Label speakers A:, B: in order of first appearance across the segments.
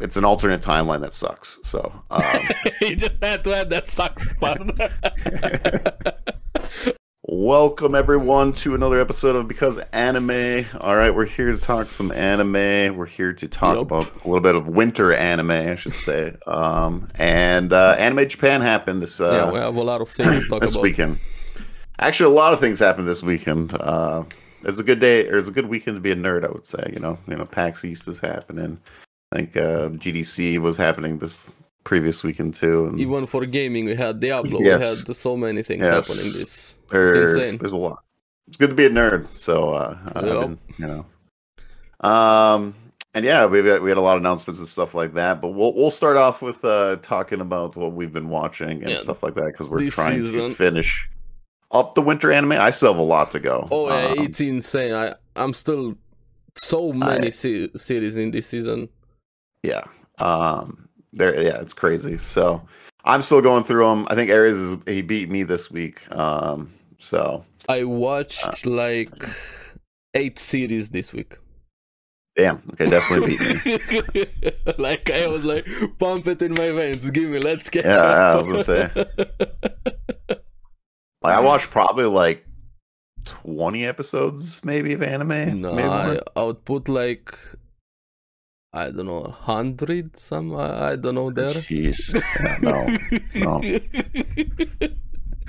A: it's an alternate timeline that sucks. So um,
B: you just had to add that sucks part.
A: welcome everyone to another episode of Because Anime. All right, we're here to talk some anime. We're here to talk
B: Yup.
A: about a little bit of winter anime, I should say. Um, and uh, Anime Japan happened this
B: yeah,
A: uh,
B: we have a lot of things to talk
A: this
B: about.
A: weekend. Actually, a lot of things happened this weekend. Uh, it's a good day, or it's a good weekend to be a nerd. I would say, you know, you know, PAX East is happening. I think uh, GDC was happening this previous weekend too. And
B: Even for gaming, we had Diablo.
A: Yes.
B: We had so many things
A: Yes.
B: happening. This
A: there-
B: it's insane.
A: there's a lot. It's good to be a nerd. So, uh, I've
B: Yep.
A: been, you know, um, and yeah, we we had a lot of announcements and stuff like that. But we'll we'll start off with uh, talking about what we've been watching and
B: Yeah.
A: stuff like that because we're
B: This
A: trying
B: season-
A: to finish up the winter anime. I still have a lot to go.
B: Oh, yeah,
A: Um,
B: it's insane. I I'm still so many se- series in this season.
A: Yeah. Um there yeah, it's crazy. So I'm still going through them. I think Aries is he beat me this week. Um so
B: I
A: Uh,
B: watched like eight series this week.
A: damn, okay, definitely beat me.
B: like I was like, pump it in my veins. Give me. Let's catch
A: Yeah,
B: up.
A: I was gonna Like I watched probably like 20 episodes maybe of anime.
B: no,
A: Eh, maybe more.
B: I, I would put like I don't know, hundred some. I, I don't know there.
A: Jeez. Yeah, no.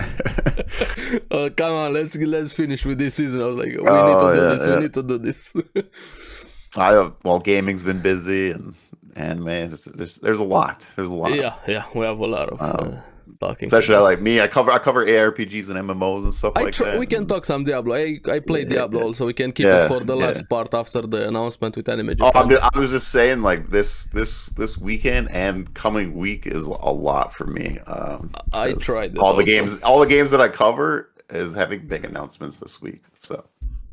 B: oh come on, let's let's finish with this season. I was like, we need
A: Oh,
B: to do
A: yeah,
B: this.
A: yeah.
B: We need to do this.
A: I have well gaming's been busy and anime there's there's, there's a lot. There's a lot.
B: yeah, yeah, we have a lot of uh, talking.
A: Especially like me, I cover I cover ARPGs and MMOs and stuff
B: I
A: like
B: tr-
A: that.
B: we can talk some Diablo. I, I played
A: Yeah,
B: Diablo
A: yeah.
B: also. We can keep
A: Yeah,
B: it for the
A: yeah.
B: last part after the announcement with Anime
A: Oh,
B: Japan.
A: I'm just, I was just saying, like this, this, this weekend and coming week is a lot for me. Um,
B: I
A: 'cause
B: tried it
A: all the
B: also.
A: games, all the games that I cover is having big announcements this week. So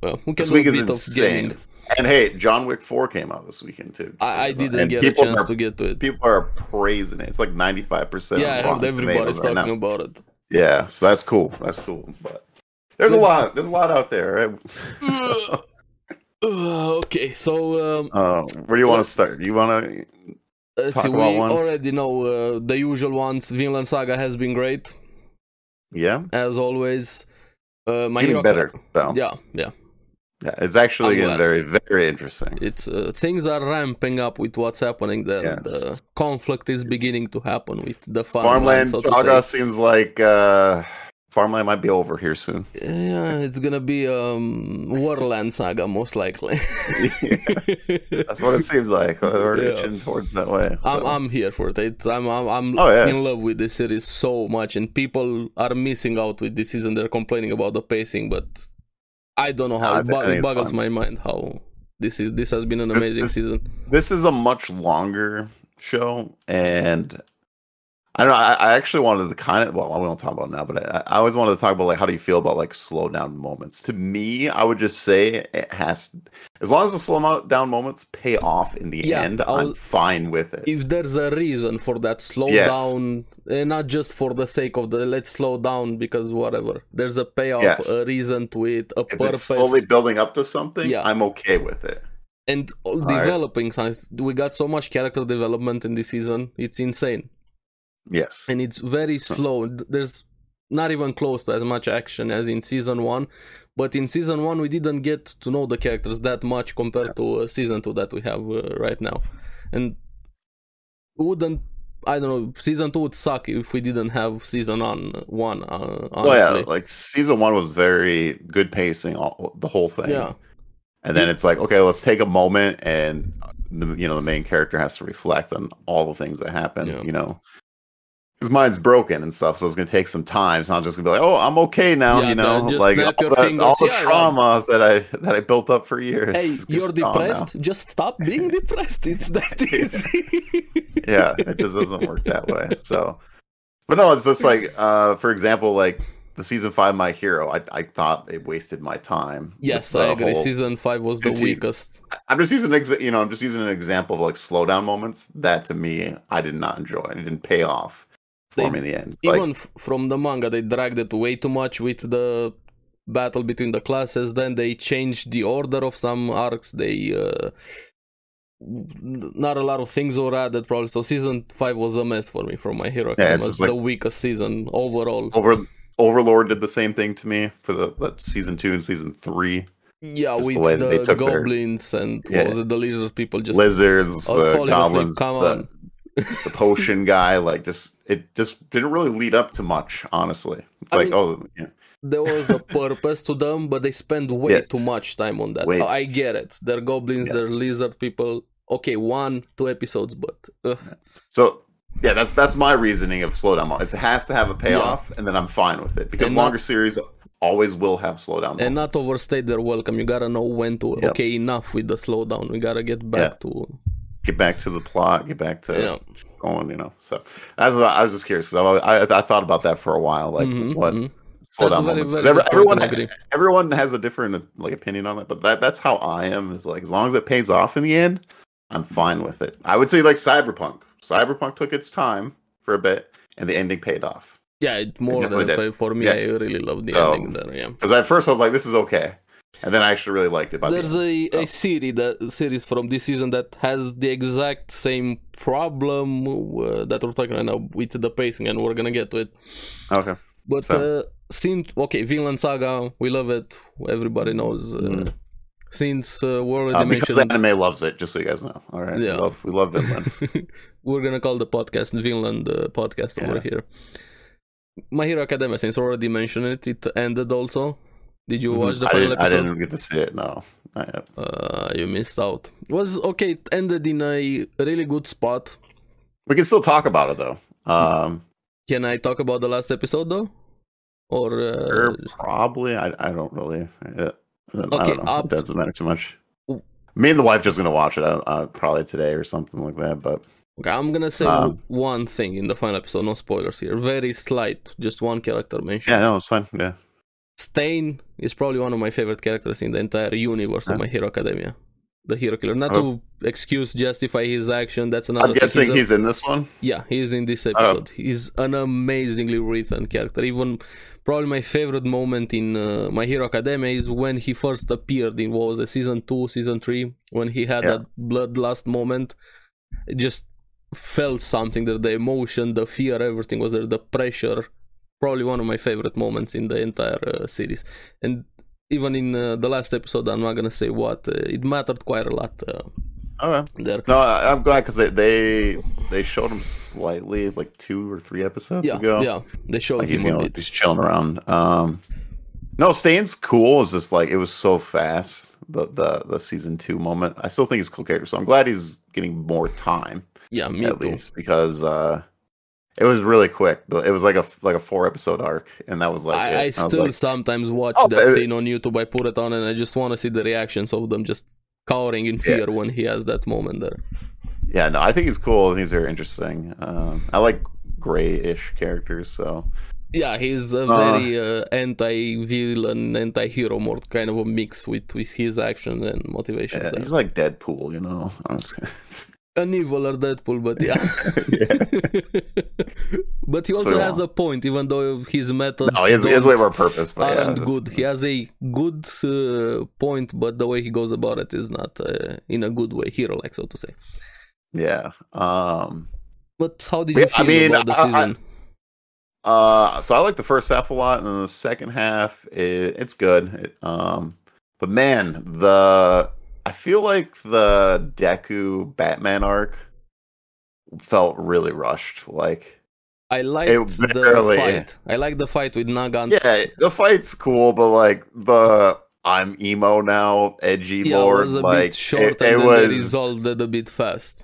B: Well, we can
A: this
B: do
A: week
B: a
A: is
B: bit of gaming.
A: insane. And hey, John Wick Four came out this weekend too.
B: I, I
A: So-
B: didn't
A: and
B: get a
A: people
B: chance
A: are,
B: to get to it.
A: People are praising it. It's like 95 percent.
B: yeah, I heard everybody's talking about it.
A: Yeah, so that's cool. That's cool. But there's a lot. There's a lot out there. Right? so,
B: Uh, okay, so um,
A: uh, where do you want to start? You want to?
B: let's
A: Talk
B: see, we
A: about one.
B: already know uh, the usual ones. Vinland Saga has been great
A: Yeah.
B: as always. Uh, my
A: It's getting
B: Hero
A: better though.
B: Yeah, yeah.
A: Yeah, it's actually
B: I'm
A: getting
B: glad.
A: very, very interesting.
B: It's uh, things are ramping up with what's happening there.
A: Yes.
B: The conflict is beginning to happen with the
A: Farmland
B: farmland. so to
A: Saga
B: say.
A: seems like uh, Farmland might be over here soon.
B: Yeah, it's gonna be um Warland Saga most likely.
A: That's what it seems like. We're
B: Yeah.
A: itching towards that way.
B: I'm
A: so.
B: I'm here for it. It's, I'm I'm, I'm
A: Oh, yeah.
B: in love with this series so much, and people are missing out with this season. They're complaining about the pacing, but I don't know how
A: No, I
B: it,
A: thi- I
B: bog-
A: think
B: it
A: it's
B: boggles
A: fine.
B: my mind how this is. This has been an amazing
A: it's-
B: season.
A: This is a much longer show, and I don't know. I, I actually wanted to kind of well, we won't talk about it now, but I, I always wanted to talk about like how do you feel about like slow down moments? To me, I would just say it has as long as the slow mo- down moments pay off in the
B: Yeah,
A: end,
B: I
A: I'm
B: was-
A: fine with it.
B: If there's a reason for that slow
A: Yes.
B: down, and not just for the sake of the let's slow down because whatever. There's a payoff,
A: Yes.
B: a reason to it, a
A: if it's
B: purpose.
A: slowly building up to something,
B: Yeah.
A: I'm okay with it.
B: and all
A: right.
B: developing science. We got so much character development in this season. It's insane,
A: Yes.
B: and it's very slow. There's not even close to as much action as in season one, but in season one we didn't get to know the characters that much compared to uh, season two that we have uh, right now, and wouldn't. I don't know. Season two would suck if we didn't have season on one. Uh, honestly,
A: Well, yeah, like season one was very good pacing, all, the whole thing.
B: yeah.
A: And then it's like, okay, let's take a moment, and the you know the main character has to reflect on all the things that happen.
B: Yeah.
A: You know, his mind's broken and stuff, so it's gonna take some time. It's not just gonna be like, oh, I'm okay now.
B: Yeah,
A: you know,
B: then just
A: like
B: snap
A: all
B: your
A: the,
B: fingers.
A: all the
B: Yeah, yeah.
A: trauma that I that I built up for years.
B: Hey,
A: is
B: you're
A: just gone now.
B: depressed? Just stop being depressed. It's that easy.
A: yeah, it just doesn't work that way. So, but no, it's just like, uh, for example, like the season five, My Hero, I, I thought it wasted my time. with
B: Yes, I
A: the
B: agree.
A: whole-
B: Season five was the
A: Continue.
B: weakest.
A: I'm just using, an exa- you know, I'm just using an example of like slowdown moments that to me, I did not enjoy and it didn't pay off for
B: They-
A: me in the end. Like,
B: Even f- from the manga, they dragged it way too much with the battle between the classes. Then they changed the order of some arcs. They uh, not a lot of things were added probably so season 5 was a mess for me from my hero
A: Yeah,
B: yeah,
A: it's
B: was
A: just like- Oh,
B: the weakest season overall
A: Over Overlord did the same thing to me for the that season two and season three.
B: yeah
A: just
B: with
A: the way
B: the,
A: they took their-
B: goblins and what
A: Yeah.
B: was it the lizard people just
A: Lizards,
B: I was
A: the
B: falling
A: goblins,
B: asleep, come
A: the, the potion guy, like just it just didn't really lead up to much, honestly. It's
B: I
A: like
B: mean,
A: oh yeah.
B: there was a purpose to them, but they spend way
A: Yes.
B: too much time on that.
A: Way
B: I get it. They're goblins,
A: Yeah.
B: they're lizard people. Okay, one, two episodes, but ugh.
A: So yeah, that's that's my reasoning of slowdown. mo- It has to have a payoff, and then I'm fine with it because
B: And not-
A: longer series always will have slowdown.
B: and not
A: moments.
B: overstate their welcome. You gotta know when to.
A: Yeah.
B: Okay, enough with the slowdown. We gotta get back to.
A: get back to the plot, get back to
B: Yeah.
A: going. You know, so that's what I, I was just curious because I, I I thought about that for a while, like
B: Mhm,
A: what
B: mhm. That's a
A: slowdown
B: very,
A: moments. 'Cause
B: very
A: every-
B: good
A: everyone
B: point, I agree.
A: everyone has a different like opinion on that, but that that's how I am. Is like as long as it pays off in the end, I'm fine with it. I would say like Cyberpunk. Cyberpunk took its time for a bit, and the ending paid off.
B: Yeah, it more
A: definitely
B: than
A: did.
B: for me.
A: Yeah.
B: I really love the
A: So,
B: ending there. Yeah.
A: Because at first I was like, this is okay, and then I actually really liked it. By the
B: There's
A: end.
B: a,
A: so.
B: a series that series from this season that has the exact same problem uh, that we're talking right now with the pacing, and we're gonna get to it.
A: okay.
B: But
A: So-
B: uh, since okay, Vinland Saga, we love it. Everybody knows. Uh,
A: Mhm.
B: Since uh, we already
A: Uh, because
B: mentioned,
A: anime loves it, just so you guys know. All right,
B: Yeah.
A: we love we love Vinland.
B: we're gonna call the podcast Vinland uh, podcast over
A: Yeah.
B: here. My Hero Academia, since we already mentioned it, it ended also. Did you
A: Mhm.
B: watch the
A: I
B: final
A: didn't,
B: episode?
A: I didn't get to see it. No, I,
B: Uh, you missed out. Was okay. It ended in a really good spot.
A: we can still talk about it though. Um,
B: Can I talk about the last episode though? Or uh,
A: or probably. I, I don't really. uh I
B: Okay, um,
A: don't know.
B: up-
A: It doesn't matter too much.
B: Mm.
A: Me and the wife just gonna watch it uh, uh, probably today or something like that. But
B: okay, I'm gonna say
A: Um,
B: one thing in the final episode. No spoilers here. Very slight. Just one character mention.
A: yeah, no, it's fine. Yeah,
B: Stain is probably one of my favorite characters in the entire universe of
A: Huh?
B: My Hero Academia. The hero killer. Not
A: Oh.
B: to excuse, justify his action. That's another.
A: I'm
B: thing.
A: guessing
B: a-
A: he's in this one.
B: yeah, he's in this episode. He's an amazingly written character. Even probably my favorite moment in uh, My Hero Academia is when he first appeared in what was it, season two, season three, when he had
A: Yeah.
B: that bloodlust moment. It just felt something there. The emotion, the fear, everything was there. The pressure. Probably one of my favorite moments in the entire uh, series. And even in uh, the last episode, I'm not gonna say what. Uh, it mattered quite a lot uh,
A: Okay.
B: there.
A: Oh, No, I, I'm glad because they, they they showed him slightly like two or three episodes
B: Yeah,
A: ago.
B: yeah. They showed
A: like he's
B: him
A: you
B: a
A: know
B: bit.
A: just chilling around. Um, no, Stan's cool. It's just like it was so fast the the the season two moment. I still think he's a cool character, so I'm glad he's getting more time
B: Yeah, me
A: at
B: too.
A: least because uh, it was really quick. The- It was like a like a four episode arc, and that was like it.
B: I, I
A: was
B: still
A: like,
B: sometimes watch
A: Oh,
B: that
A: uh,
B: scene on YouTube. I put it on and I just want to see the reactions of them just cowering in
A: Yeah.
B: fear when he has that moment there.
A: yeah, no, I think he's cool. and He's very interesting. Um, I like grayish characters, so
B: Yeah, he's
A: Uh-huh.
B: a very uh, anti-villain, anti-hero, more kind of a mix with, with his action and motivation.
A: yeah,
B: there.
A: he's like Deadpool, you know. I'm just kidding.
B: An evil or Deadpool, but
A: yeah.
B: yeah. but he also
A: So-
B: has a point, even though his methods
A: No, Oh, he has, he has way
B: don't-
A: more purpose, but yeah,
B: aren't
A: just-
B: good. He has a good uh, point, but the way he goes about it is not uh, in a good way, hero-like, so to say.
A: yeah. Um,
B: But how did
A: Yeah,
B: you
A: I
B: feel
A: mean,
B: about the
A: I- I-
B: season?
A: Uh, so I like the first half a lot, and then the second half, it, it's good. It, um, but man, the I feel like the Deku Batman arc felt really rushed. Like,
B: I, liked the
A: barely-
B: fight. I liked the fight with Nagant.
A: yeah, the fight's cool, but like the I'm emo now, edgy
B: Yeah, it
A: lord.
B: was a
A: like,
B: bit short
A: it, it
B: and then
A: was
B: they resolved it a bit fast.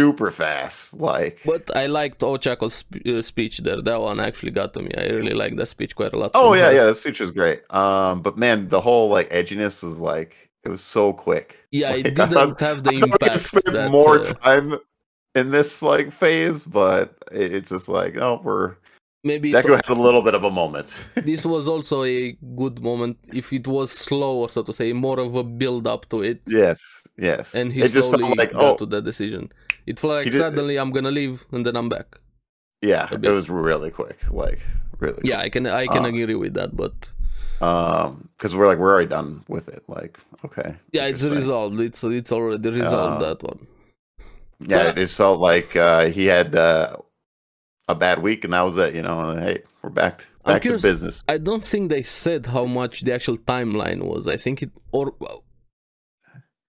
A: super fast. Like,
B: But I liked Ochako's sp- uh, speech there. That one actually got to me. I really liked that speech quite a lot.
A: Oh
B: from
A: yeah,
B: her.
A: yeah, that speech was great. Um, but man, the whole like edginess is like it was so quick.
B: Yeah, it
A: Like, I thought-
B: didn't have the
A: I thought we
B: impact.
A: spent
B: that,
A: more
B: uh,
A: time in this like phase, but it, it's just like oh, we're
B: maybe it-
A: Deku had a little bit of a moment.
B: this was also a good moment if it was slower, so to say, more of a build up to it.
A: yes, yes,
B: And he
A: it just
B: slowly
A: felt like
B: got
A: oh
B: to that decision. It felt like
A: did-
B: suddenly I'm gonna leave and then I'm back.
A: yeah,
B: a
A: it
B: bit.
A: was really quick, like really.
B: Yeah, I can I can
A: Uh,
B: agree with that, but
A: quick. um, because we're like we're already done with it. Like okay,
B: yeah, it's
A: interesting.
B: resolved. It's it's already resolved
A: Uh,
B: that one.
A: Yeah,
B: Yeah.
A: it just felt like uh, he had uh, a bad week, and that was it. You know, and, hey, we're back
B: I'm
A: back to
B: curious-
A: business.
B: I don't think they said how much the actual timeline was. I think it or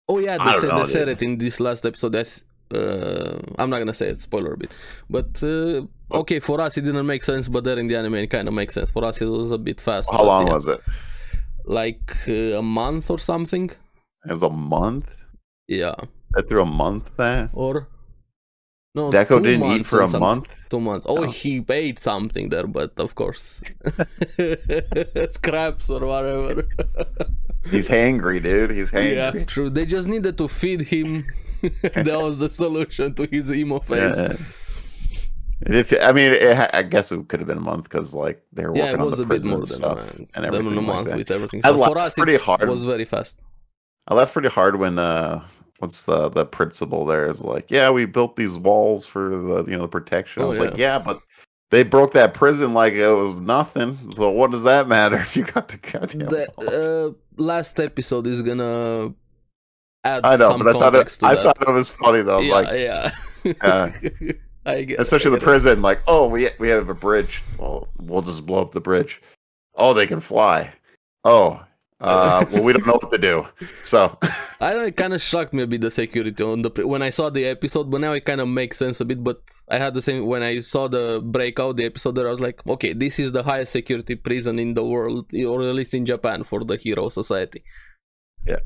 B: oh yeah,
A: I
B: they
A: don't
B: said
A: know,
B: they said
A: dude.
B: it in this last episode. That uh, I'm not gonna say it, spoiler a bit, but uh, okay, for us it didn't make sense, but there in the anime it kind of makes sense. For us it was a bit fast.
A: How
B: but
A: long
B: yeah.
A: was it?
B: Like uh, a month or something.
A: It was a month.
B: Yeah,
A: That through a month. That
B: or no.
A: Deco
B: two
A: didn't eat
B: months
A: for
B: and
A: a
B: something.
A: month.
B: Two months. Oh,
A: No.
B: he ate something there, but of course, scraps or whatever.
A: He's hangry, dude. He's
B: Yeah,
A: hangry.
B: true. They just needed to feed him. that was the solution to his emo phase.
A: Yeah. If I mean, it, ha- I guess it could have been a month because like they were
B: Yeah,
A: working
B: it
A: on
B: was a
A: the
B: bit
A: prison
B: more than,
A: stuff
B: a-
A: and
B: than
A: everything
B: a
A: like
B: month
A: that.
B: with everything.
A: I
B: So
A: laughed
B: for us,
A: pretty
B: it
A: hard.
B: was very fast.
A: I left pretty hard when uh what's the the principal there is like, yeah, we built these walls for the you know the protection. I
B: Oh,
A: was like, yeah, but they broke that prison like it was nothing. So what does that matter if you got the goddamn
B: The
A: walls?
B: uh, last episode is gonna add
A: I know,
B: some
A: but I thought it,
B: context
A: I
B: to that.
A: thought it was funny though,
B: yeah,
A: like
B: yeah.
A: uh,
B: I get,
A: especially
B: I
A: the
B: get it.
A: prison, like, oh, we we have a bridge. Well, we'll just blow up the bridge. Oh, they can fly. Oh, uh, well, we don't know what to do. So
B: I know it kind of shocked me a bit the security on the pre- when I saw the episode, but now it kind of makes sense a bit. But I had the same when I saw the breakout the episode there. I was like, okay, this is the highest security prison in the world, or at least in Japan for the Hero Society.
A: Yeah.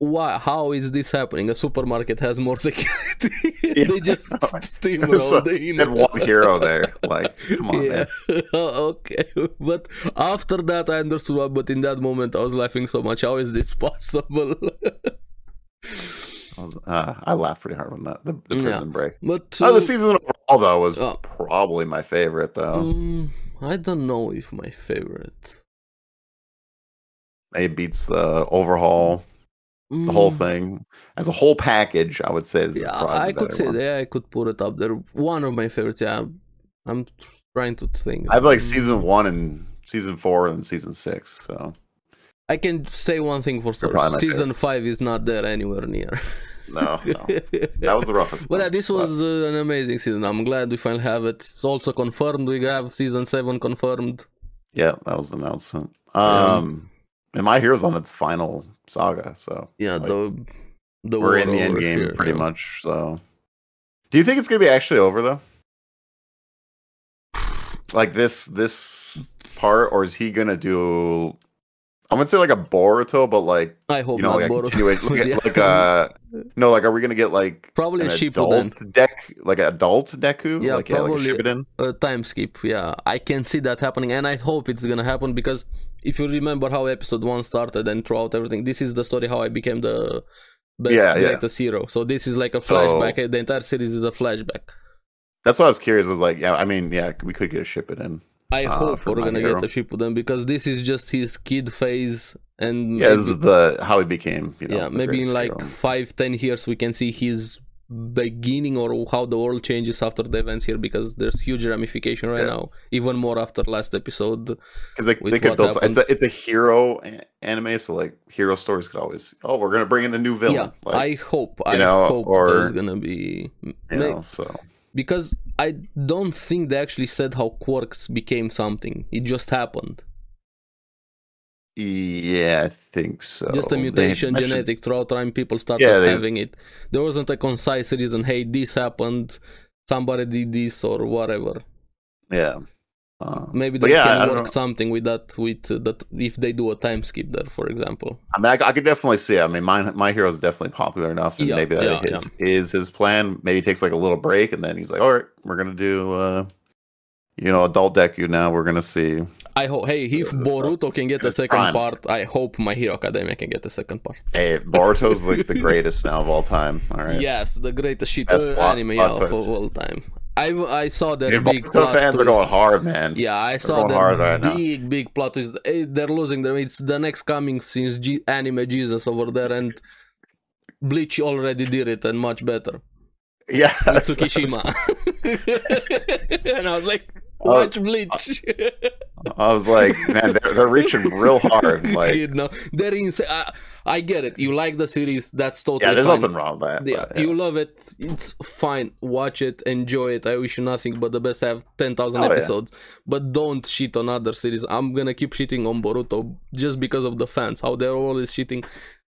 B: Why? How is this happening? A supermarket has more security.
A: Yeah,
B: they just
A: I know.
B: steamroll
A: So,
B: the unit.
A: had one hero there. Like, come on, man.
B: Yeah. okay. But after that, I understood why. But in that moment, I was laughing so much. How is this possible?
A: I, was, uh, I laughed pretty hard on that. The, the
B: Yeah.
A: prison break.
B: but
A: Oh,
B: uh,
A: the season overall though was
B: Oh.
A: probably my favorite though.
B: mm, I don't know if my favorite. Mm-hmm.
A: It beats the overhaul, the whole
B: Mm,
A: thing as a whole package. I would say this is
B: Yeah,
A: probably
B: I
A: the
B: could
A: better
B: say
A: one.
B: yeah, I could put it up there. One of my favorites. Yeah, I'm trying to think.
A: I have like
B: Mm.
A: season one and season four and season six. So
B: I can say one thing for sure.
A: probably my
B: Season five is not there anywhere near.
A: no, no. that was the roughest.
B: But yeah,
A: one,
B: this was uh, an amazing season. I'm glad we finally have it. It's also confirmed. We have season seven confirmed.
A: yeah, that was the announcement.
B: Yeah.
A: Um, and my hero's on its final saga, so
B: Yeah,
A: Like,
B: the the
A: we're
B: war
A: in the end
B: over
A: game
B: here,
A: pretty
B: yeah.
A: much. So, do you think it's gonna be actually over though? Like this this part, or is he gonna do? I'm gonna say like a Boruto, but like
B: I hope
A: you know,
B: not.
A: like a
B: Boruto.
A: continuation, like,
B: Yeah.
A: a- like a no, like are we gonna get like
B: Probably
A: an
B: a Shippuden.
A: adult deck, like an adult Deku,
B: Yeah,
A: like yeah, like a
B: probably.
A: Shippuden.
B: a uh, time skip. Yeah, I can see that happening, and I hope it's gonna happen because if you remember how episode one started and throughout everything, this is the story how I became the best
A: Yeah, yeah.
B: greatest hero. So this is like a flashback. The entire series is a flashback.
A: That's what I was curious. Was like, yeah, I mean, yeah, we could get a Shippuden.
B: I
A: Ah,
B: hope
A: for
B: we're
A: my
B: gonna
A: hero.
B: get a Shippuden because this is just his kid phase, and
A: Yeah, this
B: maybe-
A: is the how he became. You know,
B: yeah,
A: the
B: maybe in
A: greatest
B: like
A: hero.
B: five, ten years we can see his beginning or how the world changes after the events here because there's huge ramification right
A: Yeah.
B: now, even more after last episode.
A: because they,
B: with
A: they could
B: what
A: build. It's
B: happened.
A: a it's a hero a- anime, so like hero stories could always. Oh, we're gonna bring in a new villain.
B: Yeah,
A: like,
B: I hope. I
A: know,
B: hope
A: or-
B: there's gonna be
A: you know, so
B: because I don't think they actually said how quirks became something. It just happened.
A: yeah, I think so.
B: just a
A: They
B: mutation,
A: mentioned-
B: genetic. Throughout time, people started
A: Yeah, they-
B: having it. There wasn't a concise reason. Hey, this happened. Somebody did this or whatever.
A: Yeah. Um,
B: Maybe
A: but
B: they
A: yeah, I- I
B: can
A: don't
B: work
A: know.
B: something with that. With uh, that, if they do a time skip there, for example.
A: I mean, I, I could definitely see. It. I mean, my my hero is definitely popular enough, and
B: Yeah,
A: maybe that
B: yeah,
A: is, is his plan. Maybe he takes like a little break, and then he's like, "All right, we're gonna do, uh, you know, adult Deku now. We're gonna see."
B: I hope. Hey, if
A: that's not-
B: Boruto can get a
A: it's
B: second
A: prime.
B: part, I hope My Hero Academia can get a second part.
A: Hey, Boruto's like the greatest now of all time. All right,
B: Yes, the greatest shit
A: Best
B: uh,
A: plot-
B: anime
A: plot
B: yeah, of
A: twist.
B: all time. I I saw that
A: Dude,
B: big
A: Boruto
B: plot
A: fans are going
B: twist.
A: hard, man.
B: Yeah, I saw
A: going
B: that
A: hard right now.
B: big big plot twist. Eh, They're losing them. It's the next coming since G- anime Jesus over there and Bleach already did it and much better.
A: yeah. that's-
B: Tsukishima. and I was like,
A: Oh,
B: watch Bleach.
A: I was like, man, they're, they're reaching real hard. Like,
B: you know, they're insane. I, I get it. You like the series. That's totally
A: Yeah, there's
B: fine.
A: nothing wrong with that.
B: Yeah,
A: but,
B: you love it. It's fine. Watch it, enjoy it. I wish you nothing but the best. I have ten thousand
A: Oh, yeah.
B: episodes, but don't shit on other series. I'm gonna keep shitting on Boruto just because of the fans. How they're always shitting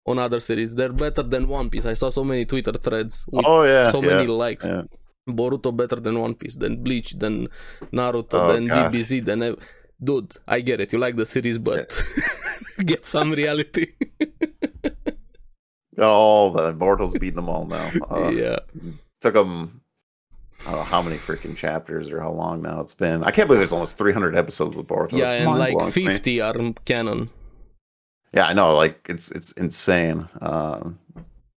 B: on other series. They're better than One Piece. I saw so many Twitter threads with
A: oh yeah,
B: so
A: yeah.
B: many likes.
A: yeah.
B: Boruto better than One Piece, than Bleach, than Naruto,
A: Oh,
B: than
A: gosh.
B: DBZ, than ev- dude. I get it. You like the series, but get some reality.
A: Got all the Bortles beating them all now. Uh,
B: yeah.
A: Took them. I don't know how many freaking chapters or how long now it's been. I can't believe there's almost 300 episodes of Boruto.
B: yeah,
A: It's
B: and
A: mind-blowing
B: like
A: to me.
B: 50 are canon.
A: Yeah, I know. Like it's it's insane. Um,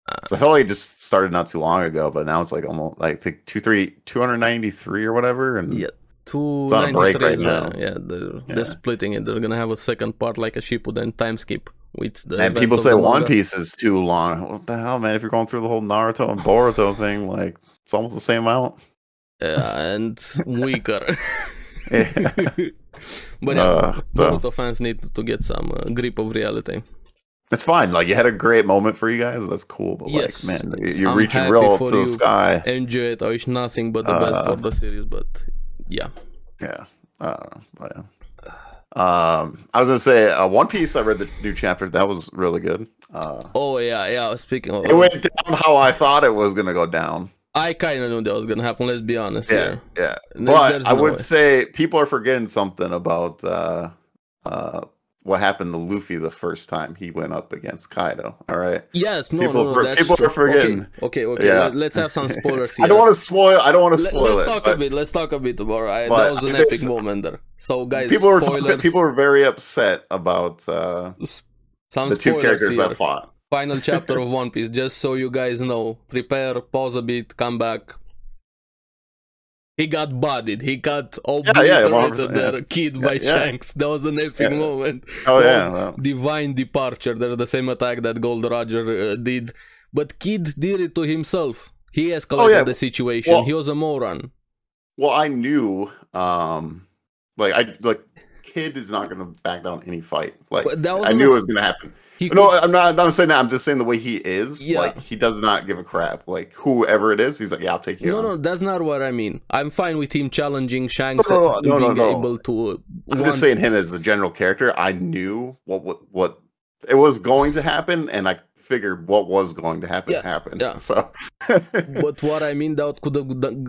B: Uh.
A: so I feel like it just started not too long ago, but now it's like almost like I think two three two hundred ninety three or whatever. And
B: Yeah, two
A: It's on a break right
B: is
A: now.
B: there. Yeah, they're,
A: Yeah.
B: they're splitting it. They're gonna have a second part like a Shippuden time skip with the.
A: and
B: events
A: people
B: of
A: say
B: the
A: One
B: manga.
A: Piece is too long. What the hell, man? If you're going through the whole Naruto and Boruto thing, like it's almost the same amount.
B: Yeah, and weaker.
A: Yeah.
B: but yeah,
A: Uh, so
B: Boruto fans need to get some uh, grip of reality.
A: it's fine. Like you had a great moment for you guys. That's cool. But
B: Yes,
A: like, man,
B: it's-
A: you're
B: I'm
A: reaching
B: happy
A: real up
B: for
A: to the
B: you.
A: sky.
B: Enjoy it. I wish nothing but the best
A: Uh,
B: for the series. But yeah,
A: Yeah. I don't know. But, yeah. Um, I was gonna say uh, One Piece. I read the new chapter. That was really good. Uh,
B: oh yeah, yeah. Speaking of,
A: It went down how I thought it was going to go down.
B: I kind of knew that was gonna happen. Let's be honest.
A: Yeah,
B: Yeah,
A: yeah.
B: There-
A: But
B: there's
A: I
B: no
A: would
B: way.
A: say people are forgetting something about uh, uh, what happened to Luffy the first time he went up against Kaido. All right.
B: Yes, no,
A: People
B: no, no,
A: for-
B: that's
A: people
B: true.
A: are forgetting.
B: Okay, okay. okay.
A: Yeah.
B: Let, let's have some spoilers here.
A: I don't want to spoil. I don't want to
B: uh, Let,
A: spoil
B: us
A: it.
B: talk
A: but
B: a bit. Let's talk a bit about it.
A: But
B: That was an
A: there's-
B: epic moment there. So, guys,
A: people were
B: spoilers.
A: talking, people were very upset about uh,
B: S- some
A: the two
B: spoilers
A: characters
B: here.
A: that fought.
B: Final chapter of One Piece. Just so you guys know, prepare, pause a bit, come back. He got bodied. He got
A: yeah, yeah,
B: obliterated
A: 100%,
B: there, kid by
A: Yeah, yeah.
B: Shanks. That was an epic
A: Yeah.
B: moment.
A: Oh
B: That
A: yeah,
B: was
A: well,
B: Divine departure. They're the same attack that Gold Roger uh, did, but Kid did it to himself. He escalated
A: Oh, yeah.
B: the situation.
A: Well-
B: he was a moron.
A: well, I knew. Um, like I like, kid is not going to back down any fight. Like
B: But that was
A: I
B: an-
A: knew it was going to happen.
B: He
A: No, I'm not. I'm not saying that. I'm just saying the way he is.
B: Yeah.
A: Like he does not give a crap. Like whoever it is, he's like, yeah, I'll take you.
B: No,
A: on.
B: no, that's not what I mean. I'm fine with him challenging Shanks
A: No, no, no,
B: and
A: no, no,
B: being
A: no.
B: able to. uh,
A: I'm
B: want-
A: just saying him as a general character. I knew what what what it was going to happen, and I figured what was going to happen
B: Yeah,
A: happened.
B: yeah.
A: So.
B: But what I mean, that could have done-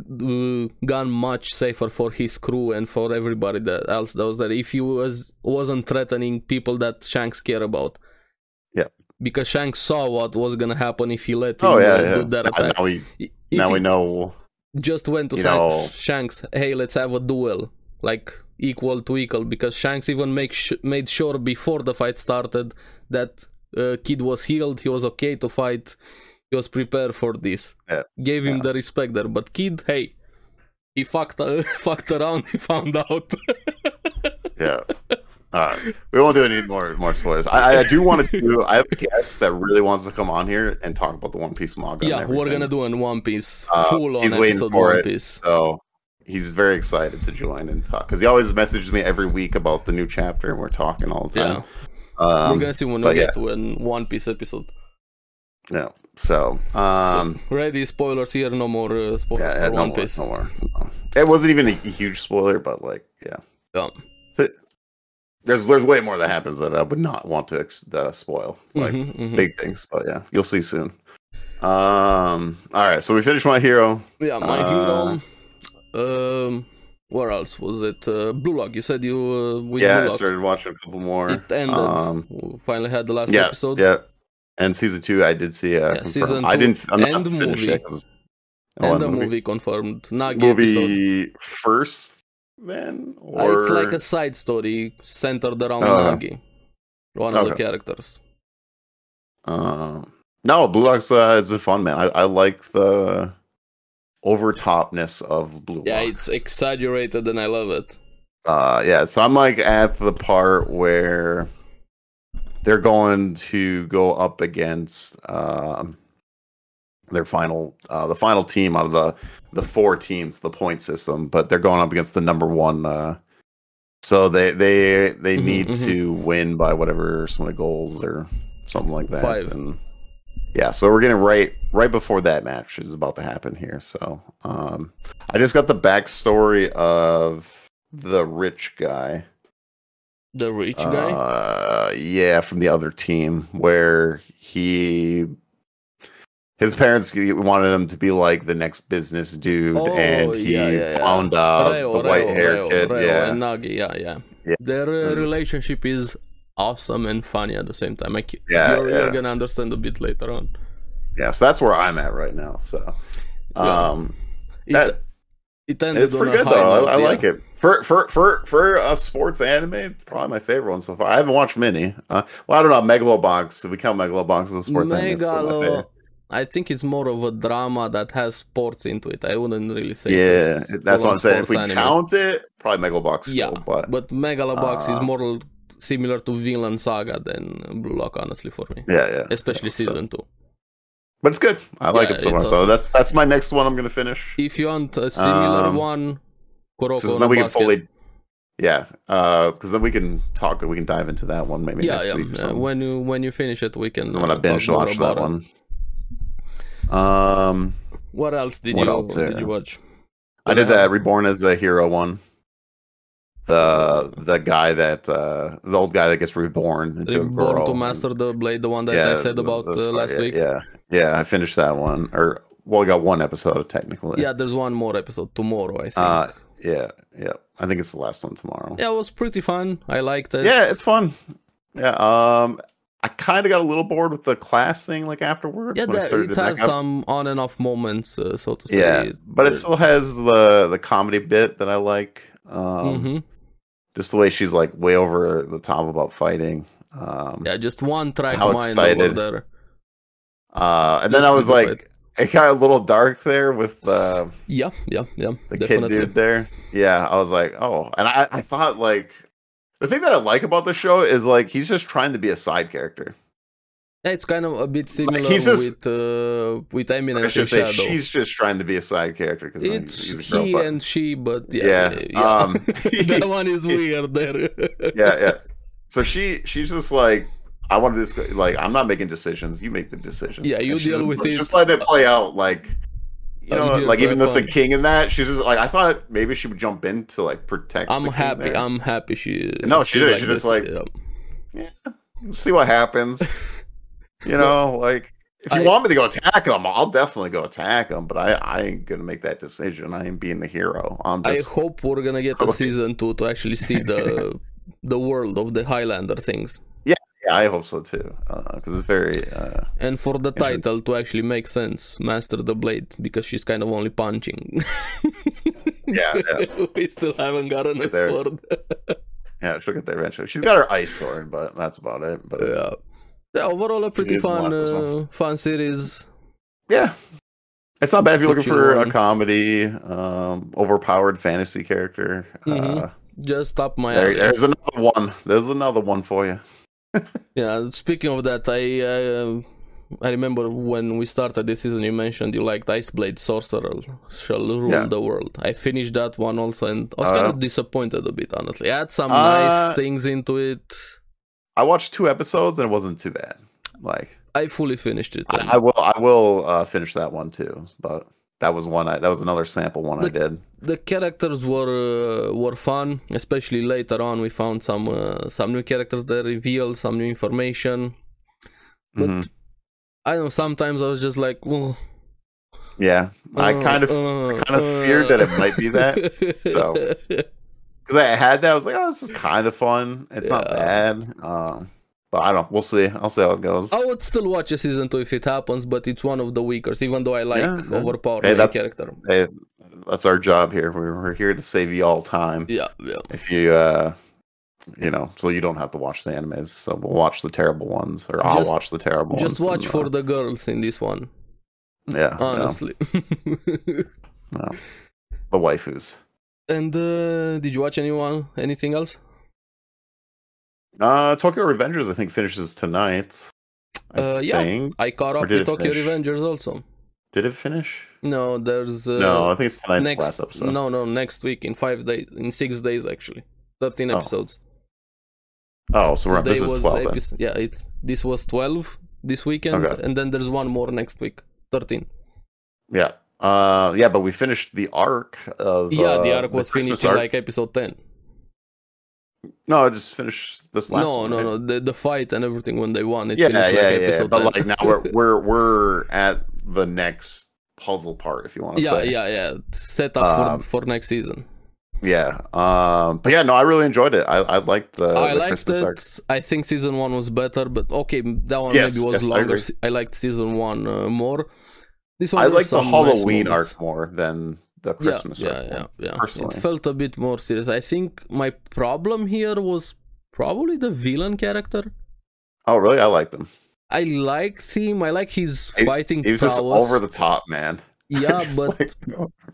B: uh, gone much safer for his crew and for everybody that else that was there if he was wasn't threatening people that Shanks care about.
A: Yeah.
B: Because Shanks saw what was gonna happen if he let him
A: oh yeah,
B: uh,
A: yeah.
B: do that
A: Now-
B: attack.
A: Now we
B: If
A: now
B: he
A: we know.
B: just went to
A: you
B: Shan-
A: know-
B: Shanks, hey, let's have a duel, like equal to equal, because Shanks even make sh- made sure before the fight started that uh, Kid was healed, he was okay to fight, he was prepared for this.
A: Yeah,
B: Gave him
A: yeah.
B: the respect there, but Kid, hey, he fucked uh, fucked around, he found out.
A: Yeah. All right. We won't do any more more spoilers. I, I do want to do. I have a guest that really wants to come on here and talk about the One Piece manga. and
B: yeah, we're
A: everything.
B: gonna do in One Piece,
A: Uh,
B: full on
A: he's waiting
B: episode
A: for
B: One
A: it.
B: Piece.
A: So he's very excited to join and talk because he always messages me every week about the new chapter and we're talking all the
B: Yeah,
A: time. Um,
B: we're gonna see when
A: but
B: we get to an One Piece episode.
A: no, so um,
B: Ready spoilers here, no more uh, spoilers
A: yeah,
B: for
A: no
B: One
A: more,
B: Piece.
A: no more. no. It wasn't even a huge spoiler, but like, yeah,
B: Yeah.
A: there's there's way more that happens that I would not want to ex- uh, spoil, like
B: Mhm, mhm.
A: big things. But yeah, you'll see soon. Um, all right, so we finished my hero.
B: Yeah, my
A: Uh,
B: hero. Um, where else was it? Uh, Blue Lock. You said you uh, with
A: yeah,
B: Blue
A: I
B: Lock.
A: started watching a couple more.
B: It ended.
A: Um,
B: We finally had the last
A: yeah,
B: episode.
A: Yeah. And season two, I did see. Uh,
B: Yeah,
A: confirmed.
B: season
A: I
B: two
A: didn't. I'm not
B: and the
A: finished
B: movie.
A: yet 'cause- Oh,
B: and the movie, confirmed. Nagi episode.
A: movie first, then
B: Uh,
A: or
B: It's like a side story centered around
A: Oh, okay.
B: Nagi, one of the
A: Okay.
B: characters.
A: um, no, Blue Lock's uh, it's been fun, man. I, I like the overtopness of Blue Lock.
B: Yeah, it's exaggerated, and I love it.
A: uh, yeah. So I'm like at the part where they're going to go up against um, their final, uh, the final team out of the the four teams, the point system, but they're going up against the number one. Uh, so they they they
B: Mhm,
A: need
B: mhm.
A: to win by whatever so many goals or something like that.
B: Five.
A: And yeah, so we're getting right right before that match is about to happen here. So um, I just got the backstory of the rich guy.
B: The rich guy.
A: Uh, yeah, from the other team where he his parents wanted him to be like the next business dude,
B: Oh,
A: and he
B: yeah, yeah, yeah.
A: found out
B: Reo,
A: uh, the white
B: Reo,
A: hair
B: Reo,
A: kid.
B: Reo
A: yeah,
B: and Nagi. Yeah, yeah.
A: Yeah.
B: Their uh,
A: Mhm.
B: relationship is awesome and funny at the same time. Like,
A: Yeah,
B: you're,
A: yeah.
B: you're gonna understand a bit later on.
A: yeah. So that's where I'm at right now. So
B: Yeah.
A: um,
B: It,
A: that-
B: it ended
A: it's pretty
B: on a
A: good
B: high
A: though.
B: note,
A: I, I
B: yeah.
A: like it for for for for a sports anime. Probably my favorite one so far. I haven't watched many. Uh, well, I don't know. Megalobox. We count Megalobox as a sports anime. It's still my
B: Megalo.
A: favorite.
B: I think it's more of a drama that has sports into it. I wouldn't really say.
A: Yeah,
B: it's a
A: that's what I'm saying. If
B: sports
A: we
B: anime.
A: count it, probably Megalobox.
B: yeah,
A: Still, but,
B: but Megalobox is
A: uh,
B: more l- similar to Vinland Saga than Blue Lock, honestly, for me.
A: yeah, yeah.
B: Especially
A: So-
B: season two.
A: But it's good. I like
B: Yeah,
A: it so
B: it's
A: much. So
B: awesome.
A: that's that's my next one. I'm gonna finish.
B: If you want a similar
A: Um,
B: one,
A: Because
B: Kuroko
A: then
B: no
A: we can
B: basket.
A: fully. Yeah, because then we can talk. We can dive into that one maybe
B: yeah,
A: next
B: yeah.
A: week. Or
B: uh,
A: something.
B: when you when you finish it, we can.
A: I'm gonna
B: uh,
A: binge
B: talk more
A: watch that
B: about it.
A: one. Um,
B: What else did
A: What
B: you
A: else,
B: did
A: yeah.
B: you watch?
A: I did
B: Yeah.
A: that Reborn as a Hero one. The the guy that uh the old guy that gets reborn into a
B: Uh, Born
A: girl.
B: to Master the Blade, the one that I said
A: the-
B: about
A: the
B: uh,
A: story,
B: last
A: yeah,
B: week.
A: Yeah, yeah, I finished that one. Or well, I got one episode technically.
B: Yeah, there's one more episode tomorrow, I think.
A: Uh, yeah, yeah. I think it's the last one tomorrow.
B: yeah, it was pretty fun. I liked it.
A: yeah, it's fun. Yeah. Um, I kind of got a little bored with the class thing like afterwards
B: yeah
A: when I
B: that,
A: started
B: it
A: to back
B: has
A: up.
B: some on and off moments, uh, so to say.
A: yeah, but it still has the the comedy bit that I like. Um,
B: Mhm.
A: just the way she's like way over the top about fighting. Um,
B: Yeah, just one track
A: How
B: mind
A: excited.
B: over there.
A: uh, and then
B: Just
A: I was
B: because
A: like,
B: of
A: it. got a little dark there with uh,
B: Yeah, yeah, yeah.
A: the
B: definitely.
A: kid dude there. Yeah, I was like, oh, and I, I thought like the thing that I like about the show is like he's just trying to be a side character.
B: Yeah, it's kind of a bit similar
A: he's just-
B: with uh, with Eminence
A: I
B: and
A: should say
B: Shadow.
A: she's just trying to be a side character because
B: it's
A: he's a girl,
B: he
A: but-
B: and she, but yeah,
A: yeah, um,
B: that one is weird there.
A: yeah, yeah. So she she's just like. I want to just like I'm not making decisions. You make the decisions.
B: Yeah, you
A: And she's
B: deal
A: just
B: with
A: like,
B: it. Oh,
A: Just let it play out. Like you
B: I'm
A: know,
B: here
A: like
B: to
A: even
B: have
A: with the
B: fun.
A: king in that, she's just like I thought maybe she would jump in to like protect.
B: I'm
A: the king
B: happy.
A: there.
B: I'm happy. She
A: No, she
B: she's
A: did. She just
B: this,
A: like-
B: yeah.
A: See what happens. You know, like if you
B: I-
A: want me to go attack him, I'll definitely go attack him. But I I ain't gonna make that decision. I ain't being the hero. I'm
B: I
A: just
B: hope we're gonna get a
A: Okay.
B: season two to actually see the the world of the Highlander things,
A: yeah, I hope so too because it's very. uh
B: and for the
A: Interesting.
B: title to actually make sense, Master the Blade, because she's kind of only punching.
A: Yeah, yeah,
B: we still haven't gotten a
A: Get there.
B: sword.
A: yeah. She'll get there eventually. She's got her ice sword, but that's about it. But
B: yeah. Yeah, overall a pretty
A: needs the
B: fun,
A: last
B: uh,
A: episode.
B: fun series.
A: yeah, it's not bad if you're looking
B: Put you
A: for
B: on.
A: a comedy, um, overpowered fantasy character.
B: Mhm.
A: Uh,
B: Just up my
A: There,
B: alley.
A: there's another one. There's another one for you.
B: Yeah, speaking of that, I uh, I remember when we started this season, you mentioned you liked Ice Blade Sorcerer shall rule
A: Yeah.
B: the world. I finished that one also, and I was
A: Oh,
B: kind
A: yeah?
B: of disappointed a bit, honestly. I had some
A: Uh,
B: nice things into it.
A: I watched two episodes and it wasn't too bad. Like
B: I fully finished it. and
A: I, I will, I will uh, finish that one too. But that was one. I, that was another sample one I
B: But-
A: did.
B: the characters were uh, were fun, especially later on. We found some uh, some new characters that revealed some new information. But
A: Mhm.
B: I don't know. Sometimes I was just like, well,
A: Yeah, I
B: Uh,
A: kind of kind of feared that it might be that, so. because I had that. I was like, oh, this is kind of fun. It's not
B: Yeah.
A: bad. Um, but I don't. We'll see. I'll see how it goes.
B: I would still watch a season two if it happens, but it's one of the weakers, even though I like
A: Yeah, yeah.
B: overpowered
A: Hey,
B: main
A: that's-
B: character.
A: Hey, that's our job here. We're, we're here to save you all time.
B: Yeah, yeah.
A: If you, uh, you know, so you don't have to watch the animes. So we'll watch the terrible ones, or I'll
B: Just-
A: watch the terrible ones.
B: Just watch
A: and, uh,
B: for the girls in this one,
A: Yeah, no,
B: honestly.
A: no. the waifus.
B: and uh, did you watch anyone anything else?
A: Uh, Tokyo Revengers, I think, finishes tonight. I
B: Uh, yeah.
A: think.
B: I caught
A: Or
B: up
A: did
B: with
A: it
B: Tokyo
A: finish?
B: Revengers also.
A: Did it finish?
B: No, there's uh,
A: no, I think it's tonight's
B: next
A: last episode.
B: No, no, next week in five days, in six days actually, thirteen
A: Oh.
B: episodes.
A: Oh, so we're on,
B: Today
A: this is
B: was
A: twelve. Then.
B: episode, yeah, it this was twelve this weekend,
A: Okay.
B: and then there's one more next week, thirteen.
A: Yeah. Uh, yeah, but we finished the arc of
B: yeah, the
A: uh,
B: arc was
A: Christmas
B: finished in
A: arc.
B: like episode ten.
A: no, I just finished this last.
B: no,
A: one,
B: no,
A: right?
B: no, the, the fight and everything when they won. It
A: yeah,
B: finished
A: yeah,
B: like
A: yeah.
B: episode
A: But
B: 10.
A: like now we're we're we're at the next puzzle part, if you want to
B: yeah,
A: say.
B: yeah, yeah. Set up
A: Um,
B: for, for next season.
A: Yeah. Um. But yeah, no, I really enjoyed it. I I liked the,
B: I
A: the
B: liked
A: Christmas
B: it.
A: arc.
B: I think season one was better, but okay, that one
A: Yes,
B: maybe was
A: yes, I
B: longer.
A: agree.
B: Se- I, liked season one uh, more. This one
A: I
B: was
A: like the
B: some nice
A: Halloween
B: moments.
A: arc more than the
B: Yeah,
A: Christmas
B: yeah,
A: arc.
B: yeah, yeah.
A: personally.
B: It felt a bit more serious. I think my problem here was probably the villain character.
A: Oh, really? I liked them.
B: I like him. I like his
A: He-
B: fighting
A: He was
B: prowess.
A: just over the top, man.
B: Mm, yeah,
A: Just
B: but
A: like,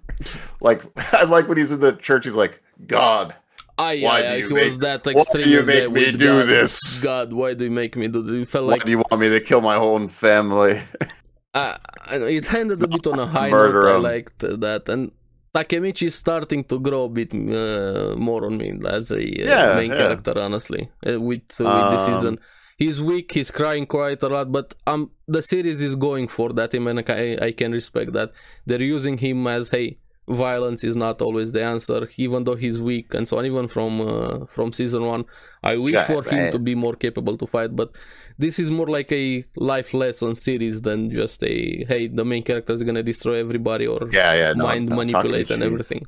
A: like I like when he's in the church. He's like, God,
B: I,
A: why
B: I,
A: do
B: I-
A: you
B: he
A: make-
B: was that
A: why
B: extreme.
A: do you
B: as they
A: make me
B: would,
A: do
B: God,
A: this?
B: God, why do you make me do this? It felt
A: Why
B: like
A: do you want me to kill my whole family?
B: uh, it ended a bit on a high
A: Murder
B: note. I
A: him.
B: liked that, and Takemichi is starting to grow a bit uh, more on me as a uh,
A: Yeah,
B: main
A: yeah.
B: character. Honestly, uh, with, uh, with this
A: Um,
B: season, he's weak. He's crying quite a lot, but um, the series is going for that, him, and I, I can respect that. They're using him as hey, violence is not always the answer, even though he's weak and so on. Even from uh, from season one, I wish
A: Guys,
B: for him
A: I-
B: to be more capable to fight, but this is more like a life lesson series than just a hey the main character is gonna destroy everybody or
A: Yeah, yeah. No,
B: mind
A: no,
B: manipulate and
A: Takemichi.
B: everything.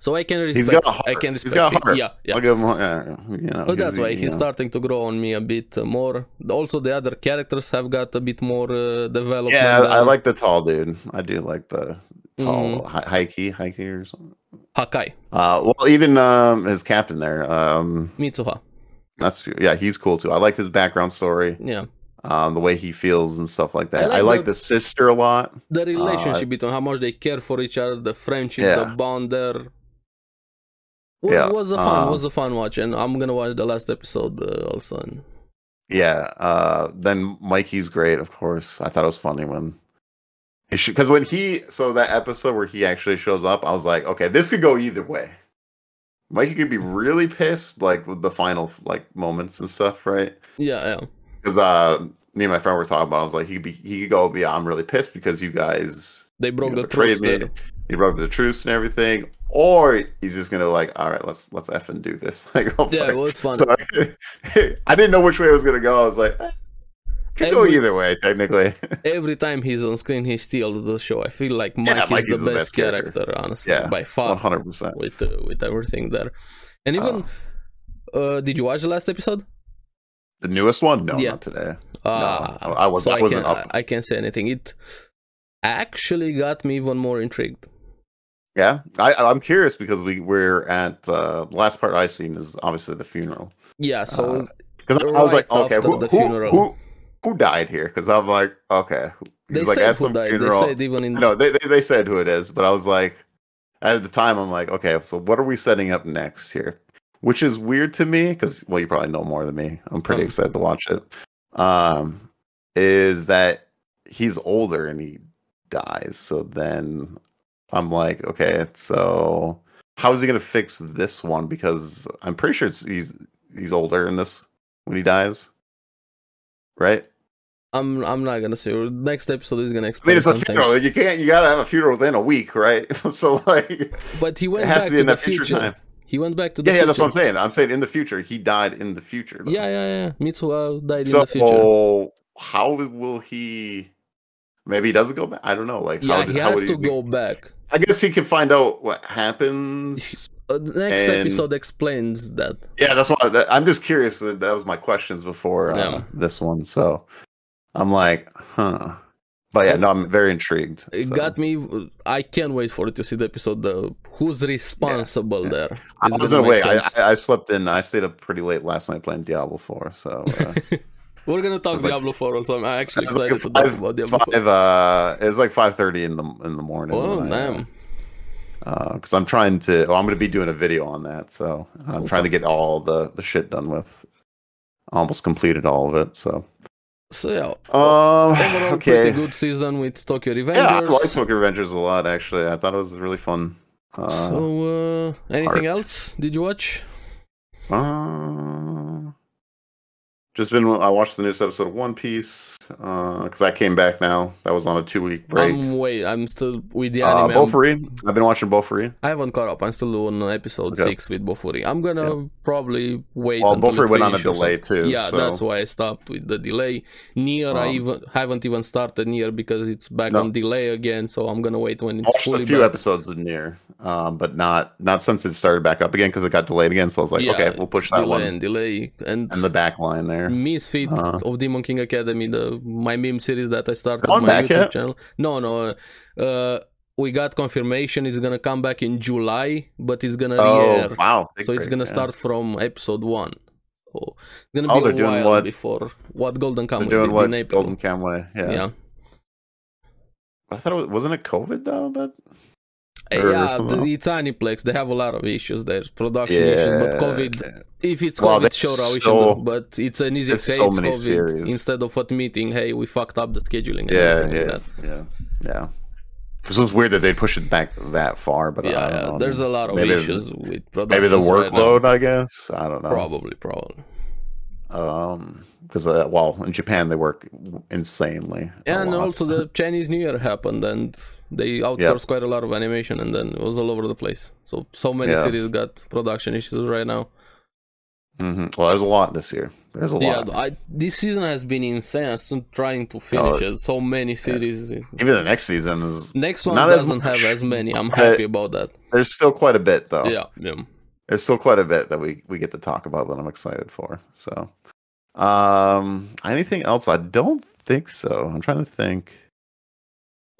B: So I can respect.
A: He's got a
B: I
A: heart.
B: can
A: He's
B: respect.
A: got a
B: it.
A: heart.
B: Yeah, yeah.
A: I'll give him. Uh, you know,
B: But that's why
A: you
B: he's
A: know.
B: starting to grow on me a bit more. Also, the other characters have got a bit more uh, development.
A: Yeah, I
B: than
A: like the tall dude. I do like the
B: Mm-hmm.
A: tall mm. Heike, Heike or something.
B: Hakai
A: Uh, well, even um, his captain there. Um,
B: Mitsuha.
A: that's yeah, he's cool too. I liked his background story,
B: Yeah,
A: um, the way he feels and stuff like that. I
B: like
A: like,
B: the-
A: the sister a lot.
B: the relationship between how much they care for each other, the friendship, the
A: Yeah.
B: bond there. Was,
A: Yeah,
B: was a fun,
A: uh,
B: was a fun watch, and I'm gonna watch the last episode uh, also. and-
A: Yeah. Uh, then Mikey's great, of course. I thought it was funny when because when he so that episode where he actually shows up, I was like, okay, this could go either way. Mikey could be really pissed, like with the final like moments and stuff, right?
B: Yeah, yeah.
A: Because uh, me and my friend were talking about, it, I was like, he could be, he could go, yeah, I'm really pissed because you guys
B: They broke
A: know,
B: the
A: betrayed
B: truce.
A: me.
B: there.
A: he broke the truce and everything, or he's just gonna like, all right, let's let's f and do this. Like, oh,
B: Yeah,
A: fuck.
B: it was fun.
A: So I didn't know which way it was gonna go. I was like, eh, could go
B: Every-
A: either way technically.
B: Every time he's on screen, he steals the show. I feel like Mike,
A: Mike
B: is, the, best character, honestly,
A: Yeah,
B: by far,
A: One hundred percent. Ah.
B: with uh, with everything there. And even, uh, did you watch the last episode?
A: The newest one? No,
B: Yeah.
A: not today.
B: Ah,
A: no, I was
B: so
A: I wasn't
B: can't, uh,
A: up.
B: I, I can't say anything. It actually got me even more intrigued.
A: Yeah, I, I'm curious because we we're at uh, the last part I seen is obviously the funeral.
B: Yeah, so
A: Uh, Because I was like,
B: Right
A: okay,
B: after
A: who,
B: the
A: who,
B: funeral.
A: who, who died here? Because I'm like, okay, who-
B: they
A: he's like
B: said
A: at
B: who
A: some
B: died.
A: funeral.
B: They said even in
A: No, they, they they said who it is, but I was like, at the time, I'm like, okay, so what are we setting up next here? Which is weird to me because well, you probably know more than me. I'm pretty
B: Um.
A: excited to watch it. Um, is that he's older and he dies? So then I'm like, okay, so how is he gonna fix this one? Because I'm pretty sure it's, he's he's older in this when he dies, right?
B: I'm I'm not gonna say. Next episode is gonna
A: I mean,
B: explain.
A: it's a
B: something.
A: funeral. You can't. You gotta have a funeral within a week, right? so like,
B: But he went
A: it has
B: back
A: to be
B: to
A: in
B: the
A: that future, time.
B: He went back to the
A: Yeah, yeah,
B: future.
A: that's what I'm saying. I'm saying in the future, he died in the future. though.
B: Yeah, yeah, yeah. Mitsuha died in
A: So
B: the future.
A: how will he? Maybe he doesn't go back. I don't know. Like,
B: yeah,
A: how,
B: he
A: how
B: has
A: would
B: to
A: he-
B: go back.
A: I guess he can find out what happens.
B: Uh, the next
A: And-
B: episode explains that.
A: Yeah, that's why that, I'm just curious. That, that was my questions before uh,
B: Yeah.
A: this one. So I'm like, huh. But yeah,
B: And-
A: no, I'm very intrigued.
B: It
A: so.
B: got me. I can't wait for it to see the episode. The, who's responsible
A: yeah.
B: there?
A: I
B: It's
A: was
B: gonna make
A: awake. I,
B: sense.
A: I I slept in. I stayed up pretty late last night playing Diablo Four. So uh,
B: We're gonna talk
A: was like-
B: Diablo 4 also. I'm actually
A: It was like
B: excited to talk
A: five-
B: about Diablo 4.
A: five. Uh, it was like five thirty in the in the morning.
B: Oh,
A: when I, uh,
B: damn.
A: because I'm trying to. Well, I'm going to be doing a video on that, so I'm
B: Okay.
A: trying to get all the the shit done with. Almost completed all of it. So,
B: So, yeah.
A: um,
B: Overall,
A: okay,
B: pretty good season with Tokyo
A: yeah, I
B: Revengers.
A: like Smoker Adventures a lot. Actually, I thought it was really fun. Uh,
B: so, uh, anything
A: Arc.
B: else? Did you watch?
A: uh, Just been I watched the newest episode of One Piece because I came back now. That was on a two week break.
B: I'm wait, I'm still with the
A: Uh,
B: anime. I'm-
A: Bofuri. I've been watching Bofuri.
B: I haven't caught up. I'm still on episode
A: Okay.
B: six with Bofuri. I'm gonna probably wait.
A: Well,
B: until it
A: Bofuri went on a
B: finishes or
A: delay too.
B: yeah
A: so.
B: that's why i stopped with the delay near i
A: Um,
B: even haven't even started near because it's back
A: No.
B: on delay again so i'm gonna wait when
A: I
B: it's
A: watched
B: fully
A: a few
B: back.
A: episodes of Near, um, but not not since it started back up again because it got delayed again. So I was like,
B: Yeah,
A: okay, we'll push
B: it's
A: that
B: delay
A: one
B: and delay and,
A: and the back line there.
B: misfit
A: Uh.
B: of demon king academy the my meme series that i started
A: Going
B: my
A: back
B: youtube
A: yet?
B: channel no no uh, uh we got confirmation it's gonna come back in july but it's gonna
A: Oh
B: re-air
A: wow! big
B: so it's
A: break,
B: gonna
A: yeah.
B: start from episode one so it's gonna
A: Oh,
B: be
A: they're
B: a
A: doing
B: while
A: what-
B: before what golden
A: They're
B: Kamuy
A: doing
B: did
A: what
B: in April.
A: Golden Camway. Yeah.
B: yeah
A: I thought it was, wasn't it COVID though, but or
B: Yeah,
A: something
B: the,
A: else.
B: it's Aniplex. They have a lot of issues. There's production issues, but COVID. If it's
A: Well,
B: COVID,
A: there's
B: sure, I wish
A: so-
B: it, but it's an easy
A: there's
B: say
A: so
B: it's
A: many
B: COVID
A: series.
B: instead of admitting, hey, we fucked up the scheduling. And
A: Yeah,
B: everything
A: yeah,
B: like
A: yeah,
B: that.
A: yeah, Because it was weird that they pushed it back that far, but I
B: yeah,
A: don't
B: yeah.
A: know.
B: There's a lot of
A: maybe-
B: issues with production.
A: maybe the
B: right now.
A: workload. I guess I don't know.
B: Probably, probably.
A: Um, because uh, well, in Japan they work insanely. a
B: And
A: lot.
B: also the Chinese New Year happened, and they outsourced quite a lot of animation, and then it was all over the place. So so many
A: Yeah.
B: cities got production issues right now.
A: Mhm. well, there's a lot this year. There's a
B: Yeah,
A: lot.
B: I, this season has been insane. I'm still trying to finish
A: Oh,
B: it. So many series.
A: Even the next season is.
B: Next one
A: Not as
B: doesn't
A: much,
B: have as many. I'm
A: but-
B: happy about that.
A: There's still quite a bit though.
B: Yeah, yeah.
A: there's still quite a bit that we we get to talk about that I'm excited for. So, um, anything else? I don't think so. I'm trying to think.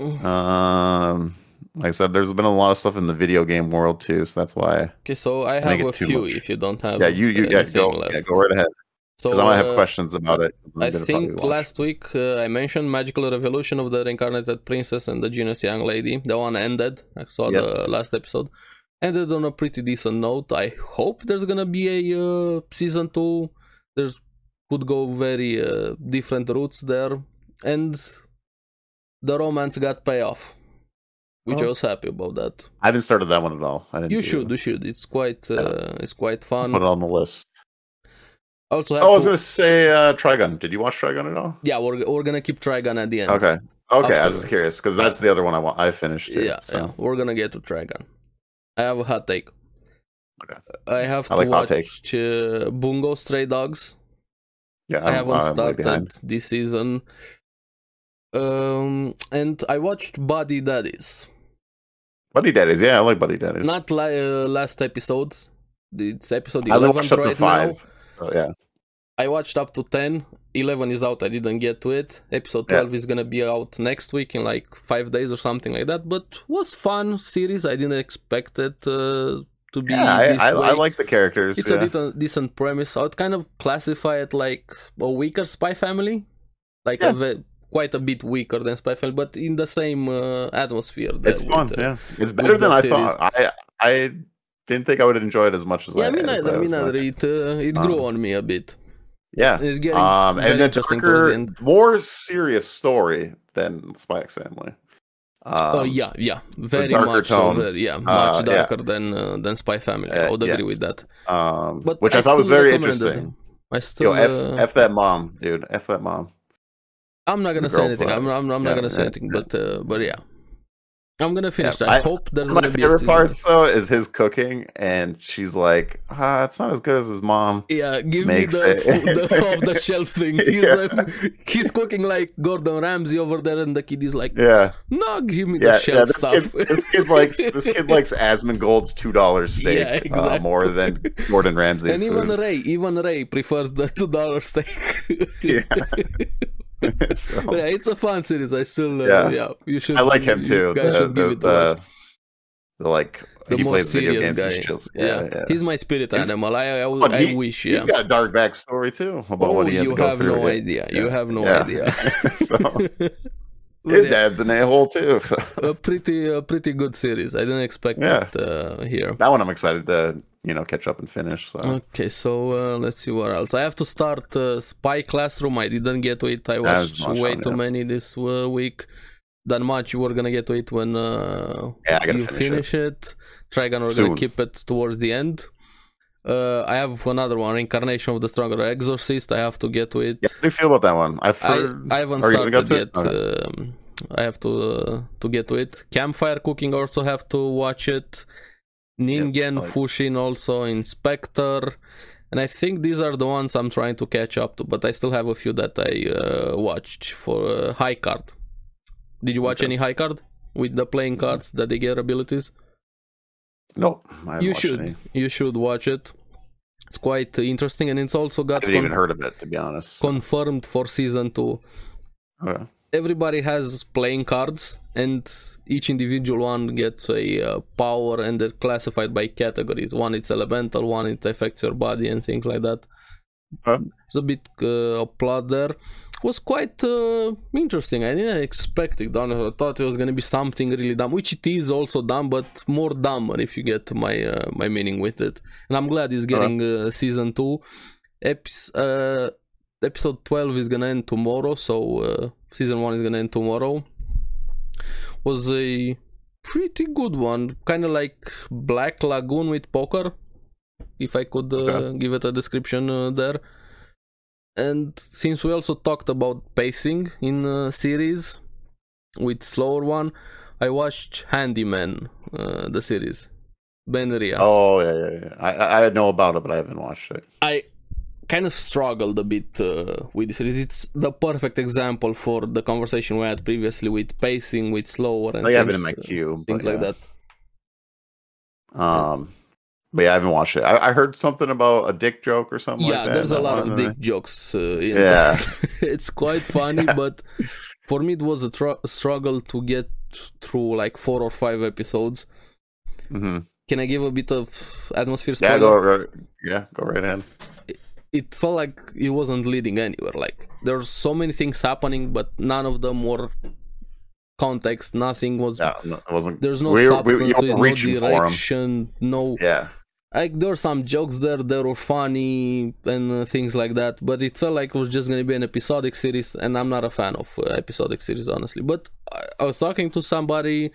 A: Um, like I said, there's been a lot of stuff in the video game world too, so that's why.
B: Okay, so I
A: think
B: have a
A: it's too
B: few.
A: much.
B: If you don't have,
A: Yeah, you you yeah
B: anything
A: go
B: left.
A: yeah, go right ahead
B: So
A: because I might have
B: uh,
A: questions about it. I'm
B: I
A: gonna probably
B: think
A: watch.
B: last week uh, I mentioned Magical Revolution of the Reincarnated Princess and the Genius Young Lady. The one ended. I saw
A: Yep.
B: the last episode. Ended on a pretty decent note. I hope there's gonna be a uh, season two. There's could go very uh, different routes there, and the romance got payoff, which I
A: Oh.
B: was happy about that.
A: I haven't started that one at all. I didn't.
B: You
A: do-
B: should, you should. It's quite, uh, it's quite fun.
A: put it on the list.
B: Also, have
A: Oh, I was
B: to-
A: gonna say uh, Trigun. Did you watch Trigun at all?
B: yeah, we're we're gonna keep Trigon at the end.
A: Okay. Okay, I
B: After-
A: was just curious because that's the other one I want. I finished. Too,
B: yeah,
A: so.
B: yeah, we're gonna get to Dragon. I have a hot take.
A: Okay.
B: I have
A: I
B: to
A: like hot
B: watch
A: takes.
B: uh, Bungo Stray Dogs.
A: yeah.
B: I
A: I'm-
B: haven't
A: I'm way behind.
B: started this season. Um, and I watched Body Daddies.
A: Buddy Daddies, yeah, I like Buddy Daddies.
B: Not li- uh, last episode. It's episode
A: I
B: 11
A: watched up to
B: right now.
A: five. So, yeah,
B: I watched up to 10. 11 is out. I didn't get to it. Episode
A: Yeah.
B: 12 is going to be out next week in like 5 days or something like that. But was fun series. I didn't expect it uh, to be
A: yeah, I,
B: this
A: I,
B: way.
A: I like the characters.
B: it's
A: yeah.
B: a decent, decent premise. I would kind of classify it like a weaker Spy Family. Like a ve- quite a bit weaker than Spy Family, but in the same uh, atmosphere. there
A: it's
B: with,
A: fun.
B: uh,
A: Yeah, it's better
B: with
A: than
B: the
A: I thought. I I didn't think I would enjoy it as much as
B: Yeah,
A: I.
B: I mean, I,
A: as
B: I
A: was
B: mean,
A: going to.
B: it, uh, it grew on me a bit.
A: yeah.
B: It's getting
A: Uh-huh. Um,
B: very
A: and then
B: interesting towards the
A: darker,
B: end.
A: more serious story than Spike's family. Um,
B: oh yeah, yeah, very
A: darker
B: much.
A: tone.
B: So, very- yeah,
A: Uh,
B: much
A: yeah.
B: darker than uh, than Spy Family. I
A: Uh,
B: would agree
A: yes.
B: with that.
A: Um,
B: But
A: which I, thought was
B: still
A: very
B: recommended
A: interesting.
B: them. I
A: Yo,
B: still.
A: f
B: uh,
A: f that mom, dude. F that mom.
B: I'm not gonna
A: the
B: say
A: girls,
B: anything.
A: uh,
B: I'm, I'm, I'm
A: yeah,
B: not gonna
A: yeah,
B: say anything. But uh, but yeah, I'm gonna finish. that. I,
A: I-
B: hope there's
A: One
B: gonna
A: of my
B: be a
A: favorite
B: season.
A: parts though is his cooking, and she's like, ah, it's not as good as his mom.
B: Yeah, give
A: Makes
B: me the,
A: it.
B: food, the off the shelf thing. He's
A: Yeah.
B: um, he's cooking like Gordon Ramsay over there, and the kid is like,
A: Yeah.
B: "No, give me
A: yeah,
B: the
A: yeah
B: shelf
A: this,
B: stuff."
A: Kid, this kid likes this kid likes Asmongold's two dollar steak
B: Yeah,
A: uh, more than Gordon Ramsay's
B: and even
A: food.
B: Ray, even Ray prefers the two dollar steak.
A: Yeah. So,
B: yeah, it's a fun series. I still, uh, yeah.
A: Yeah.
B: you should.
A: I like him
B: you
A: too.
B: guys
A: The,
B: should give
A: the,
B: it a watch.
A: the, the, like
B: The
A: he
B: more
A: plays video
B: serious
A: games and
B: guy.
A: shit.
B: yeah. he's my spirit
A: He's-
B: animal. I, I,
A: But
B: I
A: he-
B: wish.
A: He's
B: Yeah.
A: got a dark backstory too about
B: Oh,
A: what he had
B: you
A: to go
B: have
A: through.
B: no
A: yeah.
B: idea. You have no
A: Yeah.
B: idea.
A: so
B: But
A: his
B: yeah,
A: dad's an a hole too. so.
B: a pretty, a pretty good series. I didn't expect
A: Yeah.
B: that uh, here.
A: that one I'm excited to you know catch up and finish. So
B: Okay, so uh, let's see what else. I have to start uh, Spy Classroom. I didn't get to it. I
A: was
B: watched
A: much
B: way
A: fun,
B: too
A: yeah.
B: many this uh, week. That much you were gonna get to it when uh,
A: Yeah, I gotta
B: you
A: finish it.
B: finish it. Trigon, we're
A: Soon.
B: gonna keep it towards the end. Uh, I have another one, Reincarnation of the Stronger Exorcist. I have to get to it.
A: Yeah, how do you feel about that one? I've
B: I,
A: heard.
B: I haven't
A: Are you gonna
B: started
A: go to
B: yet.
A: it? Okay.
B: Um, I have to uh, to get to it. Campfire Cooking also have to watch it. Ningen
A: I like-
B: Fushin also Inspector, and I think these are the ones I'm trying to catch up to. But I still have a few that I uh, watched for uh, High Card. Did you watch
A: Okay. Mm-hmm.
B: any High Card with the playing cards that they get abilities?
A: nope. I haven't
B: you
A: watched
B: should
A: any.
B: you should watch it. It's quite interesting, and it's also
A: I
B: got
A: haven't
B: con-
A: even heard of it to be honest. Oh,
B: confirmed for season two.
A: Okay.
B: everybody has playing cards and each individual one gets a uh, power and they're classified by categories one it's elemental one it affects your body and things like that
A: Huh?
B: it's a bit uh, of plot there was quite uh, interesting i didn't expect it honestly. i thought it was going to be something really dumb which it is also dumb but more dumber if you get my uh, my meaning with it and i'm glad it's getting uh, season 2 Eps- uh, episode 12 is gonna end tomorrow so uh, season 1 is gonna end tomorrow was a pretty good one kind of like black lagoon with poker if i could uh,
A: Okay.
B: give it a description uh, there and since we also talked about pacing in uh, series with slower one i watched handyman uh, the series ben Ria.
A: Oh yeah, yeah, yeah. I- I I know about it, but I haven't watched it.
B: I kind of struggled a bit uh, with this series. It's the perfect example for the conversation we had previously with pacing, with slower, and
A: I have it
B: things, uh,
A: in my queue. but
B: things like
A: yeah.
B: that.
A: Um, but yeah, I haven't watched it. I, I heard something about a dick joke or something.
B: yeah,
A: like that,
B: there's
A: and
B: a
A: I
B: lot of
A: wanted to-
B: dick jokes. Uh, in
A: Yeah.
B: that. it's quite funny,
A: Yeah.
B: but for me it was a tr- struggle to get through like four or five episodes.
A: Mhm.
B: Can I give a bit of atmosphere spoiler?
A: Yeah, go right, yeah, go right ahead.
B: it felt like it wasn't leading anywhere. Like there's so many things happening, but none of them were context. Nothing was.
A: Yeah, no, it wasn't.
B: There's no
A: we were- we-
B: substance.
A: you
B: there's
A: were reaching
B: no
A: for 'em.
B: direction. No,
A: Yeah,
B: like there were some jokes there that were funny and uh, things like that. But it felt like it was just gonna be an episodic series, and I'm not a fan of uh, episodic series, honestly. But I, I was talking to somebody.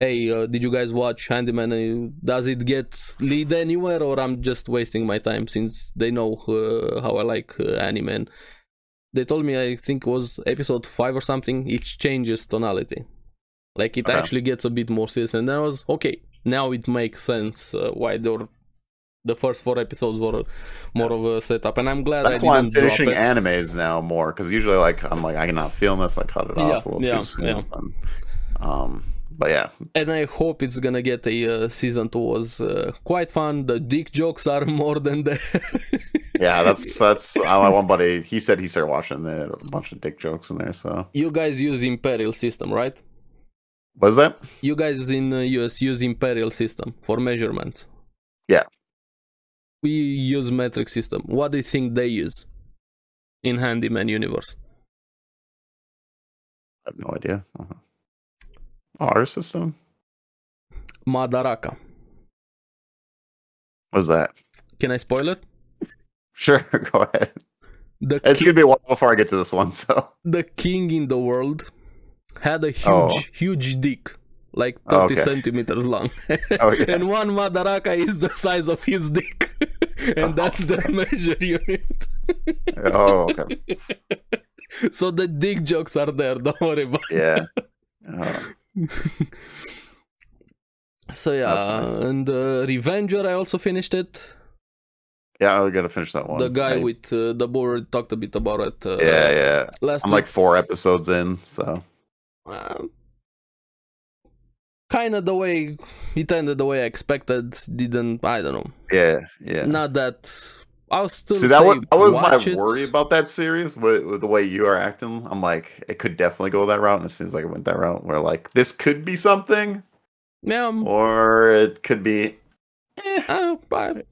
B: Hey, uh, did you guys watch Handyman? Uh, Does it get lead anywhere, or I'm just wasting my time since they know uh, how I like uh, anime? And They told me I think it was episode five or something. It changes tonality, like it
A: Okay.
B: actually gets a bit more serious. And then I was okay. Now it makes sense uh, why they were the first four episodes were more of a setup, and I'm glad
A: that's
B: I
A: why I'm
B: didn't drop
A: finishing
B: it.
A: animes now more because usually, like, I'm like, I'm not feeling this. I cut it off
B: Yeah,
A: a little
B: yeah,
A: too soon.
B: yeah.
A: and, um, but yeah,
B: and I hope it's gonna get a uh, season two. Was uh, quite fun. The dick jokes are more than the.
A: yeah, that's that's uh, my one buddy. He said he started watching it, a bunch of dick jokes in there. So
B: you guys use Imperial system, right?
A: what is that?
B: You guys in uh, US use Imperial system for measurements.
A: Yeah.
B: We use metric system. What do you think they use in Handyman universe?
A: I have no idea. Uh-huh. Our system.
B: Madaraka.
A: What's that?
B: Can I spoil it?
A: Sure, go ahead.
B: The
A: It's
B: ki-
A: gonna be a while before I get to this one, so
B: the king in the world had a huge,
A: Oh.
B: huge dick, like 30
A: Okay.
B: centimeters long.
A: oh, yeah.
B: and one Madaraka is the size of his dick. and that's the measure unit.
A: oh okay,
B: So the dick jokes are there, don't worry about
A: yeah. Oh,
B: it. So
A: That's
B: yeah,
A: fine.
B: and uh, Revenger, I also finished it.
A: yeah, we gotta finish that one.
B: The guy
A: I-
B: with uh, the board talked a bit about it uh,
A: yeah, yeah.
B: last
A: I'm
B: week.
A: like four episodes in, so
B: kind of the way it ended the way I expected. Didn't, I don't know.
A: yeah, yeah.
B: Not that. I was still
A: See, that
B: say
A: was that was my
B: watch it.
A: worry about that series. With, with the way you are acting, I'm like, it could definitely go that route, and it seems like it went that route. Where like this could be something,
B: Yeah, um,
A: Oh. or it could be. eh,
B: uh, I,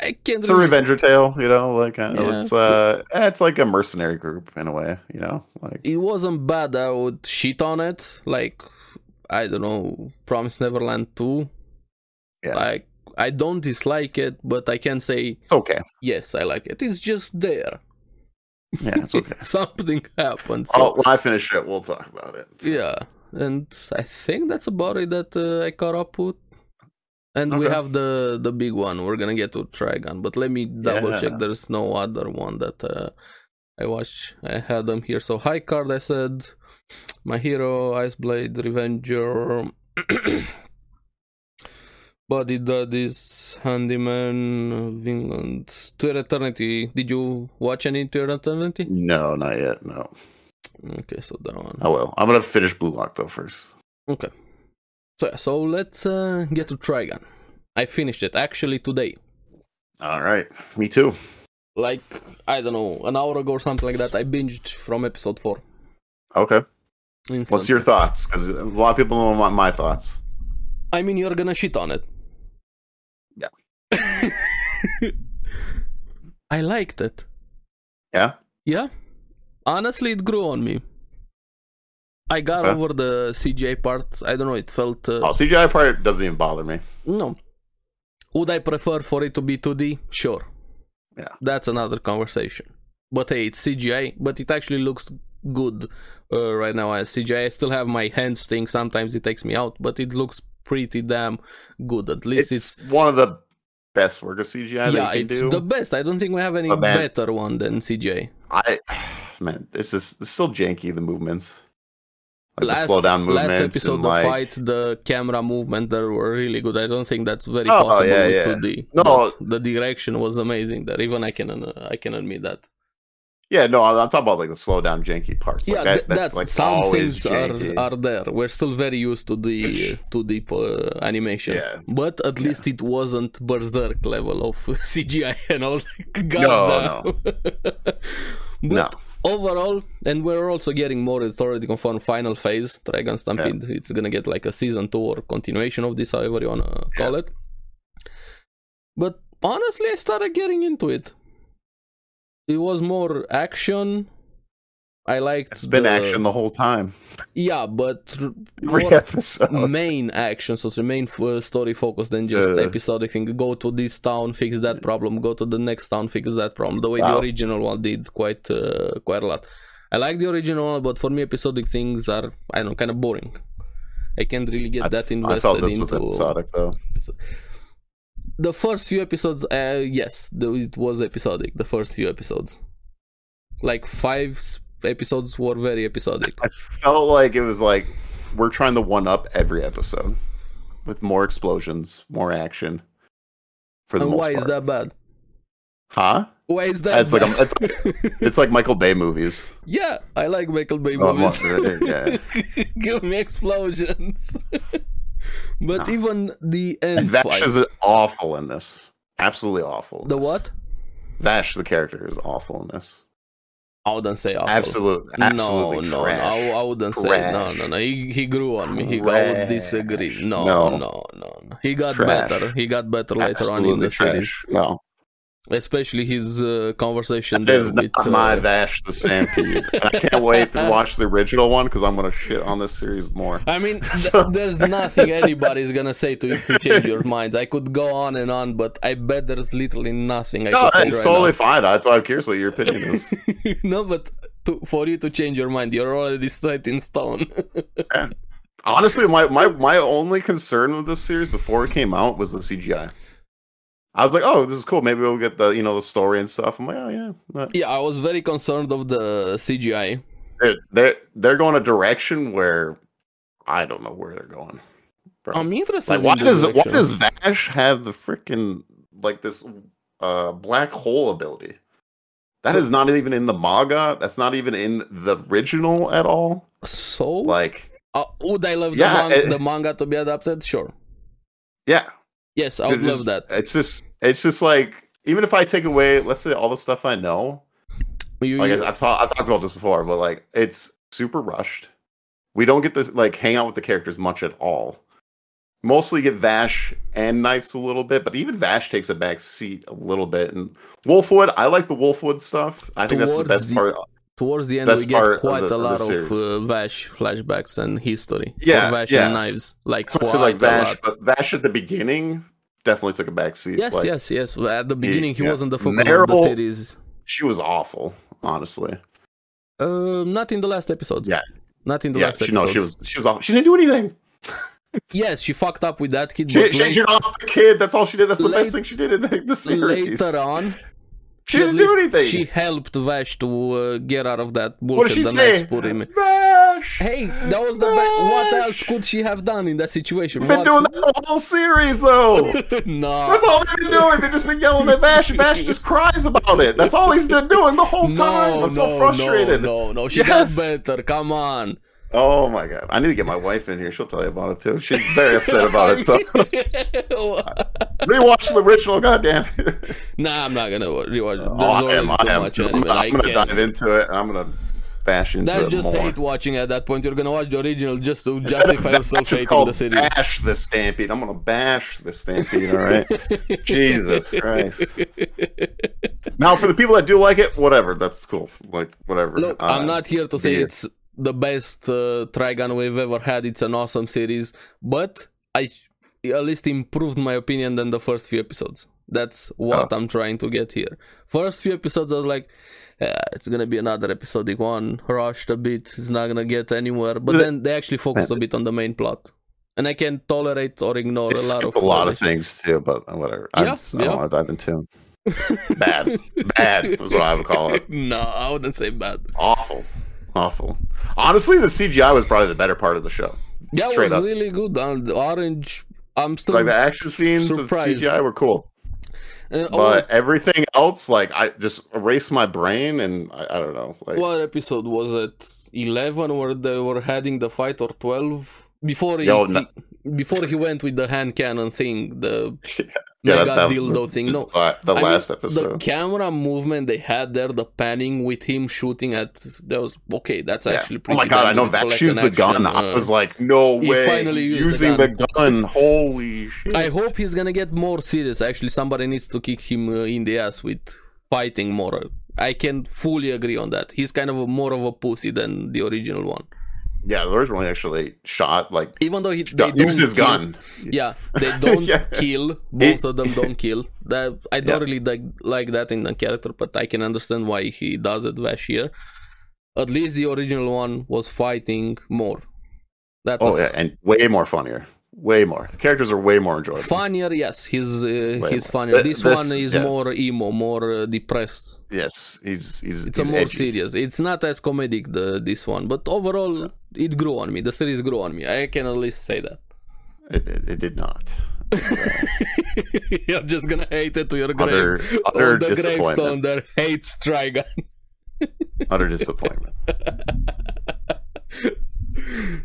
B: I can't.
A: it's a
B: really-
A: revenger tale, you know. Like uh,
B: Yeah.
A: it's uh, it's like a mercenary group in a way, you know. Like
B: It wasn't bad. I would shit on it. Like I don't know, Promise Neverland two.
A: Yeah.
B: Like I don't dislike it, but I can say
A: it's okay.
B: yes, I like it. It's just there.
A: Yeah, it's okay.
B: Something happened.
A: oh,
B: So,
A: when I finish it, we'll talk about it.
B: Yeah, and I think that's about it that uh, I caught up with. And we
A: Okay.
B: have the the big one. We're gonna get to Trigon, but let me double check.
A: Yeah.
B: There's no other one that uh, I watched. I had them here. So high card, I said, my hero, Ice Blade, Revenger, Body Daddies, Handyman, Vinland, To Your Eternity. Did you watch any To Your Eternity?
A: No, not yet. No, Mm.
B: Okay, so that one.
A: I will. I'm gonna finish Blue Lock though first.
B: Okay. So yeah, so let's uh, get to Trigon. I finished it actually today.
A: All right, me too.
B: like I don't know, an hour ago or something like that. I binged from episode four.
A: Okay, what's
B: Instantly.
A: your thoughts? Because a lot of people don't want my thoughts.
B: I mean, you're gonna shit on it.
A: Yeah.
B: I liked it.
A: Yeah,
B: Yeah. Honestly, it grew on me. I got
A: Okay.
B: over the CGI part. I don't know. It felt uh,
A: oh, CGI part doesn't even bother me.
B: no. Would I prefer for it to be 2D? Sure.
A: Yeah.
B: That's another conversation. But hey, it's CGI, but it actually looks good uh, right now as CGI. I still have my hands thing. Sometimes it takes me out, but it looks pretty damn good. At least
A: It's,
B: it's,
A: one of the best work of CGI
B: yeah,
A: that you can
B: it's
A: do.
B: the best. I don't think we have any
A: But man-
B: better one than CGI.
A: I man, this is it's still janky the movements. Like
B: Last-
A: the slow down movements
B: Last episode,
A: and
B: the
A: like
B: fight, the camera movement, there were really good. I don't think that's very
A: Oh,
B: possible
A: yeah,
B: with
A: yeah.
B: 2D.
A: No.
B: but the direction was amazing. There, even I can uh, I can admit that.
A: yeah, no, I'm, I'm talking about like the slow down janky parts. Like
B: yeah,
A: that,
B: th-
A: that's,
B: that's,
A: like
B: some
A: always
B: things are,
A: janky.
B: are there. We're still very used to the to the uh, animation,
A: Yeah.
B: but at least it wasn't berserk level of CGI and all.
A: No,
B: but
A: No.
B: overall, and we're also getting more. It's already confirmed final phase, Dragon Stampede. It's gonna get like a season two or continuation of this, however you wanna call it. But honestly, I started getting into it. It was more action. I liked.
A: It's been action the whole time.
B: Yeah, but r-
A: Every
B: more
A: episode.
B: main action, so the main f- uh, story focus than just
A: Yeah.
B: episodic thing. Go to this town, fix that problem. Go to the next town, fix that problem. The way the
A: Wow.
B: original one did quite uh, quite a lot. I like the original one, but for me, episodic things are I don't know, kind of boring. I can't really get
A: I,
B: that
A: I
B: invested
A: thought this
B: into
A: was episodic though.
B: the first few episodes uh, yes the, it was episodic the first few episodes like five s- episodes were very episodic
A: I felt like it was like we're trying to one up every episode with more explosions, more action. For the
B: and
A: most
B: why is
A: part.
B: that bad
A: Huh?
B: why is that
A: It's like
B: bad?
A: a, it's, it's like Michael Bay movies.
B: yeah i like michael bay
A: Oh, I'm
B: movies
A: not- yeah.
B: give me explosions but
A: No.
B: even the
A: And
B: end
A: Vash
B: fight
A: is awful in this. Absolutely awful. in
B: the
A: this.
B: what
A: Vash, the character, is awful in this.
B: i wouldn't say awful.
A: Absolute, absolutely
B: no, no,
A: trash.
B: no, I, I wouldn't say no, no, no. He, he grew on me. He, I would disagree.
A: Trash.
B: No, no,
A: No.
B: no, no. He got
A: Trash.
B: better. He got better later
A: absolutely
B: on in the series,
A: trash. No,
B: especially his uh, conversation
A: that
B: there
A: is
B: with
A: not my
B: uh,
A: Vash the Stampede. And I can't wait to watch the original one because I'm gonna shit on this series more.
B: I mean, th-
A: So-
B: there's nothing anybody's gonna say to you to change your minds. I could go on and on, but I bet there's literally nothing I
A: no,
B: could say
A: it's
B: right
A: totally fine. That's why I'm curious what your opinion is.
B: now. no, but to, for you to change your mind, you're already set in stone.
A: Honestly, my, my my only concern with this series before it came out was the CGI. I was like, oh, this is cool. Maybe we'll get the you know the story and stuff. I'm like, oh yeah. But
B: yeah, I was very concerned of the CGI.
A: they're, they're they're going a direction where I don't know where they're going. Bro.
B: I'm interested.
A: like
B: in
A: why
B: the
A: does why
B: direction.
A: does Vash have the freaking like this uh black hole ability? That is not even in the manga. That's not even in the original at all.
B: So
A: Like,
B: uh, would I love
A: Yeah,
B: the, man-
A: it-
B: the manga to be adapted? Sure.
A: yeah,
B: Yes, I would
A: It's
B: love that.
A: just- It's just it's just like even if I take away, let's say all the stuff I know,
B: You,
A: like
B: you-
A: I, I've, ta- I've talked about this before, but like it's super rushed. We don't get this like hang out with the characters much at all. Mostly get Vash and Knives a little bit, but even Vash takes a back seat a little bit. And Wolfwood, I like the Wolfwood stuff. I think that's
B: Towards
A: the best
B: the-
A: part.
B: towards the end,
A: Best
B: we get
A: part of the-
B: quite a
A: of the
B: lot of
A: series.
B: uh, Vash flashbacks and history.
A: Yeah,
B: Or Vash
A: yeah.
B: and knives. Like,
A: So I
B: quite
A: said like
B: a
A: Vash,
B: lot.
A: but Vash at the beginning definitely took a back seat.
B: Yes,
A: like,
B: yes, yes. Well, At the beginning, he
A: yeah.
B: wasn't the focus of the
A: Meryl-
B: series.
A: She was awful, honestly.
B: Uh, not in the last episodes.
A: Yeah.
B: Not in the
A: yeah,
B: last
A: she,
B: episodes.
A: no, she was she was awful. She didn't do anything.
B: yes, she fucked up with that kid.
A: She,
B: but
A: she
B: late-
A: should off the kid. That's all she did. That's the
B: late-
A: best thing she did in the, the series.
B: later on,
A: she
B: at
A: didn't do
B: least-
A: anything.
B: She helped Vash to uh, get out of that bullshit
A: what did she
B: the
A: say?
B: Max put him in.
A: Vash!
B: Hey, that was the best. What
A: Vash!
B: else could she have done in that situation?
A: They've been
B: What?
A: doing that the whole series, though.
B: no.
A: That's all they've been doing. They've just been yelling at Vash, and Vash just cries about it. That's all he's been doing the whole time. I'm
B: No,
A: so
B: no, no,
A: frustrated.
B: no, no. She
A: Yes.
B: does better. Come on.
A: Oh my god! I need to get my wife in here. She'll tell you about it too. She's very upset about it. So rewatch the original. Goddamn! it.
B: nah, I'm not gonna rewatch. There's
A: Oh, I am.
B: already too
A: I am.
B: much
A: I'm,
B: anime. I
A: I'm gonna
B: can't.
A: dive into it. and I'm gonna bash into
B: That's
A: it
B: just
A: more.
B: hate watching at that point. You're gonna watch the original just to
A: Instead of
B: justify
A: that,
B: yourself
A: it's just
B: hating the
A: called
B: series.
A: bash the stampede. I'm gonna bash the stampede. All right. Jesus Christ. Now, for the people that do like it, whatever. That's cool. Like whatever.
B: Look,
A: Uh,
B: I'm not here to say
A: beer.
B: it's the best uh, Trigun we've ever had. It's an awesome series, but I at least improved my opinion than the first few episodes. That's what
A: Oh.
B: I'm trying to get here. First few episodes, I was like, "Yeah, it's gonna be another episodic one, rushed a bit. It's not gonna get anywhere. But
A: They-
B: then they actually focused a bit on the main plot, and I can tolerate or ignore
A: They
B: a lot
A: skip
B: of
A: a lot
B: filler.
A: of things too, but whatever.
B: Yeah,
A: I'm just, I
B: yeah.
A: don't want to dive into. 'em. Bad, bad is what I would call it.
B: no, I wouldn't say bad.
A: Awful, awful. Honestly, the CGI was probably the better part of the show.
B: That
A: Straight up.
B: was really good. Uh, the orange. I'm still
A: Like the action scenes of
B: surprised.
A: CGI were cool,
B: And
A: but everything else, like I just erased my brain, and I, I don't know. Like,
B: what, what episode was it? Eleven, where they were having the fight, or twelve? Before he,
A: Yo, no-
B: he- before he went with the hand cannon thing, the
A: yeah,
B: mega
A: that, that was
B: dildo
A: the,
B: thing. No,
A: the, the
B: I mean,
A: last
B: the
A: episode.
B: camera movement they had there, the panning with him shooting at that was okay. That's
A: Yeah.
B: actually
A: Oh
B: pretty.
A: my god! I
B: damn
A: know
B: good for,
A: Vax
B: like,
A: used
B: an
A: the gun.
B: action,
A: I
B: uh,
A: was like, no
B: he
A: way!
B: finally used the
A: using the gun. Holy
B: I
A: shit!
B: hope he's gonna get more serious. Actually, somebody needs to kick him uh, in the ass with fighting more. I can fully agree on that. He's kind of a, more of a pussy than the original one.
A: Yeah, the original actually shot like
B: Even though he they
A: gun, used
B: don't
A: his
B: kill-
A: gun.
B: Yeah, they don't
A: Yeah.
B: kill. Both
A: It-
B: of them don't kill. That I don't
A: Yeah.
B: really like, like that in the character, but I can understand why he does it last year. At least the original one was fighting more. That's
A: Oh
B: all.
A: yeah, and way more funnier. Way more. The characters are way more enjoyable.
B: funnier. Yes, he's uh,
A: Way
B: he's
A: more.
B: funnier.
A: Th-
B: This,
A: this-
B: one is
A: yes.
B: more emo, more uh, depressed.
A: Yes, he's he's
B: It's
A: he's
B: a more
A: edgy.
B: serious. It's not as comedic the this one, but overall it grew on me. The series grew on me. I can at least say that.
A: It, it, it did not.
B: You're just gonna hate it to your grave.
A: Utter
B: on
A: utter
B: the
A: disappointment.
B: gravestone there hates Trigon.
A: Utter disappointment.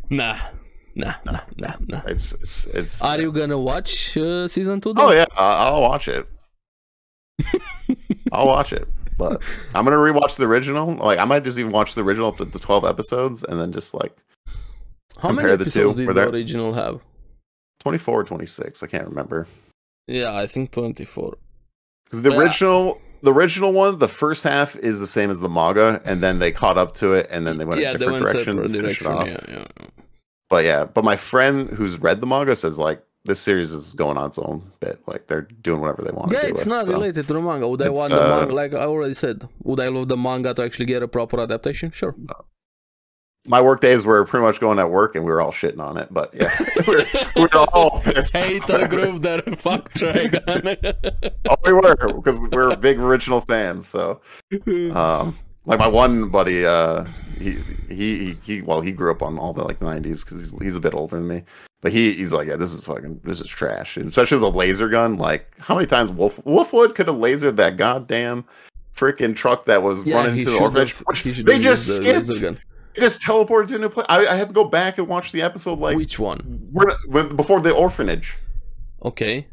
B: nah, nah, nah, nah, nah.
A: It's it's it's.
B: Are you gonna watch uh, season two?
A: oh yeah, I, I'll watch it. I'll watch it, but I'm gonna rewatch the original. Like I might just even watch the original up to the 12 episodes, and then just like
B: How many
A: compare the two,
B: episodes did
A: were
B: the
A: there-
B: original have?
A: 24 or 26. I can't remember.
B: Yeah, I think twenty-four.
A: Because the
B: Yeah.
A: original, the original one, the first half is the same as the manga, and then they caught up to it, and then they went
B: yeah,
A: a
B: they
A: different
B: went
A: direction to
B: separate
A: finish
B: direction.
A: it off.
B: Yeah, yeah. yeah.
A: But yeah, but my friend who's read the manga says like this series is going on its own bit, like they're doing whatever they want.
B: Yeah,
A: to do
B: it's
A: with,
B: not
A: so.
B: related to the manga. Would I
A: It's,
B: want the
A: uh,
B: manga? Like I already said, would I love the manga to actually get a proper adaptation? Sure.
A: My work days were pretty much going at work, and we were all shitting on it. But yeah, we were, we were all pissed.
B: Hater group there. Fuck Trigon.
A: oh, we were because we we're big original fans. So um, like my one buddy, uh, he, he he he well he grew up on all the like '90s because he's he's a bit older than me, but he he's like yeah this is fucking this is trash, and especially the laser gun. Like how many times Wolf Wolfwood could have lasered that goddamn freaking truck that was running
B: he
A: into the
B: should
A: orphanage?
B: have-
A: which
B: he should
A: they
B: have
A: just
B: used the
A: skipped.
B: laser gun.
A: They just teleported to a new place. I, I had to go back and watch the episode like
B: Which one?
A: when, when, before the orphanage.
B: Okay.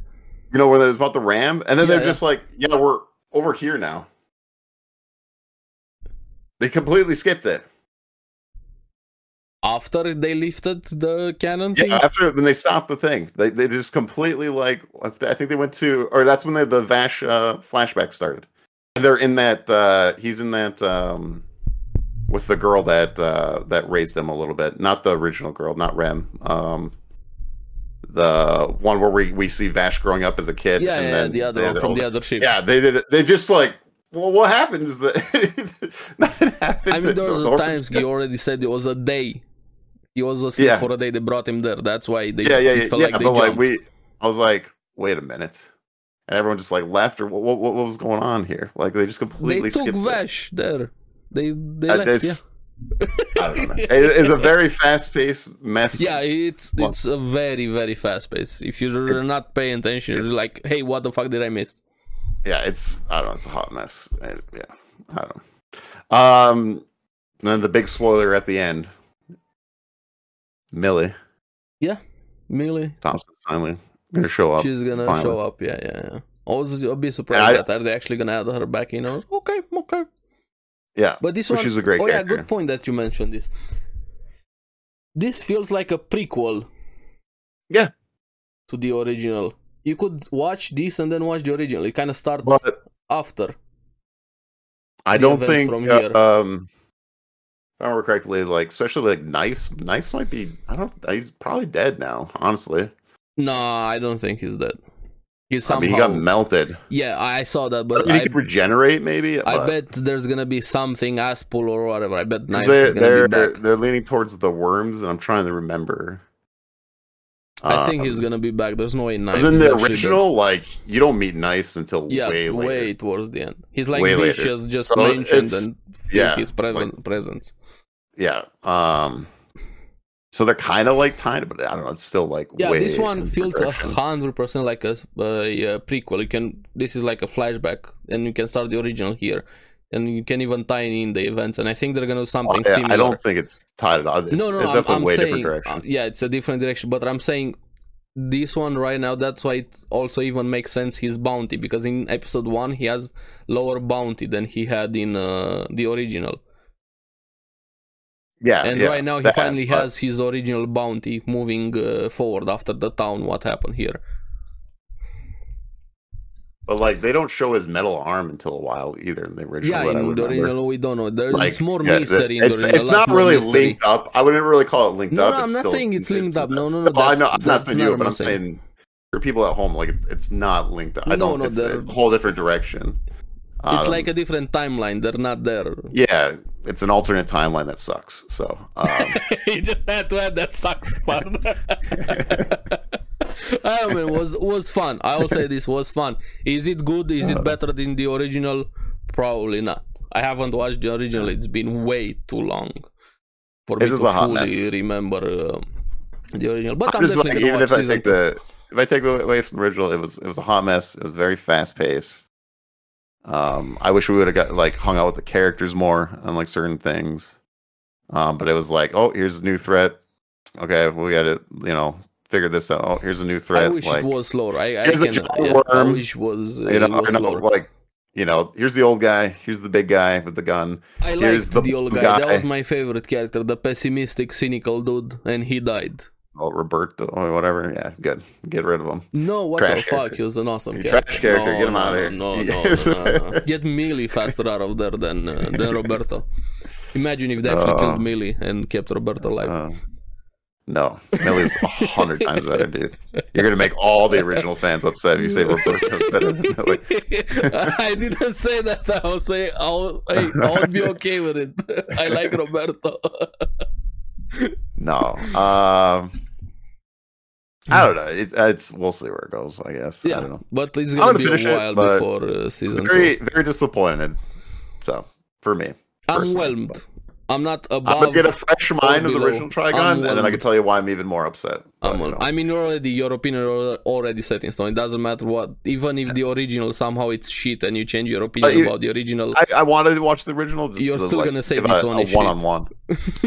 A: You know where there's about the ram, and then
B: Yeah,
A: they're
B: yeah.
A: just like yeah we're over here now. They completely skipped it.
B: After they lifted the cannon thing?
A: Yeah, after when they stopped the thing, they they just completely like I think they went to or that's when they, the Vash uh, flashback started. And they're in that uh, he's in that um, with the girl that uh, that raised them a little bit, not the original girl, not Rem. Um, the one where we, we see Vash growing up as a kid.
B: yeah, yeah, the other one from
A: older-
B: the other ship.
A: Yeah, they did. it- They just like well, what happened is that nothing happened.
B: I mean, there was
A: the
B: times you already said it was a day. He was a yeah. for a day. They brought him there. That's why they yeah yeah yeah, yeah, like yeah
A: But jumped. like we, I was like, wait a minute, and everyone just like left or what what, what was going on here? Like they just completely
B: they took Vash it. there. They they
A: uh,
B: left. This, yeah.
A: I don't know. It, it's a very fast-paced mess.
B: Yeah, it's one. it's a very very fast pace. If you're not paying attention, you're like, hey, what the fuck did I miss?
A: Yeah, it's I don't know. It's a hot mess. I, yeah, I don't. Know. Um, and then the big spoiler at the end, Millie.
B: Yeah, Millie
A: Thompson finally gonna show up.
B: She's gonna
A: finally.
B: show up. Yeah, yeah, yeah. I was I'll be surprised I, that are they actually gonna add her back in? You know, okay, okay.
A: Yeah,
B: but this one,
A: she's a great.
B: Oh
A: character.
B: yeah, good point that you mentioned this. This feels like a prequel.
A: Yeah.
B: To the original, you could watch this and then watch the original. It kind of starts but after.
A: I don't think. From uh, here. Um, if I remember correctly, like especially like knives. Knives might be. I don't. He's probably dead now. Honestly.
B: No, I don't think he's dead. He somehow,
A: I mean, he got melted.
B: Yeah, I saw that, but
A: I mean, he I, could regenerate. Maybe
B: I bet there's gonna be something Aspul or whatever. I bet
A: Knives they're they're, they're leaning towards the worms, and I'm trying to remember.
B: I um, think he's gonna be back. There's no way Knives.
A: in uh, the original, dead. like you don't meet Knives until
B: yeah,
A: way later.
B: way towards the end. He's like way vicious, later. just so mentioned, and yeah, his pre- like, presence.
A: Yeah. Um. So they're kind of like tied, but I don't know. It's still like
B: yeah. this one feels hundred percent like a uh, yeah, prequel. You can this is like a flashback, and you can start the original here, and you can even tie in the events. And I think they're gonna do something oh, yeah, similar. I
A: don't think it's tied at all. It's, no, no, it's I'm, definitely I'm way
B: saying, uh, um,
A: different direction.
B: yeah, it's a different direction. But I'm saying this one right now. That's why it also even makes sense his bounty because in episode one he has lower bounty than he had in uh, the original.
A: Yeah,
B: and
A: yeah,
B: right now he that, finally but... has his original bounty moving uh, forward after the town. What happened here?
A: But like they don't show his metal arm until a while either in the original.
B: Yeah, in the original we don't know. There's like, more yeah, mystery.
A: It's,
B: original,
A: it's not really mystery. linked up. I wouldn't really call it linked
B: no,
A: up.
B: No,
A: it's
B: I'm not
A: still,
B: saying it's linked it's up. No, no, no.
A: Well, I know, I'm not saying you, but I'm saying. saying for people at home, like it's it's not linked up. I don't. No, no, it's, it's a whole different direction.
B: It's um, like a different timeline. They're not there.
A: Yeah, it's an alternate timeline that sucks. So um,
B: you just had to add that sucks part. I don't mean, was was fun. I will say this was fun. Is it good? Is it better than the original? Probably not. I haven't watched the original. It's been way too long for
A: it's me
B: to
A: fully mess.
B: remember uh, the original. But
A: I'm,
B: I'm just like,
A: even if I take
B: two.
A: the if I take away from the original, it was it was a hot mess. It was very fast paced. Um, I wish we would have got like hung out with the characters more on like certain things. Um, but it was like, oh, here's a new threat. Okay, we got to you know figure this out. Oh, here's a new threat. I
B: wish
A: like,
B: it was slower. I, I, can, yeah, worm. I wish was uh, you know, was
A: know like you know, here's the old guy. Here's the big guy with the gun.
B: I
A: here's
B: liked the, the old guy. guy. That was my favorite character, the pessimistic, cynical dude, and he died.
A: Oh, Roberto or whatever. Yeah, good. Get rid of him.
B: No, what trash the character. fuck? He was an awesome
A: trash character. Trash character.
B: No,
A: get him
B: no,
A: out of here.
B: No, yes. no, no, no, Get Millie faster out of there than uh, than Roberto. Imagine if they actually uh,
A: Oh.
B: killed Millie and kept Roberto alive. Uh,
A: Um, no, Millie's a hundred times better, dude. You're gonna make all the original fans upset if you say Roberto's better than Millie.
B: I didn't say that. I was saying I'll I, I'll be okay with it. I like Roberto.
A: no. Um. I don't know. It's, it's we'll see where it goes. I guess.
B: Yeah,
A: I don't know.
B: But it's gonna, gonna be a while it, before uh, season.
A: Very,
B: two.
A: very disappointed. So for me,
B: I'm whelmed. But. I'm not above. I'm
A: gonna get a fresh mind of the original Trigon, and then I can tell you why I'm even more upset.
B: But, you know. i mean, already your opinion already set in stone. It doesn't matter what, even if yeah. the original somehow it's shit, and you change your opinion you, about the original.
A: I, I, wanted to watch the original. Just
B: you're
A: to,
B: still
A: like,
B: gonna say this
A: a,
B: one
A: a one-on-one.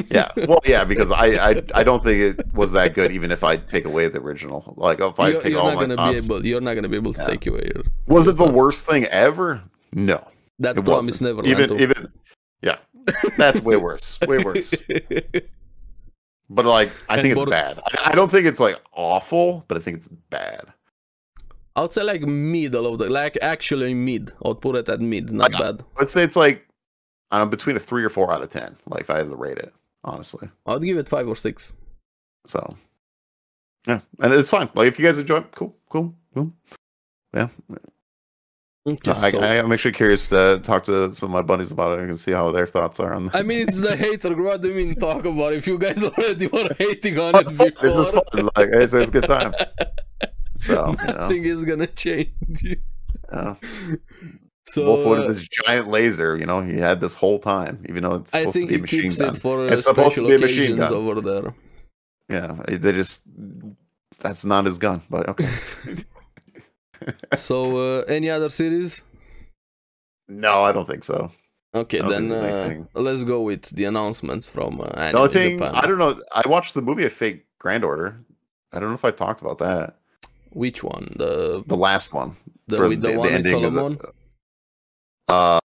A: yeah, well, yeah, because I, I, I don't think it was that good. Even if I take away the original, like if I
B: you're,
A: take
B: you're
A: all
B: not gonna
A: my
B: be able, you're not gonna be able to yeah. take away. Your,
A: was it the thoughts. worst thing ever? No.
B: That's promise never.
A: Even too. even yeah. That's way worse. Way worse. but like, I think and it's both... bad. I, I, don't think it's like awful, but I think it's bad.
B: I would say like middle of the like actually mid. I would put it at mid, not
A: like,
B: bad.
A: Let's say it's like I'm between a three or four out of ten. Like if I had to rate it, honestly,
B: I'd give it five or six.
A: So yeah, and it's fine. Like if you guys enjoy, it, cool, cool, cool. Yeah, So
B: Okay,
A: I,
B: so-
A: I, am actually curious to talk to some of my buddies about it and see how their thoughts are on that.
B: I mean, it's the hater group. What do you mean talk about? If you guys already were hating on
A: Oh,
B: it
A: it's fun.
B: before,
A: this is fun. Like, it's, it's a good time. So, you know,
B: nothing is gonna change.
A: uh,
B: So
A: Wolf Wood
B: uh,
A: with his giant laser, you know, he had this whole time, even though it's
B: I
A: supposed to
B: think
A: be a
B: he
A: machine
B: keeps
A: gun.
B: it for uh,
A: It's supposed to
B: special
A: be a machine
B: occasions
A: gun.
B: over there.
A: Yeah, eh, they just that's not his gun, but okay.
B: So uh, any other series?
A: no, I don't think so.
B: Okay,
A: I don't
B: then
A: think there's
B: uh,
A: anything.
B: let's go with the announcements from uh,
A: The
B: Anime
A: only thing
B: Japan.
A: I don't know. I watched the movie A Fake Grand Order. I don't know if I talked about that.
B: Which one? The
A: The last one.
B: the,
A: for
B: with the,
A: the- the
B: one with
A: ending of the-
B: Solomon?
A: Uh,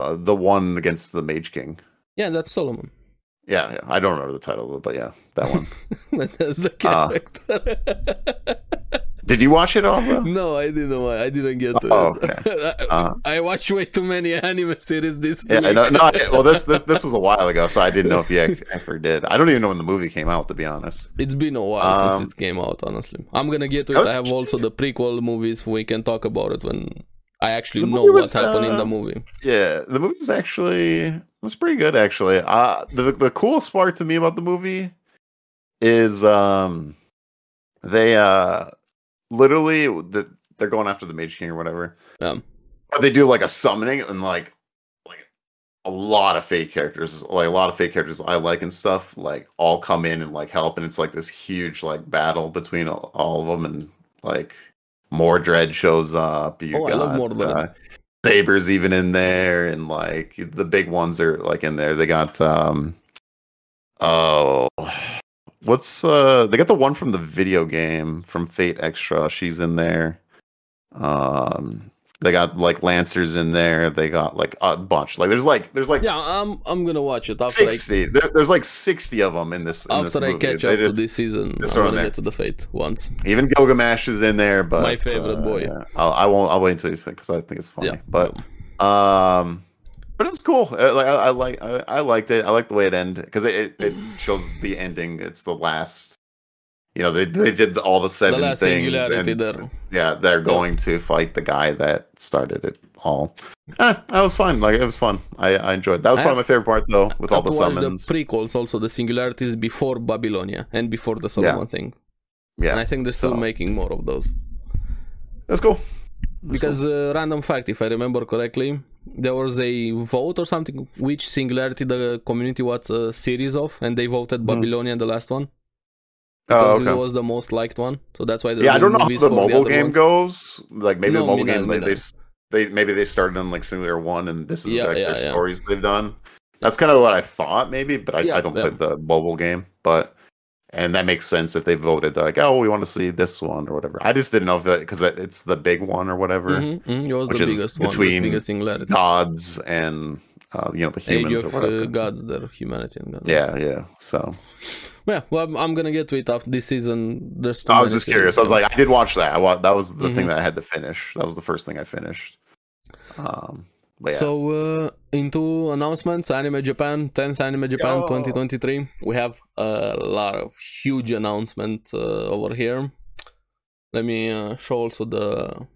A: uh, the one against the Mage King.
B: Yeah, that's Solomon.
A: Yeah, yeah. I don't remember the title, of it, but yeah, that one.
B: but that's the
A: Ah.
B: character.
A: Did you watch it all? though?
B: no, I didn't. wa- I didn't get to
A: Oh,
B: it.
A: Uh,
B: I watched way too many anime series this
A: yeah,
B: week.
A: no, no. I- Well, this this this was a while ago, so I didn't know if you ac- actually did. I don't even know when the movie came out, to be honest.
B: It's been a while
A: Um,
B: since it came out, honestly. I'm gonna get to
A: I
B: it.
A: was-
B: I have also the prequel movies. We can talk about it when I actually
A: The
B: know
A: movie
B: what
A: was,
B: happened in
A: uh,
B: the movie.
A: Yeah, the movie was actually it was pretty good actually. Uh the the coolest part to me about the movie is um they uh literally the, they're going after the Mage King or whatever.
B: Um,
A: But they do like a summoning and like like a lot of fake characters, like a lot of fake characters I like and stuff, like all come in and like help and it's like this huge like battle between all, all of them and like Mordred shows up. You
B: Oh, I love
A: got,
B: Mordred.
A: uh, Sabers even in there and like the big ones are like in there. They got um oh what's uh they got the one from the video game from Fate Extra, she's in there. Um they got like lancers in there. They got like a bunch. Like there's like there's like
B: yeah, I'm I'm gonna watch it after I,
A: sixty. there- there's like sixty of them in this. In this
B: after I
A: movie.
B: catch
A: They
B: up
A: just-
B: to this season.
A: just
B: I'm
A: throw it in
B: gonna
A: there.
B: get to the fate once.
A: Even Gilgamesh is in there, but uh,
B: My favorite boy.
A: yeah. I'll, I won't. I'll wait until you say because I think it's funny.
B: yeah,
A: But um, but it was cool. Uh, Like I, I like I, I liked it. I liked the way it ended because it, it it shows the ending. It's the last. You know they they did all the
B: yeah. the
A: seven
B: last
A: things
B: singularity
A: and
B: there.
A: yeah they're going to fight the guy that started it all. Eh, that was fun. Like it was fun. I, I enjoyed. That was
B: I
A: probably my favorite part though, with all
B: I
A: the
B: watched
A: summons.
B: the prequels, also the singularities before Babylonia and before the Solomon thing.
A: yeah,
B: And I think they're still
A: So-
B: making more of those.
A: that's cool. That's
B: Because uh, random fact, if I remember correctly, there was a vote or something which singularity the community was a series of, and they voted Babylonia the last one
A: cool. Hmm. oh,
B: because
A: okay.
B: it was the most liked one. So that's why. there
A: yeah, I
B: were
A: don't know how
B: movies
A: the
B: for
A: mobile
B: other
A: game
B: ones.
A: goes. Like maybe
B: No,
A: the mobile
B: me neither,
A: game,
B: me
A: like they s-
B: neither.
A: they maybe they started on like Singular One, and this is
B: Yeah,
A: like
B: yeah,
A: their
B: yeah.
A: stories they've done. That's kind of what I thought, maybe, but I,
B: Yeah,
A: I don't
B: yeah.
A: play the mobile game, but and that makes sense if they voted like, oh, we want to see this one or whatever. I just didn't know if that because it's the big one or whatever,
B: Mhm, mhm, It was
A: which
B: the
A: is
B: biggest one, the
A: between
B: biggest singularity.
A: gods and uh, you know the
B: Age
A: humans or
B: of
A: whatever.
B: uh, gods, there, humanity and gods.
A: Yeah, yeah. So
B: Yeah, well, I'm, I'm gonna get to it after this season. There's too
A: I was
B: many
A: just curious.
B: series.
A: I was like, I did watch that. I wa- that was the
B: Mhm.
A: thing that I had to finish. That was the first thing I finished. Um, but yeah.
B: So uh, into announcements, Anime Japan, 10th Anime Japan
A: Yo.
B: 2023. We have a lot of huge announcements uh, over here. Let me uh, show also the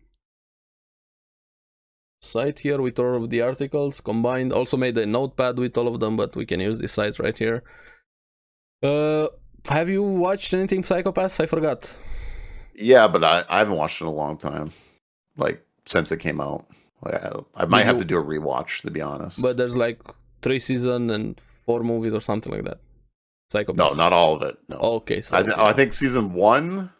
B: site here with all of the articles combined. Also made a notepad with all of them, but we can use this site right here. Uh, have you watched anything Psychopaths? I forgot.
A: Yeah, but I, I haven't watched it in a long time, like since it came out. Like, I, I might
B: Did
A: have
B: you-
A: to do a rewatch to be honest.
B: But there's like three season and four movies or something like that. Psychopaths.
A: no, not all of it. No,
B: Okay, so
A: I, th- I think season one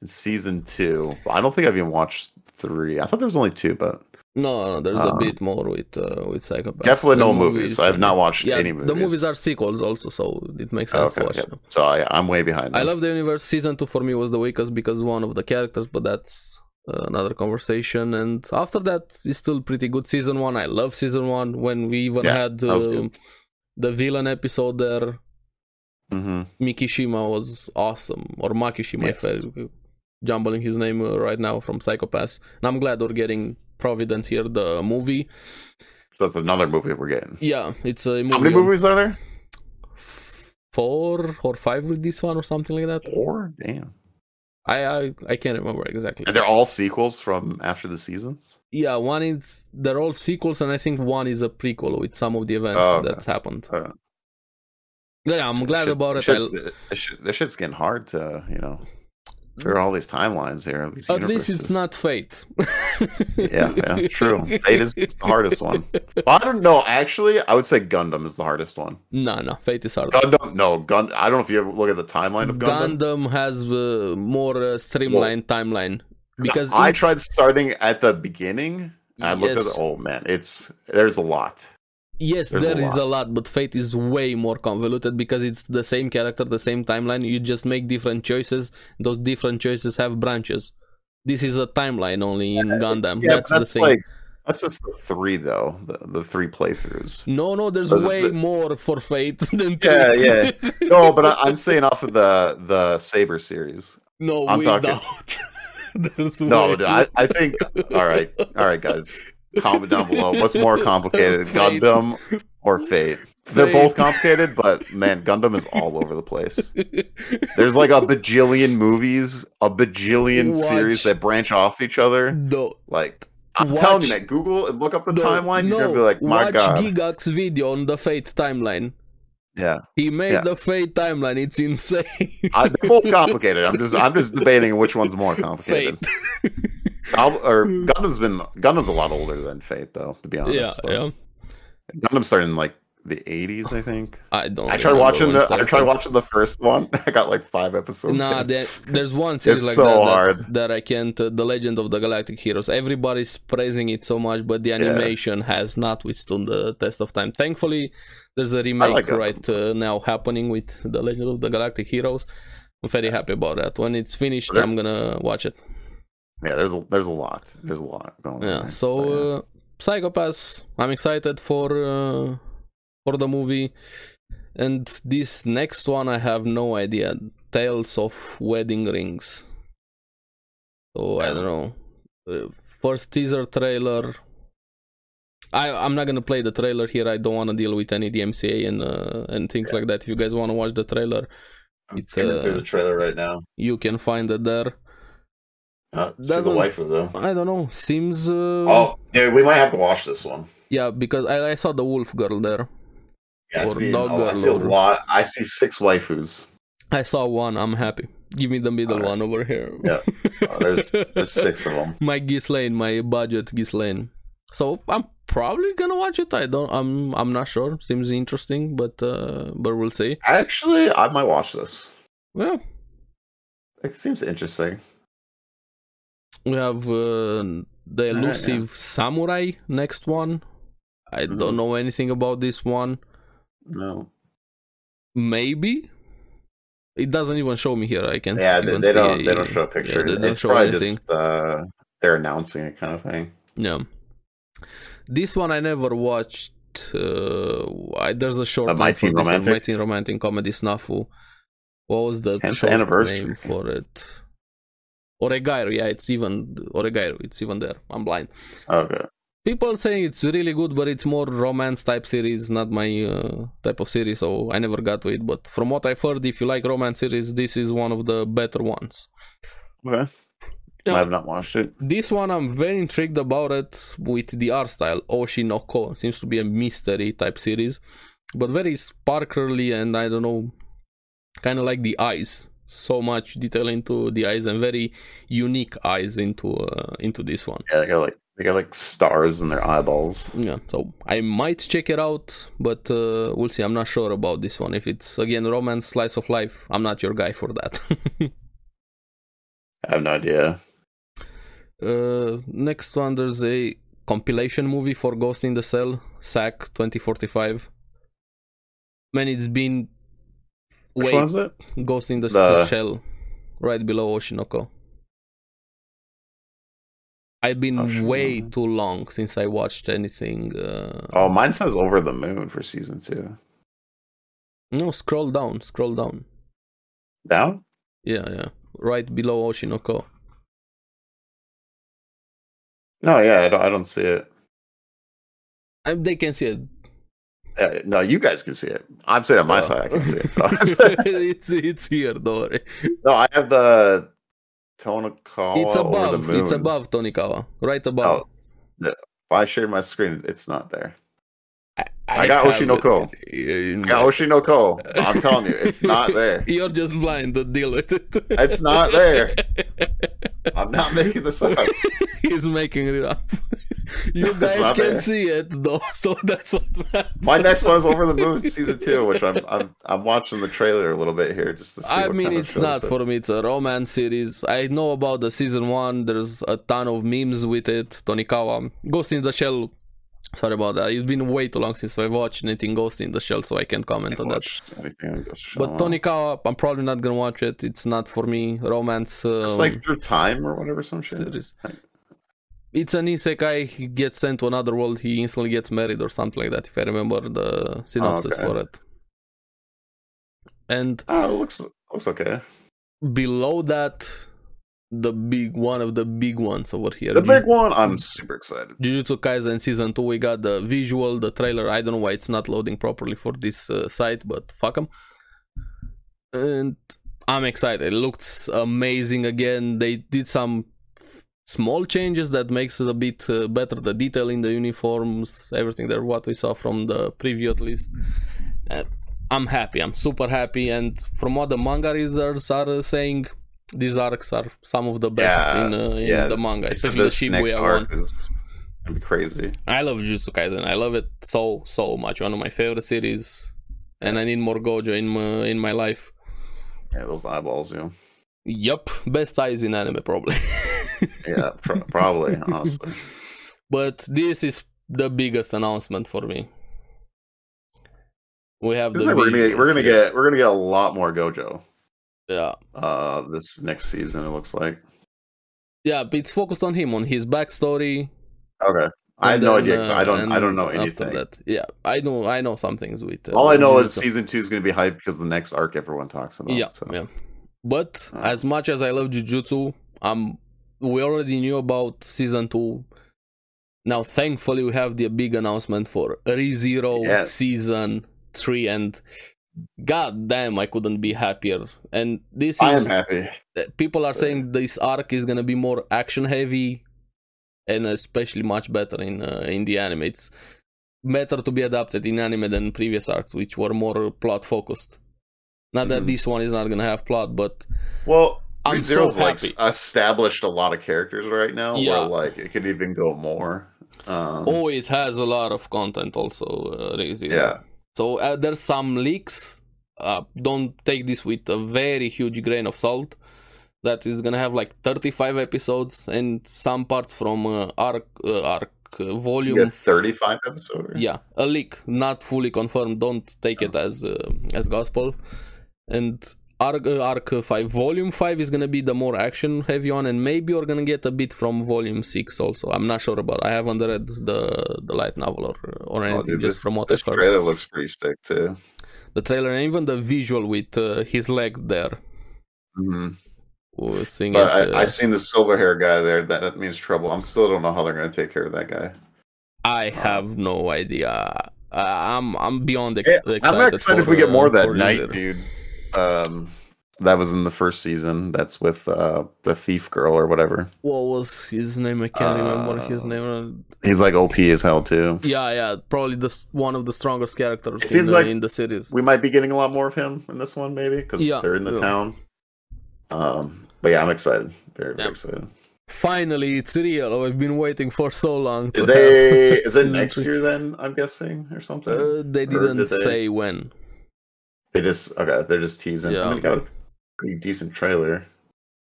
A: and season two. I don't think I've even watched three. I thought there was only two, but
B: No, no, there's a
A: Uh,
B: bit more with uh, with Psychopaths.
A: definitely
B: The
A: no movies. I have not watched
B: Yeah,
A: any movies.
B: the movies are sequels also, so it makes sense
A: okay.
B: to watch
A: yeah.
B: them.
A: So I, I'm way behind.
B: I
A: then.
B: love the universe. Season two for me was the weakest because one of the characters, but that's uh, another conversation. And after that, it's still pretty good. Season one, I love season one. When we even
A: Yeah,
B: had
A: that was
B: uh, the villain episode there,
A: Mhm.
B: Mikishima was awesome, or Makishima, if
A: Yes.
B: I'm jumbling his name uh, right now from Psychopaths. And I'm glad we're getting Providence here, the movie.
A: So that's another movie we're getting.
B: Yeah, it's a movie.
A: How many
B: on-
A: movies are there?
B: four or five with this one or something like that.
A: Four. Damn.
B: I, I I can't remember exactly.
A: And they're all sequels from after the seasons.
B: Yeah, one is they're all sequels, and I think one is a prequel with some of the events
A: Oh, okay.
B: that happened.
A: Uh,
B: Yeah, I'm glad
A: shit's-
B: about it. I-
A: Shit's, this shit- this shit's getting hard to you know figure all these timelines here. These
B: at least
A: universes.
B: it's not fate.
A: yeah, yeah, true. Fate is the hardest one. Well, I don't know. Actually, I would say Gundam is the hardest one.
B: No, no, fate is hard.
A: Gundam, no, Gun. I don't know if you ever look at the timeline of Gundam.
B: Gundam has uh, more uh, streamlined timeline because
A: I
B: each-
A: tried starting at the beginning. And I looked at
B: Yes.
A: the, oh man, it's there's a lot.
B: Yes,
A: There's a
B: there is a lot, but Fate is way more convoluted because it's the same character, the same timeline. You just make different choices. Those different choices have branches. This is a timeline only in Gundam.
A: Yeah,
B: that's,
A: that's,
B: the thing.
A: like that's just the three though, the, the three playthroughs.
B: no, no, there's
A: Uh, the-
B: way more for Fate than two.
A: Yeah, yeah. No, but I, I'm saying off of the the Saber series.
B: no,
A: I'm
B: we
A: talking-
B: doubt. there's
A: No,
B: way-
A: dude, I, I think all right, all right, guys. Comment down below what's more complicated,
B: Fate.
A: Gundam or Fate. They're both
B: Fate.
A: complicated, but man, Gundam is all over the place. There's like a bajillion movies, a bajillion series
B: Watch.
A: that branch off each other.
B: no,
A: Like I'm telling you,
B: Watch-
A: man, Google and look up the
B: no,
A: timeline.
B: No,
A: You're gonna be like, my
B: watch
A: god,
B: Gigax video on the Fate timeline.
A: yeah.
B: He made
A: Yeah.
B: the Fate timeline. It's insane.
A: I, they're both complicated. I'm just I'm just debating which one's more complicated.
B: Fate.
A: I'll, or Gundam's been Gundam's a lot older than Fate, though. To be honest,
B: yeah,
A: but
B: yeah.
A: Gundam started in like the 80s, I think.
B: I don't.
A: I tried
B: remember
A: watching
B: when
A: Oh, the
B: it
A: I tried
B: started.
A: watching the first one. I got like five episodes.
B: Nah,
A: in.
B: there, there's one series
A: It's
B: like
A: so
B: that, that-
A: hard.
B: that I can't. Uh, the Legend of the Galactic Heroes. Everybody's praising it so much, but the animation has not withstood the test of time. Thankfully, there's a remake
A: like that.
B: right uh, now happening with the Legend of the Galactic Heroes. I'm very happy about that. When it's finished,
A: There-
B: I'm gonna watch it.
A: yeah, there's a there's a lot. There's a lot going on.
B: Yeah.
A: there.
B: So,
A: But, yeah.
B: uh, Psychopaths. I'm excited for uh, for the movie, and this next one I have no idea. Tales of Wedding Rings. So I
A: Yeah.
B: don't know. Uh, first teaser trailer. I I'm not gonna play the trailer here. I don't want to deal with any DMCA and uh, and things like that. If you guys want to watch the trailer,
A: I'm
B: it's,
A: skimming
B: uh,
A: through the trailer right now.
B: you can find it there.
A: Uh, she's the
B: doesn't-
A: wife of the.
B: I don't know. Seems. Uh,
A: Oh, yeah, we might have to watch this one.
B: Yeah, because I, I saw the wolf girl there.
A: Yeah, I
B: Or
A: see,
B: dog
A: oh, I see a
B: girl or-
A: lot. I see six waifus.
B: I saw one. I'm happy. Give me the middle
A: Alright.
B: one over here.
A: Yeah. Oh, there's there's six of them.
B: my Ghislaine, my budget Ghislaine. So I'm probably gonna watch it. I don't. I'm. I'm not sure. Seems interesting, but uh, but we'll see.
A: Actually, I might watch this.
B: Well,
A: It seems interesting.
B: we have uh, the
A: yeah.
B: elusive samurai next one. I don't
A: Mhm.
B: know anything about this one.
A: No,
B: Maybe it doesn't even show me here. I can.
A: yeah,
B: I
A: they,
B: can
A: they
B: see
A: don't they
B: a-
A: don't show a picture.
B: they don't
A: it's
B: show
A: probably
B: anything.
A: just uh, they're announcing it kind of thing.
B: Yeah. This one I never watched. Uh, I, there's a short.
A: Uh, My
B: name for
A: Teen
B: this one,
A: Romantic?
B: My Teen Romantic comedy snafu. What was the
A: Tenth
B: short
A: anniversary.
B: name for it? Oregairu. Yeah, it's even Oregairu. It's even there. I'm blind.
A: Okay,
B: People saying it's really good, but it's more romance type series, not my uh, type of series. So I never got to it. But from what I've heard, if you like romance series, this is one of the better ones.
A: okay.
B: Yeah.
A: I have not watched it.
B: This one I'm very intrigued about it with the art style. Oshinoko seems to be a mystery type series, but very sparkly and I don't know, kind of like the eyes. So much detail into the eyes and very unique eyes into uh, into this one.
A: Yeah, they got like they got like stars in their eyeballs.
B: Yeah, so I might check it out, but uh, we'll see. I'm not sure about this one. If it's again romance slice of life, I'm not your guy for that.
A: I have no idea.
B: Uh, next one, there's a compilation movie for Ghost in the Cell, SAC 2045. Man, it's been
A: Which
B: wait,
A: one is it?
B: Ghost in the,
A: The-
B: Shell, right below Oshinoko. I've been way
A: Oshinoko.
B: too long since I watched anything. Uh,
A: Oh, mine says Over the Moon for season two.
B: No, scroll down, scroll down.
A: Down?
B: Yeah, yeah, right below Oshinoko.
A: No, yeah, I don't. I don't see it.
B: I, they can see it.
A: Uh, no, you guys can see it. I'm sitting on my
B: Oh.
A: side. I can see it. So.
B: it's it's here, don't worry.
A: no, I have the Tonikawa.
B: it's
A: over Oh, the
B: above. It's
A: moon.
B: above Tonikawa. Right above.
A: Oh, If I share my screen, it's not there. I
B: I
A: got
B: have
A: Oshinoko. I got Oshinoko. I'm telling you, it's not there.
B: You're just blind to deal with it.
A: It's not there. I'm not making this up.
B: He's making it up. You
A: It's
B: guys
A: not
B: can
A: there.
B: see it though, so that's what matters.
A: My next one is Over the Moon season two, which I'm I'm I'm watching the trailer a little bit here just to see.
B: I
A: what
B: mean,
A: kind of
B: it's
A: shows
B: not
A: it-
B: for me. It's a romance series. I know about the season one. There's a ton of memes with it. Tonikawa, Ghost in the Shell. Sorry about that. It's been way too long since I watched anything Ghost in the Shell, so I can't comment on that.
A: watch uh, anything on Ghost of
B: But
A: Shondaland.
B: Tonikawa, I'm probably not gonna watch it. It's not for me. Romance. Um,
A: it's like through time or whatever, some shit.
B: series. It's an isekai. He gets sent to another world. He instantly gets married or something like that. If I remember the synopsis
A: okay.
B: for it. And
A: Oh, it looks looks okay.
B: below that, the big one of the big ones over here.
A: The big one, I'm super excited.
B: Jujutsu Kaisen season two. We got the visual, the trailer. I don't know why it's not loading properly for this uh, site, but fuck 'em. And I'm excited. It looks amazing again. They did some f- small changes that makes it a bit uh, better. The detail in the uniforms, everything there, what we saw from the preview at least. Uh, I'm happy. I'm super happy. And from what the manga readers are uh, saying, these arcs are some of the best
A: Yeah,
B: in, uh, in
A: yeah.
B: the manga.
A: I said
B: especially the
A: this next
B: Shibuya one.
A: arc is gonna be crazy.
B: I love Jujutsu Kaisen. I love it so so much. One of my favorite series, and I need more Gojo in my, in my life.
A: Yeah, those eyeballs, you. Know?
B: Yup, best eyes in anime probably.
A: Yeah, pro- probably. Honestly,
B: but this is the biggest announcement for me. We have
A: Feels
B: the
A: like we're gonna
B: visual.
A: get, we're gonna get we're gonna get a lot more Gojo
B: yeah
A: uh this next season. It looks like.
B: yeah. but It's focused on him on his backstory.
A: Okay. I had
B: and
A: no
B: then,
A: idea. 'cause I
B: uh,
A: don't. I
B: and
A: don't know
B: after
A: anything.
B: that, yeah, I know I know some things with. uh,
A: All I know is
B: Jujutsu.
A: season two is going to be hyped because the next arc everyone talks about.
B: yeah,
A: so.
B: yeah. But
A: Uh.
B: as much as I love Jujutsu, um, we already knew about season two. Now, thankfully, we have the big announcement for ReZero
A: Yes.
B: season three, and god damn, I couldn't be happier. And this
A: I am
B: is
A: happy.
B: people are saying this arc is gonna be more action heavy, and especially much better in uh, in the anime. It's better to be adapted in anime than previous arcs, which were more plot focused. Not that
A: Mhm.
B: this one is not gonna have plot, but
A: Well,
B: I'm
A: Zero's
B: so
A: like
B: happy.
A: established a lot of characters right now.
B: Yeah.
A: Where like it could even go more. Um,
B: oh, it has a lot of content also. Uh, Rezero.
A: yeah.
B: So uh, there's some leaks. Uh, don't take this with a very huge grain of salt. That is gonna have like 35 episodes and some parts from uh, arc uh, arc uh,
A: You
B: volume
A: got 35 episodes.
B: yeah a leak not fully confirmed don't take
A: Oh.
B: it as uh, as gospel and arc, uh, arc 5 volume 5 is gonna be the more action heavy one and maybe you're gonna get a bit from volume 6 also i'm not sure about i haven't read the the light novel or or anything
A: dude,
B: just from what
A: This
B: i've heard
A: trailer looks pretty sick too.
B: the trailer and even the visual with uh, his leg there
A: Mhm.
B: uh, seeing
A: But
B: it,
A: I, I
B: uh,
A: seen the silver hair guy there. That, that means trouble. I'm still don't know how they're going to take care of that guy.
B: I have no idea I- i'm i'm beyond ex-
A: Yeah,
B: excited
A: I'm excited if
B: for,
A: we get
B: uh,
A: more that
B: for
A: night,
B: Lizard.
A: dude. Um, that was in the first season. That's with uh, the thief girl or whatever.
B: what was his name i can't remember his
A: Uh,
B: name
A: He's like OP as hell too.
B: Yeah, yeah, probably the s- one of the strongest characters
A: It
B: in,
A: seems
B: the
A: like-
B: in the series.
A: We might be getting a lot more of him in this one, maybe because
B: Yeah,
A: they're in the
B: yeah.
A: town. Um, but yeah, I'm excited. Very, very
B: Yeah.
A: excited.
B: Finally, it's real. I've been waiting for so long. To
A: Did they? Is
B: have
A: it
B: season
A: next
B: three.
A: year then? I'm guessing or something.
B: Uh, they
A: Or
B: didn't
A: did they?
B: say when.
A: they just okay. They're just teasing. Yeah,
B: Yeah.
A: I mean, they got a pretty decent trailer.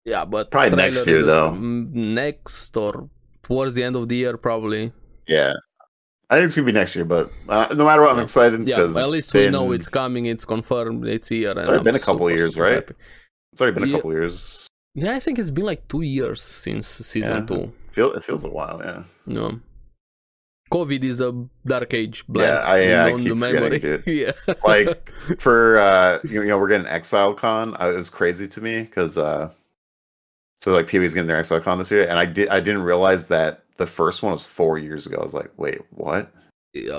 B: Yeah, but
A: Probably next
B: trailer
A: year,
B: is, uh,
A: though.
B: m- Next or towards the end of the year, probably.
A: Yeah, I think it's gonna be next year. But uh, no matter what, I'm
B: Yeah.
A: excited
B: Yeah,
A: because
B: at least we know it's coming. It's confirmed. It's here. And
A: It's already
B: I'm
A: been a couple
B: super,
A: years,
B: super
A: right?
B: happy.
A: It's already been a
B: Yeah.
A: couple years.
B: Yeah, I think it's been like two years since season
A: Yeah.
B: two.
A: Feel it feels a while. Yeah.
B: No. COVID is a dark age blank
A: Yeah, I- I
B: on
A: keep
B: the
A: forgetting,
B: memory.
A: dude.
B: yeah.
A: Like for uh, you, you know, we're getting Exile Con. I, it was crazy to me because uh, so like Pee Wee's getting their Exile Con this year, and I did I didn't realize that the first one was four years ago. I was like, wait, what?
B: Yeah.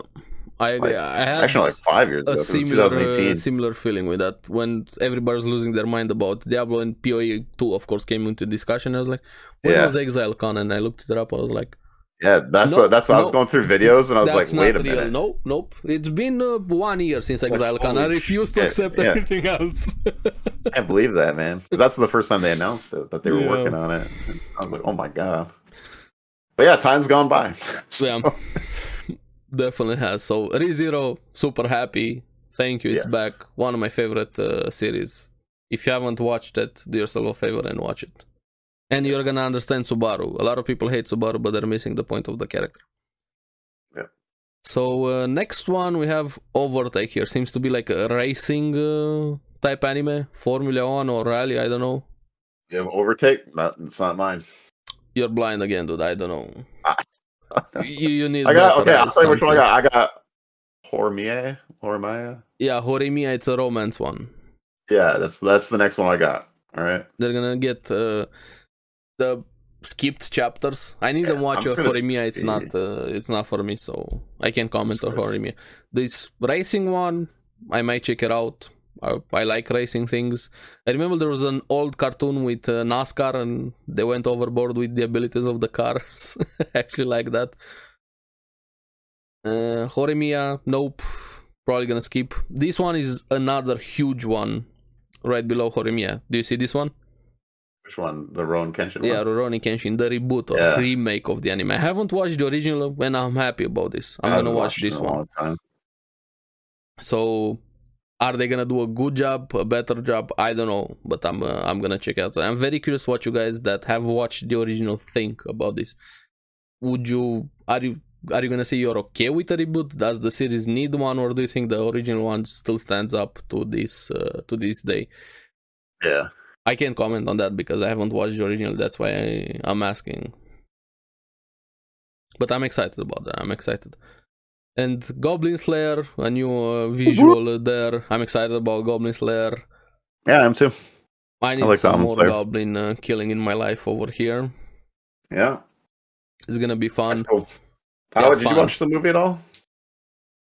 B: I agree.
A: Like,
B: I had
A: Actually, like five years ago.
B: a
A: 'cause it's
B: similar, uh,
A: 2018.
B: similar feeling with that when everybody's losing their mind about Diablo and PoE 2, of course, came into discussion. I was like, when
A: Yeah.
B: was Exile Con? And I looked it up. I was like,
A: yeah, that's
B: No,
A: what- that's what I was
B: no.
A: going through videos, and I was like, wait a
B: not real.
A: minute.
B: Nope, nope. It's been uh, one year since
A: It's like,
B: Exile Con. I
A: holy
B: refuse to
A: shit,
B: accept
A: yeah.
B: anything else.
A: I can't believe that, man. But that's the first time they announced it that they were
B: Yeah.
A: working on it. I was like, oh my god. But yeah, time's gone by. So,
B: Yeah. Definitely has. So ReZero, super happy. Thank you. It's
A: Yes.
B: back. One of my favorite uh, series. If you haven't watched it, do yourself a favor and watch it. And you're
A: Yes.
B: gonna understand Subaru. A lot of people hate Subaru, but they're missing the point of the character.
A: Yeah.
B: So uh, next one we have Overtake here. Seems to be like a racing uh, type anime, Formula One or Rally. I don't know.
A: You have overtake? Not, it's not mine.
B: You're blind again, dude. I don't know.
A: I
B: You, you need.
A: got
B: better
A: okay. I'll
B: eyes,
A: tell you which one I
B: something.
A: got. I got Hormier, Hormia.
B: Yeah, Horimiya. It's a romance one.
A: Yeah, that's that's the next one I got. All right.
B: they're gonna get uh, the skipped chapters. I need them
A: Yeah,
B: watch
A: I'm just
B: for
A: gonna
B: Horimiya. It's
A: skip
B: not uh, it's not for me, so I can't comment
A: just
B: on
A: gonna s-
B: Horimiya. This racing one, I might check it out. I, I like racing things. I remember there was an old cartoon with uh, NASCAR, and they went overboard with the abilities of the cars. I actually like that. Uh, Horimiya, nope. Probably gonna skip. This one is another huge one, right below Horimiya. Do you see this one?
A: Which one? The Rowan Kenshin.
B: Yeah,
A: One?
B: Rurouni Kenshin, the reboot or
A: Yeah.
B: remake of the anime. I haven't watched the original, and I'm happy about this. I'm
A: I
B: gonna
A: haven't
B: watch
A: watched it in
B: this
A: a
B: one.
A: long time.
B: So, are they gonna do a good job, a better job? I don't know, but I'm uh, I'm gonna check out. I'm very curious what you guys that have watched the original think about this. Would you are you are you gonna say you're okay with a reboot? Does the series need one, or do you think the original one still stands up to this uh, to this day?
A: Yeah.
B: I can't comment on that because I haven't watched the original. That's why I, I'm asking. But I'm excited about that. I'm excited. And Goblin Slayer, a new uh, visual there. I'm excited about Goblin Slayer.
A: Yeah, I am too.
B: I need
A: like the
B: some
A: Goblin
B: more
A: Slayer.
B: goblin uh, killing in my life over here.
A: Yeah.
B: It's gonna be fun.
A: That's cool. Tyler, did
B: fun.
A: you watch the movie at all?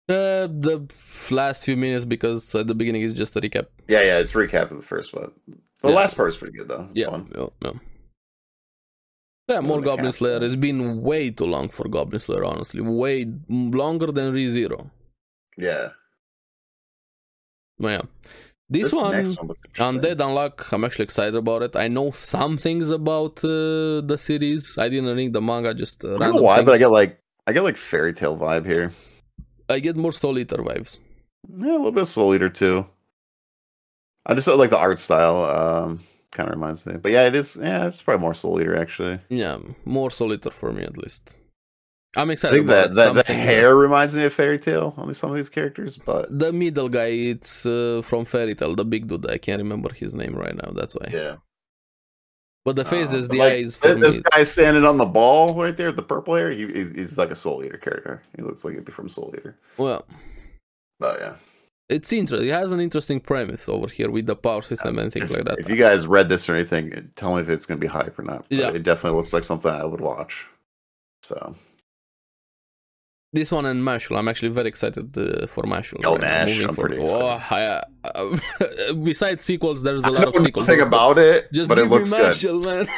B: Uh, the last few minutes because at the beginning it's just a recap.
A: Yeah, yeah, it's a recap of the first one. The
B: Yeah.
A: last part is pretty good though. It's
B: Yeah,
A: fun.
B: yeah, yeah. Yeah, more
A: Another
B: Goblin
A: cat.
B: Slayer. It's been way too long for Goblin Slayer, honestly. Way longer than ReZero.
A: Yeah.
B: But yeah. This, one,
A: one was interesting.
B: Undead Unlock, I'm actually excited about it. I know some things about uh, the series. I didn't read the manga, just uh,
A: I don't know
B: random
A: why, but I
B: things.
A: get like I get like fairy tale vibe here.
B: I get more Soul Eater vibes.
A: Yeah, a little bit of Soul Eater too. I just like the art style. Um, kind of reminds me, but yeah, it is. Yeah, it's probably more Soul Eater actually.
B: Yeah, more Soul Eater for me at least. I'm
A: I
B: excited
A: think
B: about
A: that, that
B: some
A: the
B: things.
A: hair reminds me of fairy tale on some of these characters, but
B: The middle guy, it's uh, from Fairy Tail, the big dude. I can't remember his name right now. That's why.
A: yeah,
B: But the face is
A: Um,
B: the
A: like,
B: eyes for me.
A: this guy standing on the ball right there, with the purple hair. He, he's, he's like a Soul Eater character. He looks like he'd be from Soul Eater.
B: Well,
A: But yeah,
B: it's interesting. It has an interesting premise over here with the power system and things
A: if,
B: like that.
A: if you guys read this or anything, tell me if it's gonna be hype or not. But
B: Yeah.
A: it definitely looks like something I would watch. So
B: this one and Mashul. I'm actually very excited uh, for Mashul.
A: Oh,
B: now,
A: Mash,
B: moving
A: I'm pretty
B: forward. Oh, I, uh, besides sequels, there's a lot of sequels.
A: think about it,
B: Just
A: but
B: give
A: it looks
B: me
A: good.
B: Mashul, man.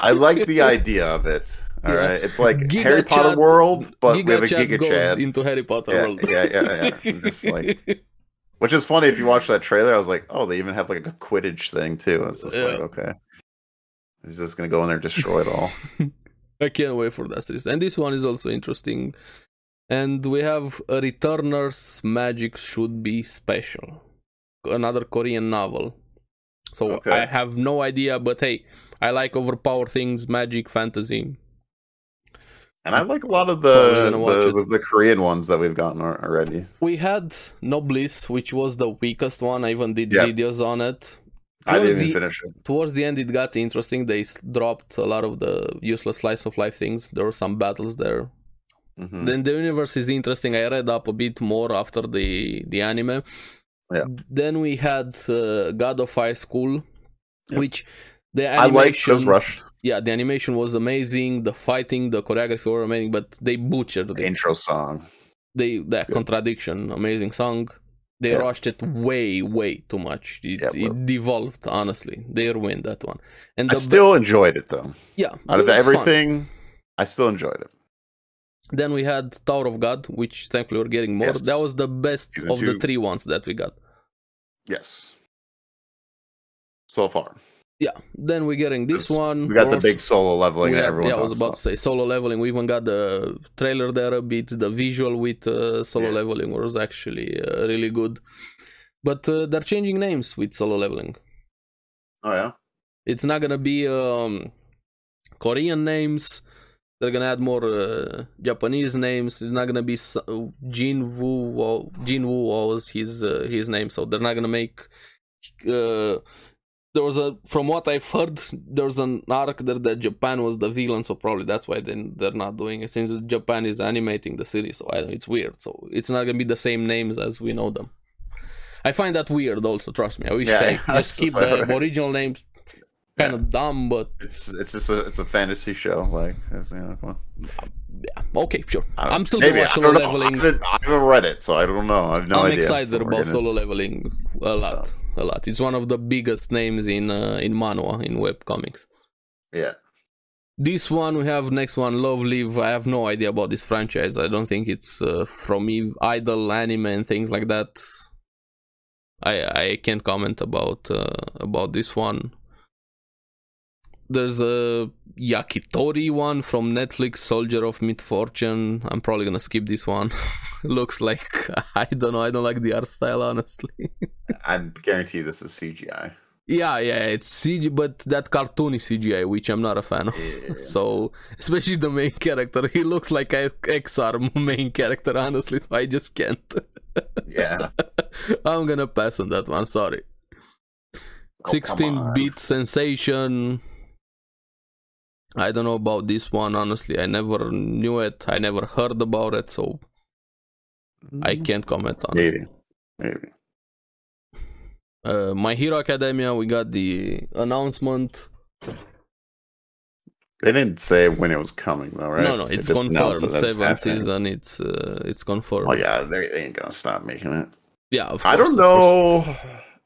A: I like the idea of it. All
B: Yeah.
A: right, it's like
B: Giga
A: Harry Potter
B: Chad-
A: world, but
B: Giga
A: we have a
B: Chad
A: Giga
B: goes
A: Chad,
B: into Harry Potter
A: Yeah,
B: world.
A: yeah, yeah, yeah. I'm just like- which is funny. If you watch that trailer, I was like, oh, they even have like a Quidditch thing too. It's just like
B: Yeah.
A: okay, he's just gonna go in there and destroy it all.
B: I can't wait for that series. And this one is also interesting. And we have a Returner's Magic Should Be Special, another Korean novel. So
A: Okay.
B: I have no idea, but hey, I like overpower things, magic, fantasy.
A: And I like a lot of
B: Probably
A: the
B: gonna watch
A: the,
B: it.
A: the, the Korean ones that we've gotten al- already.
B: We had Noblis, which was the weakest one. I even did
A: Yeah.
B: videos on it.
A: I
B: Towards
A: didn't even
B: the-
A: finish it.
B: Towards the end, it got interesting. They s- dropped a lot of the useless slice of life things. There were some battles there.
A: Mhm.
B: Then the universe is interesting. I read up a bit more after the the anime.
A: Yeah.
B: Then we had uh, God of High School,
A: Yeah.
B: which the
A: I like
B: animation.
A: Ghost Rush.
B: yeah, the animation was amazing. The fighting, the choreography were amazing, but they butchered
A: The
B: it.
A: intro song.
B: they that
A: Good.
B: contradiction amazing song they
A: Yeah.
B: rushed it way way too much it,
A: Yeah, well-
B: it devolved honestly they ruined that one and
A: I
B: the
A: still enjoyed it though.
B: yeah
A: Out
B: it
A: of
B: was fun.
A: everything, I still enjoyed it.
B: then we had tower of god which thankfully we're getting more
A: Yes.
B: that was the best
A: Season
B: of the
A: two.
B: three ones that we got
A: Yes. So far,
B: yeah then we're getting this
A: Yes.
B: one
A: we got the
B: We're also-
A: big solo leveling
B: We
A: that
B: have-
A: everyone
B: yeah, I
A: talks
B: was about to
A: about.
B: say solo leveling. We even got the trailer there a bit. The visual with uh, solo
A: Yeah.
B: leveling was actually uh, really good. But uh, they're changing names with solo leveling.
A: Oh yeah.
B: It's not gonna be um, Korean names. They're gonna add more uh, Japanese names. It's not gonna be s- uh, Jin Woo. Wo- Jin Woo was his uh, his name, so they're not gonna make. Uh, there was a from what I've heard, there's an arc there that Japan was the villain, so probably that's why they they're not doing it since Japan is animating the series. So I don't, it's weird. So it's not gonna be the same names as we know them. I find that weird. Also, trust me. I wish
A: Yeah,
B: they
A: yeah,
B: just
A: that's
B: keep
A: what I
B: the
A: heard.
B: original names. Kind of dumb, but
A: It's it's just a it's a fantasy show. Like it's, you know, come on.
B: yeah, okay, sure.
A: I don't-
B: I'm still
A: maybe,
B: gonna
A: I
B: watch
A: don't
B: solo
A: know.
B: leveling.
A: I haven't, I haven't read it, so I don't know. I have no
B: I'm
A: idea.
B: excited
A: We're gonna-
B: about solo leveling a lot, a lot. It's one of the biggest names in uh, in manhwa in web comics.
A: Yeah.
B: This one we have next one, Love Live. I have no idea about this franchise. I don't think it's uh, from ev- idol anime and things like that. I I can't comment about uh, about this one. There's a Yakitori one from Netflix, Soldier of Misfortune. I'm probably gonna skip this one. Looks like I don't know. I don't like the art style, honestly.
A: I guarantee this is CGI.
B: yeah, yeah, it's CG, but that cartoony CGI, which I'm not a fan of.
A: Yeah.
B: So, especially the main character, he looks like a XR main character, honestly, so I just can't.
A: yeah.
B: I'm gonna pass on that one, sorry.
A: Oh, come
B: 16
A: on.
B: bit sensation. I don't know about this one, honestly. I never knew it, I never heard about it, so
A: Mm-hmm.
B: I can't comment on it.
A: Maybe. Maybe.
B: Uh, My Hero Academia, we got the announcement.
A: They didn't say when it was coming though, right?
B: No, no,
A: They
B: it's
A: just announced
B: confirmed.
A: that it's
B: Seventh
A: happening.
B: season, it's, uh, it's confirmed.
A: Oh yeah, they, they ain't gonna stop making it.
B: Yeah, of
A: I
B: course,
A: don't
B: of course.
A: know.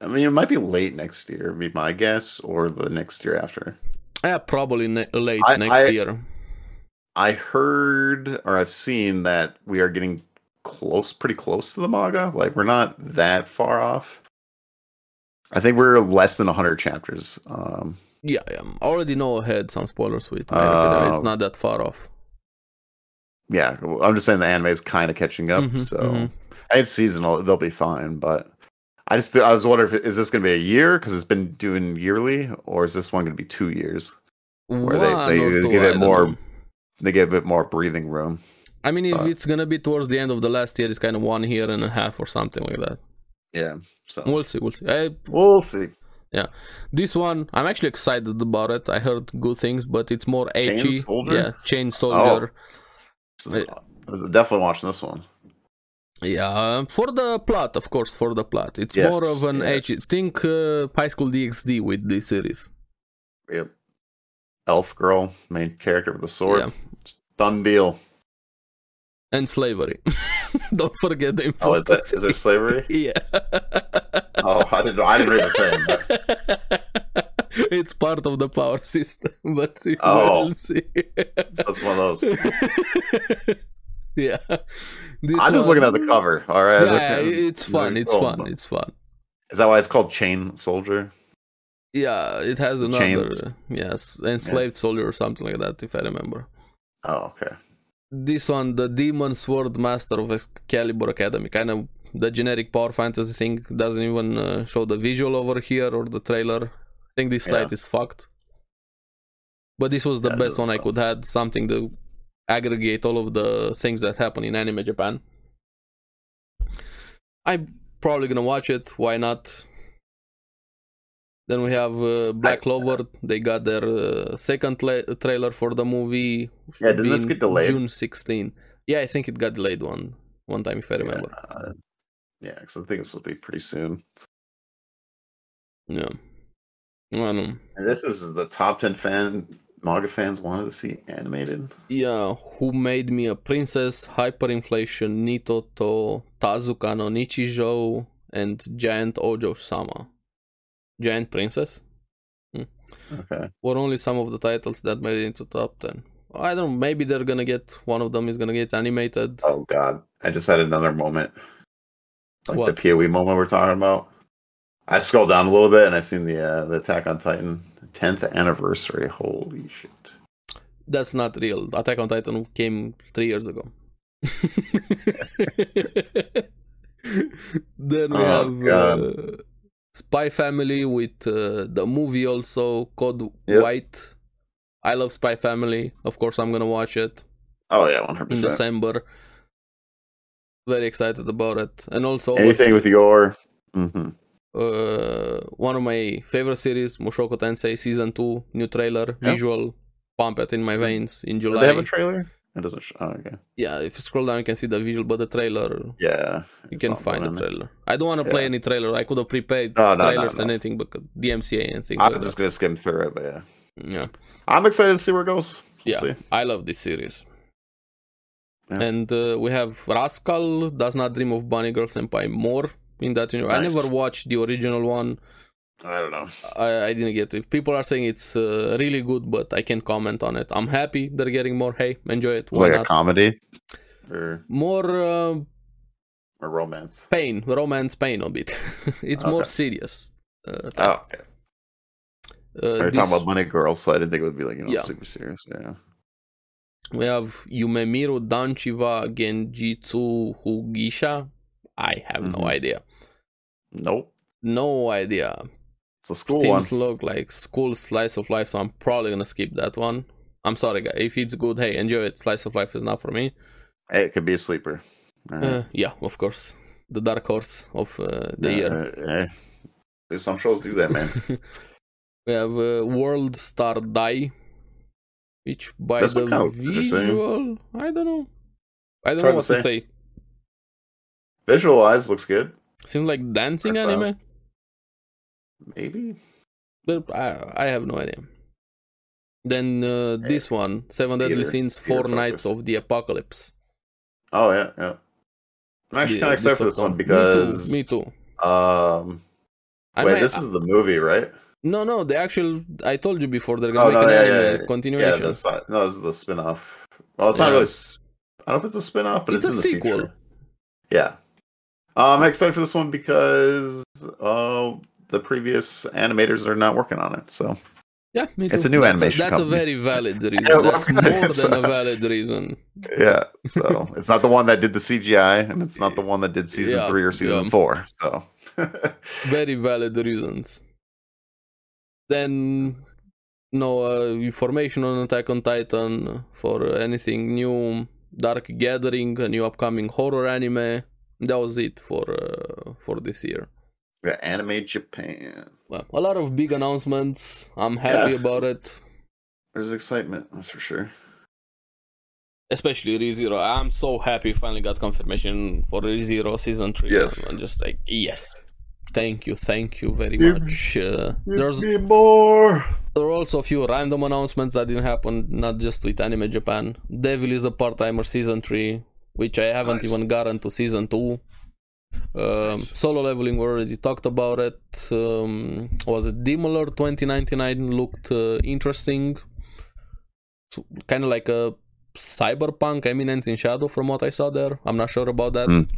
A: I mean, it might be late next year, be my guess, or the next year after.
B: Yeah, probably ne- late
A: I-
B: next
A: I-
B: year.
A: I heard or I've seen that we are getting close, pretty close to the manga. Like we're not that far off. I think we're less than 100 chapters. Um,
B: Yeah, yeah. I already know ahead some spoilers with.
A: Uh,
B: it's not that far off.
A: yeah, I'm just saying the anime is kind of catching up.
B: Mhm,
A: so
B: mhm.
A: And it's seasonal; they'll be fine. But I just I was wondering if is this going to be a year because it's been doing yearly, or is this one going to be two years?
B: Or
A: they- they give it more-
B: I, don't know.
A: They give it more breathing room.
B: I mean, if
A: but-
B: it's gonna be towards the end of the last year, it's kind of one year and a half or something like that.
A: Yeah, so
B: We'll see. We'll see. I,
A: we'll see.
B: this one, I'm actually excited about it. I heard good things, but it's more
A: Chain
B: edgy.
A: Soldier?
B: Yeah, Chain Soldier.
A: This is- I was definitely watching this one.
B: Yeah, for the plot, of course, for the plot. It's
A: Oh. Yes,
B: more of an
A: yeah.
B: edgy. Think uh, High School DxD with this series.
A: Yep. Elf girl, main character with a sword.
B: Yeah.
A: Done deal.
B: and slavery. Don't forget the
A: Oh,
B: important.
A: is that is there slavery?
B: yeah.
A: Oh, I didn't. I didn't read the thing. but-
B: it's part of the power system, but it-
A: Oh.
B: we'll see.
A: That's one of those.
B: yeah. This
A: I'm just
B: one-
A: looking at the cover. All right.
B: Yeah,
A: Look-
B: it's fun. It's
A: Oh,
B: fun. It's fun.
A: Is that why it's called Chain Soldier?
B: Yeah, it has another
A: Chains.
B: yes, enslaved soldier or something like that, if I remember.
A: Oh, okay.
B: this one, the Demon Sword Master of Excalibur Academy, kind of the generic power fantasy thing doesn't even uh, show the visual over here or the trailer. I think this
A: Yeah.
B: site is fucked. But this was the
A: Yeah, it
B: best one I
A: looks
B: could had something to aggregate all of the things that happen in anime Japan. I'm probably gonna watch it. Why not? Then we have uh, Black
A: I-
B: Clover. They got their uh, second la- trailer for the movie.
A: Yeah,
B: Should
A: didn't
B: be
A: this
B: in
A: get delayed?
B: June 16. Yeah, I think it got delayed one one time if I remember.
A: Yeah, yeah, because I think this will be pretty soon.
B: Yeah. I don't know.
A: And this is the top ten fan manga fans wanted to see animated.
B: Yeah, who made me a princess, hyperinflation, Nitoto, Tazuka no Nichijou, and Giant Ojo Sama. Giant Princess
A: Okay.
B: were only some of the titles that made it into top 10. I don't know, maybe they're gonna get one of them is gonna get animated.
A: Oh God, I just had another moment, like
B: What?
A: the POE moment we're talking about. I scrolled down a little bit and I seen the uh, the Attack on Titan 10th anniversary. Holy shit!
B: That's not real. Attack on Titan came three years ago. then we
A: Oh,
B: have
A: God.
B: uh, Spy Family with uh, the movie also Code
A: Yep.
B: White. I love Spy Family. Of course, I'm gonna watch it.
A: Oh yeah, 100.
B: in
A: percent
B: December. Very excited about it, and also
A: Anything with your. Mm-hmm.
B: uh, one of my favorite series, Mushoku Tensei season two, new trailer,
A: Yeah.
B: visual, pump it in my veins in
A: Do
B: July.
A: they have a trailer? It doesn't. Show. Oh, okay.
B: yeah, if you scroll down, you can see the visual, but the trailer
A: Yeah.
B: you
A: it's
B: can
A: on
B: find the
A: one.
B: trailer. I don't want to play
A: eh? Yeah.
B: any trailer. I could have prepaid
A: No, no, no,
B: trailers
A: no.
B: and anything, but DMCA and things
A: I
B: like
A: was
B: that.
A: just gonna skim through it, but yeah,
B: Yeah,
A: I'm excited to see where it goes. We'll
B: Yeah.
A: See.
B: I love this series.
A: Yeah.
B: And uh, we have Rascal does not dream of Bunny Girl Senpai more in that universe.
A: Nice.
B: I never watched the original one.
A: I don't know.
B: I, I didn't get it. People are saying it's uh, really good, but I can't comment on it. I'm happy they're getting more. Hey, enjoy it. Why
A: like a
B: not?
A: comedy or,
B: more uh,
A: or romance.
B: pain, romance pain a bit. it's more
A: Okay.
B: serious. Uh,
A: Oh,
B: type.
A: okay.
B: Uh,
A: we were
B: this-
A: talking about money girls, so I didn't think it would be like you know
B: Yeah.
A: super serious. Yeah.
B: we have Yumemiro Danchiva Genjitsu Hugisha. I have no
A: Mhm.
B: idea.
A: Nope.
B: No idea.
A: It's a school one.
B: Seems look like school slice of life, so I'm probably gonna skip that one. I'm sorry, guy. If it's good, hey, enjoy it. Slice of life is not for me.
A: Hey, it could be a sleeper. All right.
B: Uh, yeah, of course. The dark horse of uh, the
A: Yeah,
B: year.
A: uh, yeah. There's some shows do that, man.
B: We have uh, World Star Die, which by
A: That's
B: the
A: what counts, they're the same.
B: visual, I don't know. I don't
A: Hard
B: know
A: to
B: what to say.
A: Visualize looks good.
B: Seems like dancing
A: Or so.
B: anime,
A: Maybe.
B: but I, I have no idea. Then uh, this one, Seven Deadly
A: theater-
B: Sins,
A: theater
B: Four Nights
A: focus.
B: of the Apocalypse.
A: Oh yeah, yeah. I'm actually
B: Yeah,
A: kind of excited for this
B: one.
A: one because
B: me too. Me too.
A: um
B: I
A: wait,
B: might- uh,
A: this is the movie, right?
B: no, no. The actual I told you before they're
A: Oh,
B: gonna make
A: no,
B: an
A: yeah,
B: anime
A: yeah, yeah. Yeah,
B: continuation.
A: that's not. No, this is the spin-off. Well, it's not
B: Yeah.
A: really. s- I don't know if it's a spin-off, but
B: It's
A: it's,
B: a
A: in the
B: sequel.
A: future. Yeah. Uh, I'm excited for this one because uh, the previous animators are not working on it. So
B: Yeah, me too.
A: It's a new
B: that's
A: animation
B: that's
A: company.
B: a very valid reason.
A: Yeah, well,
B: that's
A: it's-
B: more than a
A: it's-
B: valid reason.
A: yeah, so it's not the one that did the CGI, and it's not the one that did season
B: Yeah,
A: three or season
B: yeah.
A: four. So
B: Very valid reasons. Then, no uh, information on Attack on Titan for anything new. Dark Gathering, a new upcoming horror anime. That was it for uh, for this year.
A: yeah, anime Japan.
B: Well, a lot of big announcements. I'm happy
A: Yeah.
B: about it.
A: There's excitement, that's for sure.
B: Especially ReZero. I'm so happy finally got confirmation for ReZero season 3.
A: Yes.
B: I'm just like, yes. Thank you, thank you very
A: Give-
B: much. Uh, there's
A: Give me more.
B: there were also a few random announcements that didn't happen, not just with Anime Japan. Devil is a part timer season 3, which I haven't
A: Nice.
B: even gotten to season 2. Um,
A: Nice.
B: Solo leveling, we already talked about it. Um, was it Demoler 2099? Looked uh, interesting. Kind of like a cyberpunk Eminence in Shadow from what I saw there. I'm not sure about that.
A: Mm.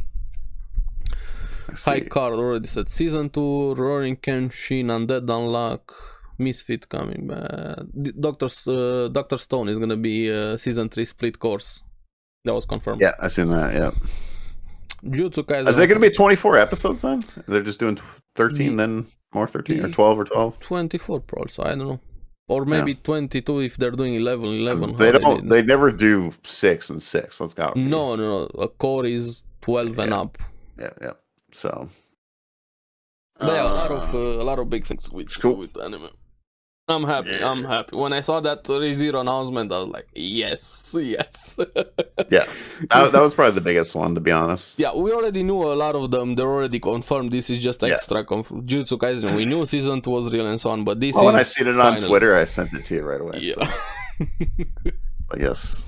A: Let's
B: High
A: see.
B: Card already said season two, Roaring Kenshin, Undead Unlock, Misfit coming back. Doctor uh, Doctor Stone is gonna be uh, season three split course. That was confirmed.
A: Yeah, I seen that. Yeah,
B: Jutsu Kaisen.
A: is it going to be 24 episodes then? They're just doing tw- 13,
B: Ye-
A: then more 13 or
B: ye-
A: 12 or 12.
B: twenty four probably? So I don't know, or maybe twenty two if they're doing 11, 11
A: 'Cause They
B: how
A: don't.
B: did.
A: They, never do six and six. So it's got
B: no, no, no. A core is twelve and
A: Yeah.
B: up.
A: Yeah, yeah. So.
B: But yeah, a lot of
A: Uh, Ah.
B: uh, a lot of big things with
A: cool.
B: with anime. I'm happy. I'm happy. When I saw that ReZero announcement, I was like, yes, yes.
A: yeah, that, that was probably the biggest one to be honest.
B: Yeah, we already knew a lot of them. They're already confirmed. This is just
A: Yeah.
B: extra confirmed. Jutsu Kaisen. We knew season two was real and so on, but this
A: Well,
B: is
A: Oh, when I seen it on
B: final.
A: Twitter, I sent it to you right away.
B: Yeah.
A: So I guess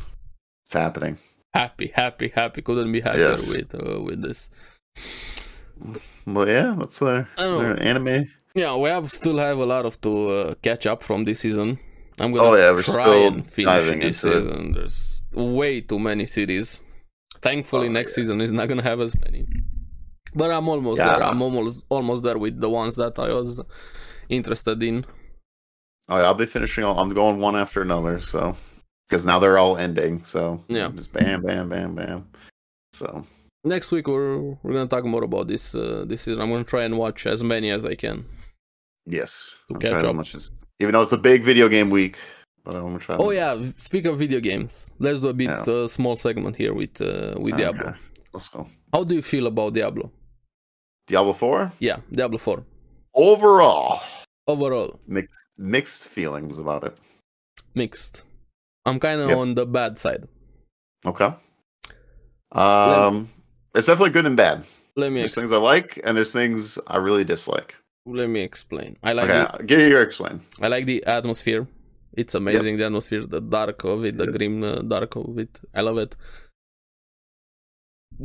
A: it's happening.
B: happy, happy, happy. Couldn't be happier
A: Yes.
B: with uh, with this.
A: Well, yeah, that's uh,
B: Oh.
A: their anime.
B: Yeah, we have still have a lot of to uh, catch up from this season. I'm gonna
A: Oh, yeah, we're
B: try
A: still
B: and finish
A: diving
B: this
A: into it.
B: season. There's way too many series. Thankfully,
A: Oh,
B: next season is not gonna have as many. But I'm almost
A: Yeah.
B: there. I'm almost almost there with the ones that I was interested in.
A: Oh, yeah, I'll be finishing. All, I'm going one after another. So because now they're all ending. So
B: Yeah.
A: just bam, bam, bam, bam. So
B: Next week we're we're gonna talk more about this uh, this season. I'm gonna try and watch as many as I can.
A: yes,
B: To
A: I'm
B: catch
A: trying to
B: up.
A: much as- even though it's a big video game week, but I'm gonna try.
B: Oh yeah, speak of video games. Let's do a bit
A: Um, Yeah.
B: uh, small segment here with uh, with Diablo.
A: Okay, Let's go.
B: How do you feel about Diablo?
A: Diablo Four
B: Yeah, Diablo 4.
A: overall
B: Overall,
A: mixed mixed feelings about it.
B: mixed. I'm kind of
A: Yep.
B: on the bad side.
A: Okay. Um, it's definitely good and bad.
B: Let me
A: There's
B: ex-
A: things I like, and there's things I really dislike.
B: let me explain. I like
A: Okay,
B: the,
A: I'll give you your explain.
B: I like the atmosphere. It's amazing the atmosphere, the dark of it, the
A: Yep.
B: grim uh, dark of it. I love it.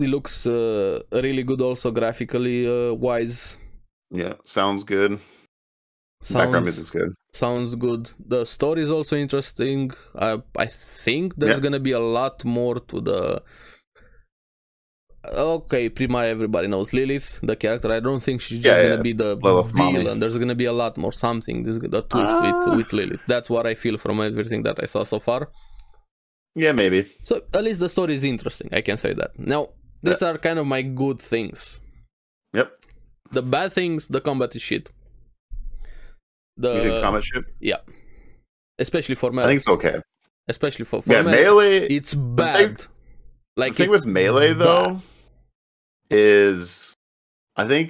B: It looks uh, really good, also graphically uh, wise.
A: Yeah, sounds good. Background
B: Sounds
A: music's good.
B: sounds good. The story is also interesting. I I think there's
A: Yeah.
B: gonna be a lot more to the. Okay, pretty much everybody knows Lilith, the character. I don't think she's just
A: Yeah,
B: gonna
A: yeah.
B: be the
A: Lilith mommy.
B: villain. There's gonna be a lot more something. There's a twist
A: Ah.
B: with with Lilith. That's what I feel from everything that I saw so far.
A: Yeah, maybe.
B: So at least the story is interesting. I can say that. Now these are kind of my good things.
A: Yep.
B: The bad things, the combat is shit.
A: You can
B: The
A: comment ship.
B: especially for
A: I
B: melee,
A: think it's okay.
B: especially for, for
A: Yeah,
B: melee.
A: melee.
B: it's bad. like
A: the thing
B: it's
A: with melee though
B: bad.
A: is, I think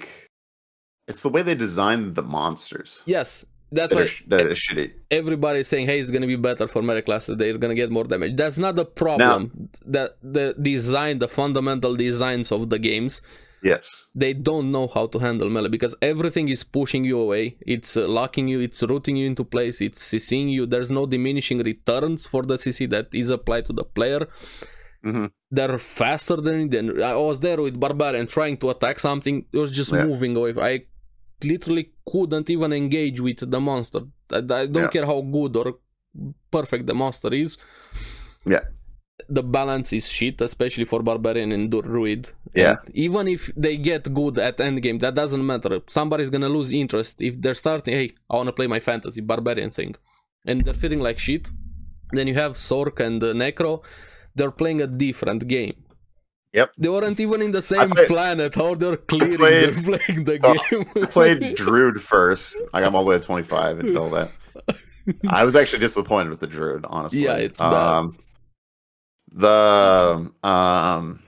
A: it's the way they designed the monsters
B: Yes, that's
A: that are,
B: why
A: sh- that are shitty.
B: everybody's saying, "Hey, it's gonna be better for melee classes. They're gonna get more damage." That's not the problem. That the design, the fundamental designs of the games,
A: Yes.
B: they don't know how to handle melee because everything is pushing you away. It's uh, locking you. It's rooting you into place. It's CCing you. There's no diminishing returns for the CC that is applied to the player.
A: hmm
B: they're faster than than I was there with Barbarian trying to attack something. It was just
A: Yeah.
B: moving away. I literally couldn't even engage with the monster. I, I don't
A: Yeah.
B: care how good or perfect the monster is.
A: Yeah.
B: The balance is shit, especially for Barbarian and Druid.
A: Yeah.
B: And even if they get good at endgame, that doesn't matter. Somebody's gonna lose interest if they're starting. Hey, I wanna play my fantasy Barbarian thing, and they're feeling like shit. Then you have Sork and uh, Necro. They're playing a different game.
A: Yep.
B: They weren't even in the same
A: played-
B: planet. How they're clearing,
A: played-
B: they're playing the
A: Oh,
B: game.
A: I played Druid first. I got all the way to 25 until that. I was actually disappointed with the Druid, honestly.
B: Yeah, it's bad.
A: um, the um,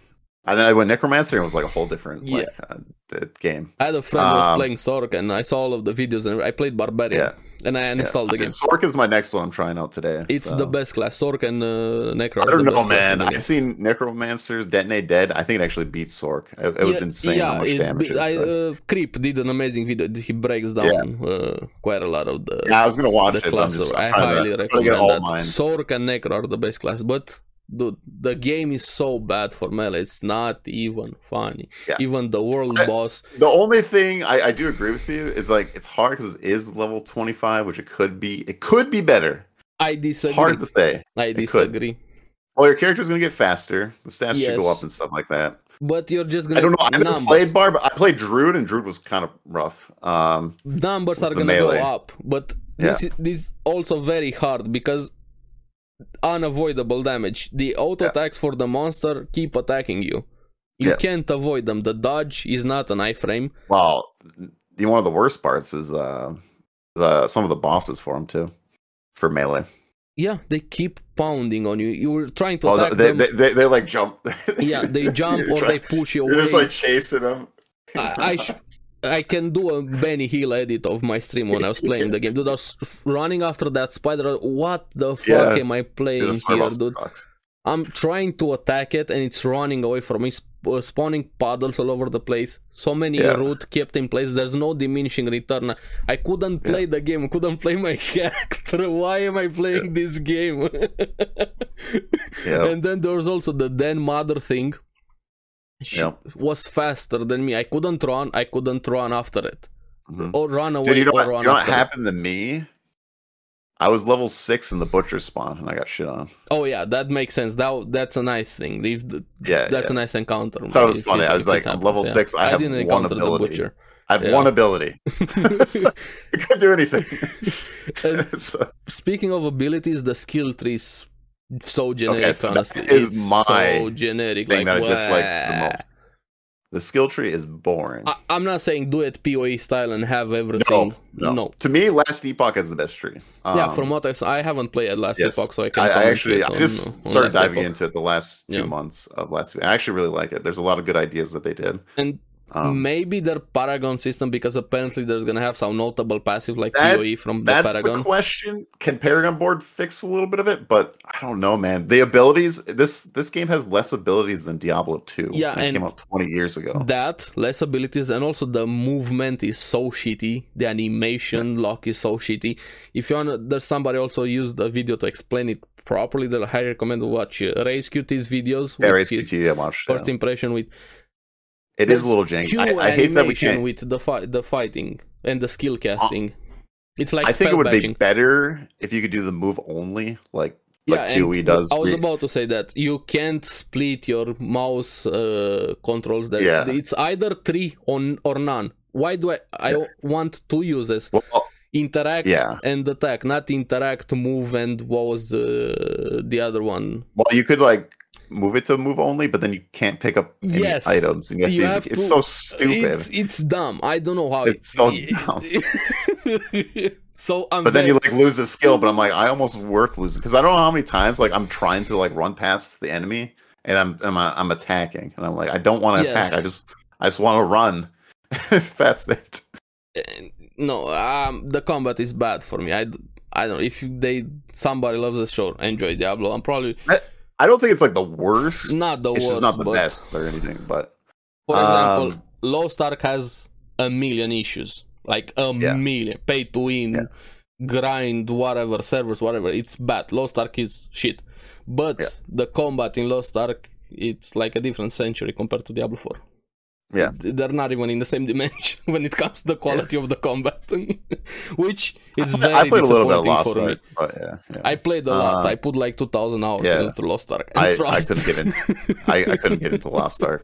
A: and then I went Necromancer. It was like a whole different like, uh, th- game.
B: I had a friend who was
A: Um,
B: playing Sork, and I saw all of the videos, and I played Barbarian,
A: Yeah,
B: and I
A: yeah.
B: installed the game.
A: Sork is my next one. I'm trying out today.
B: It's
A: so.
B: the best class, Sork and uh, Necro.
A: I
B: are
A: don't
B: the
A: know,
B: best class
A: man.
B: in the
A: I
B: game.
A: seen Necromancer detonate dead. I think it actually beat Sork. It, it was
B: Yeah,
A: insane how much
B: it-
A: damage. It, was
B: I,
A: doing.
B: uh, Creep did an amazing video. He breaks down uh, quite a lot of the,
A: yeah, I was gonna watch
B: the
A: it. But I'm
B: class.
A: just
B: I
A: I'm trying to-
B: highly
A: trying to
B: recommend
A: get all
B: that.
A: mine.
B: Sork and Necro are the best class, but dude, the game is so bad for melee. It's not even funny.
A: Yeah.
B: Even the world
A: I-
B: boss
A: The only thing I, I do agree with you is like it's hard because it is level 25, which it could be. It could be better.
B: I disagree.
A: Hard to say.
B: I
A: could.
B: disagree.
A: Well, your character's gonna get faster. The stats should go
B: Yes.
A: up and stuff like that.
B: But you're just
A: I
B: gonna.
A: don't know. I haven't
B: numbers.
A: played Barb. I played Druid, and Druid was kind of rough. Um,
B: Numbers
A: with
B: are
A: the
B: gonna
A: melee.
B: go up, but this is, this is also very hard because unavoidable damage. The auto
A: Yeah.
B: attacks for the monster keep attacking you. You
A: Yeah.
B: can't avoid them. The dodge is not an iframe.
A: well, the, one of the worst parts is uh, the some of the bosses for him too, for melee.
B: Yeah, they keep pounding on you. You were trying to
A: Oh,
B: attack
A: they,
B: them.
A: they, they, they like jump.
B: yeah, they jump
A: You're
B: or
A: try-
B: they push you
A: You're
B: away.
A: just like chasing them.
B: I, I sh- I can do a Benny Hill edit of my stream when I was playing the game. Dude, I was running after that spider. What the fuck
A: Yeah.
B: am I
A: Dude,
B: playing
A: this
B: here,
A: Marvel
B: dude?
A: sucks.
B: I'm trying to attack it and it's running away from me, sp- uh, spawning puddles all over the place. So many
A: Yeah.
B: root kept in place. There's no diminishing return. I couldn't
A: Yeah.
B: play the game. Couldn't play my character. Why am I playing this game?
A: Yeah.
B: And then there was also the then mother thing. She
A: Yeah.
B: was faster than me. I couldn't run. I couldn't run after it
A: Mhm.
B: or run away
A: Dude, you know
B: or
A: what, you
B: run
A: know what
B: after it.
A: happened to me? I was level six in the butcher spawn and I got shit on.
B: Oh yeah, that makes sense. That that's a nice thing. If the-
A: Yeah,
B: that's
A: Uh, yeah.
B: a nice encounter.
A: I thought it was
B: if
A: funny. I was
B: if it
A: like, I'm level six, I have
B: didn't
A: one
B: encounter the
A: ability.
B: butcher.
A: I had
B: yeah.
A: one ability. I couldn't do anything.
B: And
A: So-
B: speaking of abilities, the skill trees so generic.
A: so that
B: honestly,
A: is
B: it's
A: my
B: so generic.
A: thing
B: like,
A: that I dislike the
B: wah.
A: most. The skill tree is boring.
B: I, I'm not saying do it POE style and have everything.
A: no. To me, Last Epoch is the best tree.
B: yeah,
A: Um,
B: from what I saw, I haven't played at Last
A: yes.
B: Epoch, so I can.
A: I, I
B: comment
A: actually
B: it
A: I
B: on-
A: just
B: on
A: started
B: Last
A: diving
B: Epoch.
A: into it the last two
B: Yeah.
A: months of Last Epoch. I actually really like it. There's a lot of good ideas that they did.
B: And
A: Um,
B: Maybe their Paragon system, because apparently there's gonna have some notable passive like
A: That-
B: POE from the
A: that's
B: Paragon.
A: the question. Can Paragon Board fix a little bit of it? But I don't know, man. The abilities this this game has less abilities than Diablo 2.
B: Yeah,
A: that came
B: and
A: out 20 years ago.
B: that less abilities and also the movement is so shitty the animation lock is so shitty if you want there's somebody also used a video to explain it properly that i recommend to watch uh, race qt's videos
A: yeah,
B: with
A: Race
B: his
A: QT, I watched. yeah.
B: first impression with
A: It is
B: there's
A: a little janky.
B: Q
A: I, I hate that we
B: animation
A: can't. Uh,
B: with the fi- the fighting and the skill casting it's like
A: I think it
B: spell
A: would
B: batching.
A: be better if you could do the move only, like like
B: yeah, and
A: QE E does.
B: I was
A: We-
B: about to say that you can't split your mouse uh, controls there.
A: Yeah.
B: It's either three on or none. Why do I I
A: Yeah.
B: want two uses?
A: well,
B: Interact
A: Yeah.
B: and attack, not interact, move, and what was the the other one?
A: well, you could like move it to move only, but then you can't pick up any
B: Yes,
A: items. And you have
B: you
A: to,
B: have
A: it's
B: to-
A: so stupid.
B: It's it's dumb. I don't know how
A: It's so dumb.
B: so I'm
A: but then you
B: very-
A: like lose a skill. But I'm like, I almost worth losing because I don't know how many times like I'm trying to like run past the enemy and I'm I'm, uh, I'm attacking and I'm like I don't want to attack.
B: Yes.
A: I just I just want to run. That's it.
B: uh, no um the combat is bad for me i d- I don't if they somebody loves the show enjoy diablo i'm probably
A: I don't think it's like the worst.
B: not the
A: it's
B: worst
A: just not the
B: but
A: best or anything. But
B: for
A: Um,
B: example lost ark has a million issues like a
A: Yeah.
B: million pay to win grind whatever servers whatever it's bad lost ark is shit but
A: Yeah.
B: the combat in lost ark it's like a different century compared to diablo 4
A: Yeah.
B: they're not even in the same dimension when it comes to the quality of the combat which is
A: I played-
B: very
A: I played a little bit of
B: disappointing
A: Lost
B: for me.
A: Ark, but yeah, yeah.
B: I played a lot.
A: Uh,
B: I put like 2,000 hours
A: yeah.
B: into Lost Ark. and
A: I, I
B: Frost.
A: couldn't get in. I, I couldn't get into Lost Ark.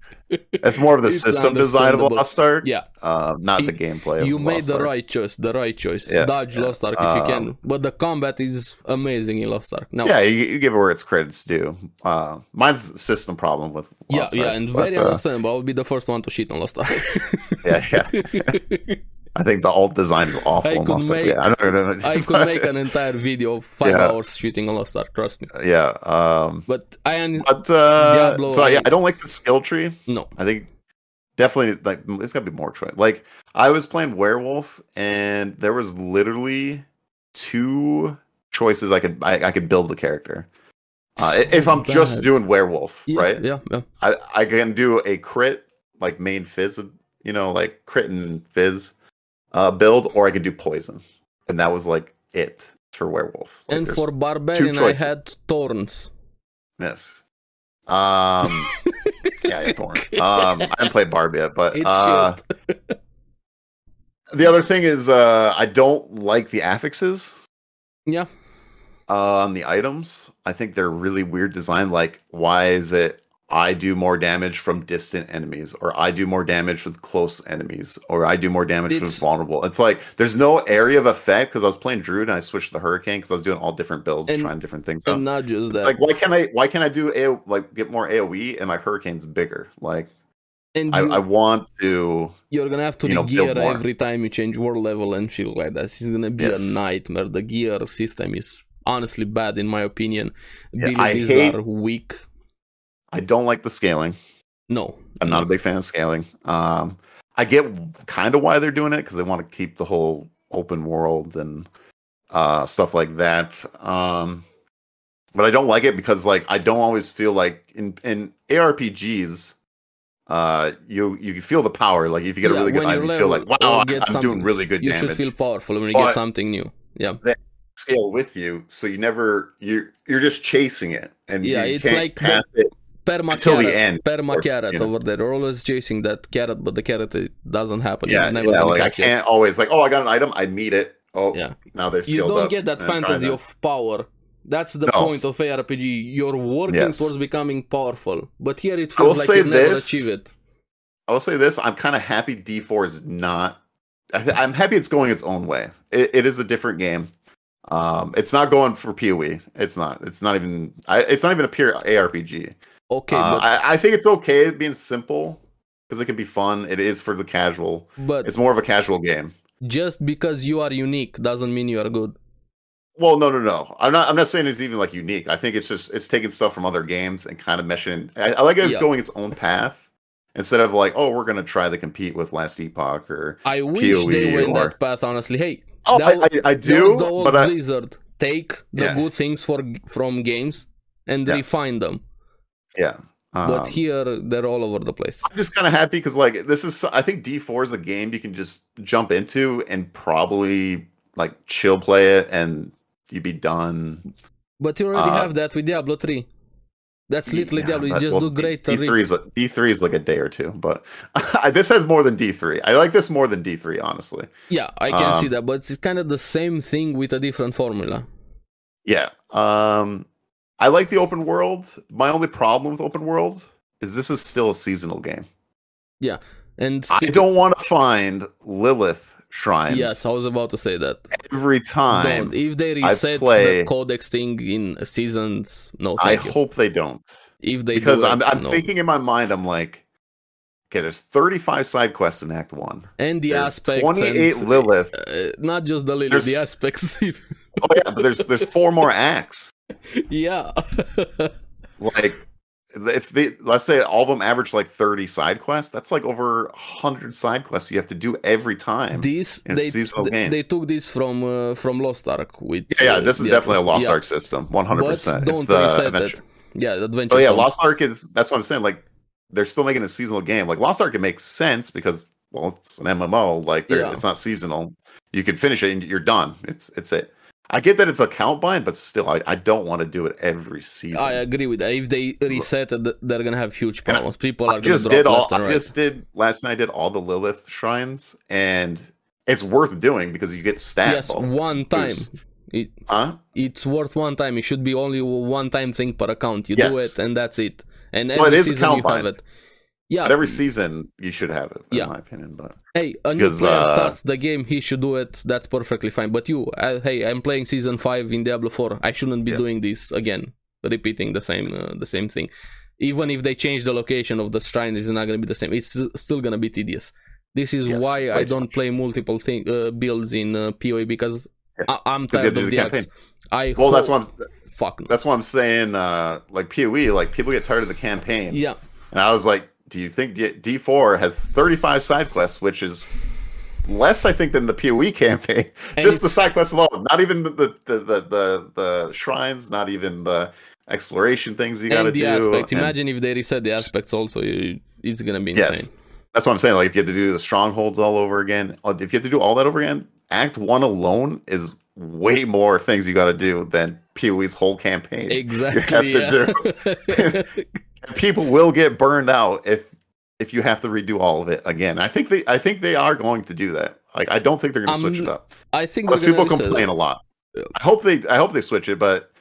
A: It's more of the
B: It's
A: system design of
B: understandable.
A: Lost Ark,
B: Yeah.
A: uh, not the
B: You-
A: gameplay. Of
B: You made
A: Lost
B: the
A: Ark.
B: right choice. The right choice.
A: Yeah,
B: Dodge
A: yeah.
B: Lost Ark if you can.
A: Um,
B: But the combat is amazing in Lost Ark. Now,
A: Yeah, you, you give it where its credits due. Uh, mine's a system problem with
B: yeah,
A: Lost
B: yeah,
A: Ark,
B: and
A: but,
B: very
A: uh,
B: understandable. I would be the first one to shit on Lost Ark.
A: yeah, yeah. I think the alt design is awful.
B: I
A: in
B: could
A: Lost Ark.
B: make-
A: yeah, I, don't, know.
B: I could make an entire video of five
A: Yeah.
B: hours shooting on Lost Ark. Trust me.
A: yeah. Um,
B: But I un-
A: but uh,
B: Diablo,
A: so yeah,
B: I-
A: I don't like the skill tree.
B: no.
A: I think definitely like m- it's gotta be more choice. Like I was playing werewolf and there was literally two choices I could I, I could build the character. Uh, i- if I'm just
B: Bad.
A: doing werewolf,
B: Yeah,
A: right?
B: Yeah, yeah.
A: I, I can do a crit like main fizz, you know, like crit and fizz uh, build, or I could do poison, and that was like it for werewolf. Like,
B: and
A: there's-
B: for Barbarian, I
A: choices.
B: had Thorns.
A: yes, um, yeah, yeah, Thorn. Um, I haven't played Barb yet, but
B: It's
A: uh,
B: shit.
A: The other thing is, uh, I don't like the affixes
B: Yeah.
A: uh, on the items. I think they're really weird design. Like, why is it I do more damage from distant enemies, or I do more damage with close enemies, or I do more damage
B: It's-
A: with vulnerable? It's like there's no area of effect because I was playing Druid and I switched to the Hurricane because I was doing all different builds,
B: And-
A: trying different things.
B: And
A: out.
B: not just
A: It's
B: that.
A: like why can't I why can't I do AO, like get more AOE and my Hurricane's bigger? Like
B: and
A: I,
B: you-
A: I want to
B: You're gonna have to
A: you know,
B: gear
A: build more.
B: every time you change world level and shit like that. It's gonna be
A: Yes.
B: a nightmare. The gear system is honestly bad in my opinion.
A: Yeah, I
B: Abilities
A: hate-
B: are weak.
A: I don't like the scaling.
B: No. Mm.
A: I'm not a big fan of scaling. Um, I get kind of why they're doing it because they want to keep the whole open world and uh, stuff like that. Um, but I don't like it because like I don't always feel like in in ARPGs, uh, you you feel the power. Like if you get a
B: Yeah,
A: really good
B: when
A: item,
B: you
A: you feel
B: level
A: like wow,
B: or
A: I,
B: get
A: am
B: something,
A: doing really good
B: you
A: damage.
B: should feel powerful when you
A: But-
B: get something new. Yeah.
A: scale with you, so you never you're you're just chasing it, and
B: Yeah,
A: you
B: it's
A: can't
B: like the-
A: pass it
B: Perma
A: until
B: carrot.
A: the end.
B: Perma
A: course,
B: carrot
A: you know.
B: over there. They're always chasing that carrot, but the carrot it doesn't happen.
A: Yeah,
B: You're never
A: yeah,
B: gonna
A: like I
B: catch it.
A: can't always like oh I got an item, I need it. Oh
B: Yeah.
A: now they're
B: you
A: scaled
B: don't
A: up
B: get that
A: and I'm trying
B: fantasy
A: to-
B: of power. That's the
A: No.
B: point of ARPG. You're working
A: Yes.
B: towards becoming powerful, but here it
A: I will
B: feels like
A: say
B: you never
A: this,
B: achieve it.
A: I will say this: I'm kind of happy D4 is not. I th- I'm happy it's going its own way. It, it is a different game. Um, it's not going for PoE. It's not. It's not even. I, it's not even a pure ARPG.
B: Okay,
A: uh, I, I think it's okay being simple because it can be fun. It is for the casual.
B: but, but
A: It's more of a casual game.
B: just because you are unique doesn't mean you are good.
A: Well, no, no, no. I'm not. I'm not saying it's even like unique. I think it's just it's taking stuff from other games and kind of meshing. I, I like it. It's
B: Yeah.
A: going its own path instead of like, oh, we're gonna try to compete with Last Epoch or.
B: I wish they
A: PoE
B: went
A: or-
B: that path. Honestly, hey,
A: Oh,
B: That
A: I, I, I
B: that was
A: do,
B: the old
A: but I,
B: Blizzard. Take the
A: Yeah.
B: good things for from games and
A: Yeah.
B: refine them.
A: Yeah. Um,
B: But here they're all over the place.
A: I'm just kind of happy because like this is I think D4 is a game you can just jump into and probably like chill play it and you'd be done.
B: But you already
A: uh,
B: have that with Diablo 3. That's literally Diablo. You
A: but-
B: just
A: well,
B: do
A: D-
B: great
A: D3 is, D3 is like a day or two, but this has more than D3. I like this more than D3 honestly.
B: Yeah, I can see
A: Um,
B: that, but it's kind of the same thing with a different formula.
A: Yeah. Um I like the open world. My only problem with open world is this is still a seasonal game.
B: And
A: I
B: speak-
A: don't want to find Lilith shrines
B: Yes, I was about to say that.
A: every time.
B: Don't. If they reset
A: play-
B: the codex thing in seasons, no,
A: I
B: thank you.
A: hope they don't.
B: if they
A: because
B: do
A: I'm,
B: it,
A: I'm
B: no.
A: thinking in my mind, I'm like, okay, there's 35 side quests in Act One.
B: and the
A: There's
B: aspects,
A: 28
B: and,
A: Lilith.
B: uh, not just the little,
A: There's-
B: the aspects.
A: Oh yeah, but there's there's four more acts.
B: yeah,
A: Like if they let's say all of them average like 30 side quests, that's like over 100 side quests you have to do every time.
B: this
A: in a
B: they
A: seasonal game.
B: they took this from uh, from Lost Ark with
A: yeah, yeah,
B: uh,
A: this is
B: the-
A: definitely a Lost
B: yeah.
A: Ark system, 100.
B: But
A: percent
B: don't
A: It's the
B: reset
A: adventure.
B: it. Yeah, the adventure.
A: Oh yeah,
B: don't.
A: Lost Ark is that's what I'm saying. Like they're still making a seasonal game. Like Lost Ark, it makes sense because well, it's an MMO. Like they're
B: Yeah.
A: it's not seasonal. You can finish it and you're done. It's it's it. I get that it's account bind, but still, I, I don't want to do it every season.
B: I agree with that. If they reset it, they're gonna have huge
A: And I-
B: problems. People
A: I
B: are gonna
A: just
B: drop
A: did all.
B: left
A: I
B: and right.
A: just did last night. I did all the Lilith shrines, and it's worth doing because you get stat.
B: yes,
A: bonus.
B: one time.
A: Boots.
B: It,
A: Huh?
B: it's worth one time. It should be only one time thing per account. You do
A: Yes.
B: it, and that's it. And every
A: Well, it is
B: season you have
A: account-bind.
B: it. Yeah.
A: But every season you should have it, in
B: Yeah.
A: my opinion. But
B: hey, a new
A: because,
B: player
A: uh,
B: starts the game. He should do it. That's perfectly fine. But you, I, hey, I'm playing season five in Diablo four. I shouldn't be
A: Yeah.
B: doing this again, repeating the same uh, the same thing. Even if they change the location of the shrine, it's not gonna be the same. It's still gonna be tedious. This is
A: Yes,
B: why
A: way
B: I
A: too
B: don't
A: much.
B: play multiple thing, uh, builds in uh, PoE because
A: Yeah,
B: I, I'm
A: 'cause you have
B: tired
A: to
B: of
A: do the
B: the acts.
A: campaign.
B: I
A: well, that's
B: hope-
A: what I'm.
B: fuck. No.
A: That's why I'm saying, uh, like POE, like people get tired of the campaign.
B: yeah,
A: And I was like, do you think D- D4 has 35 side quests, which is less, I think, than the POE campaign?
B: And
A: Just the
B: it's-
A: side quests alone. Not even the the, the, the, the the shrines, not even the exploration things you got to
B: and the
A: do.
B: aspect.
A: and-
B: Imagine if they reset the aspects. Also, you- it's gonna be insane.
A: Yes. That's what I'm saying. Like, if you have to do the strongholds all over again, uh, if you have to do all that over again, Act 1 alone is way more things you got to do than POE's whole campaign.
B: Exactly.
A: You have
B: yeah.
A: people will get burned out if if you have to redo all of it again. I think they I think they are going to do that. Like I don't think they're going to switch
B: Um,
A: it up.
B: I think
A: Plus
B: they're gonna
A: people
B: reset
A: complain
B: it.
A: a lot.
B: Yeah.
A: I hope they I hope they switch it, but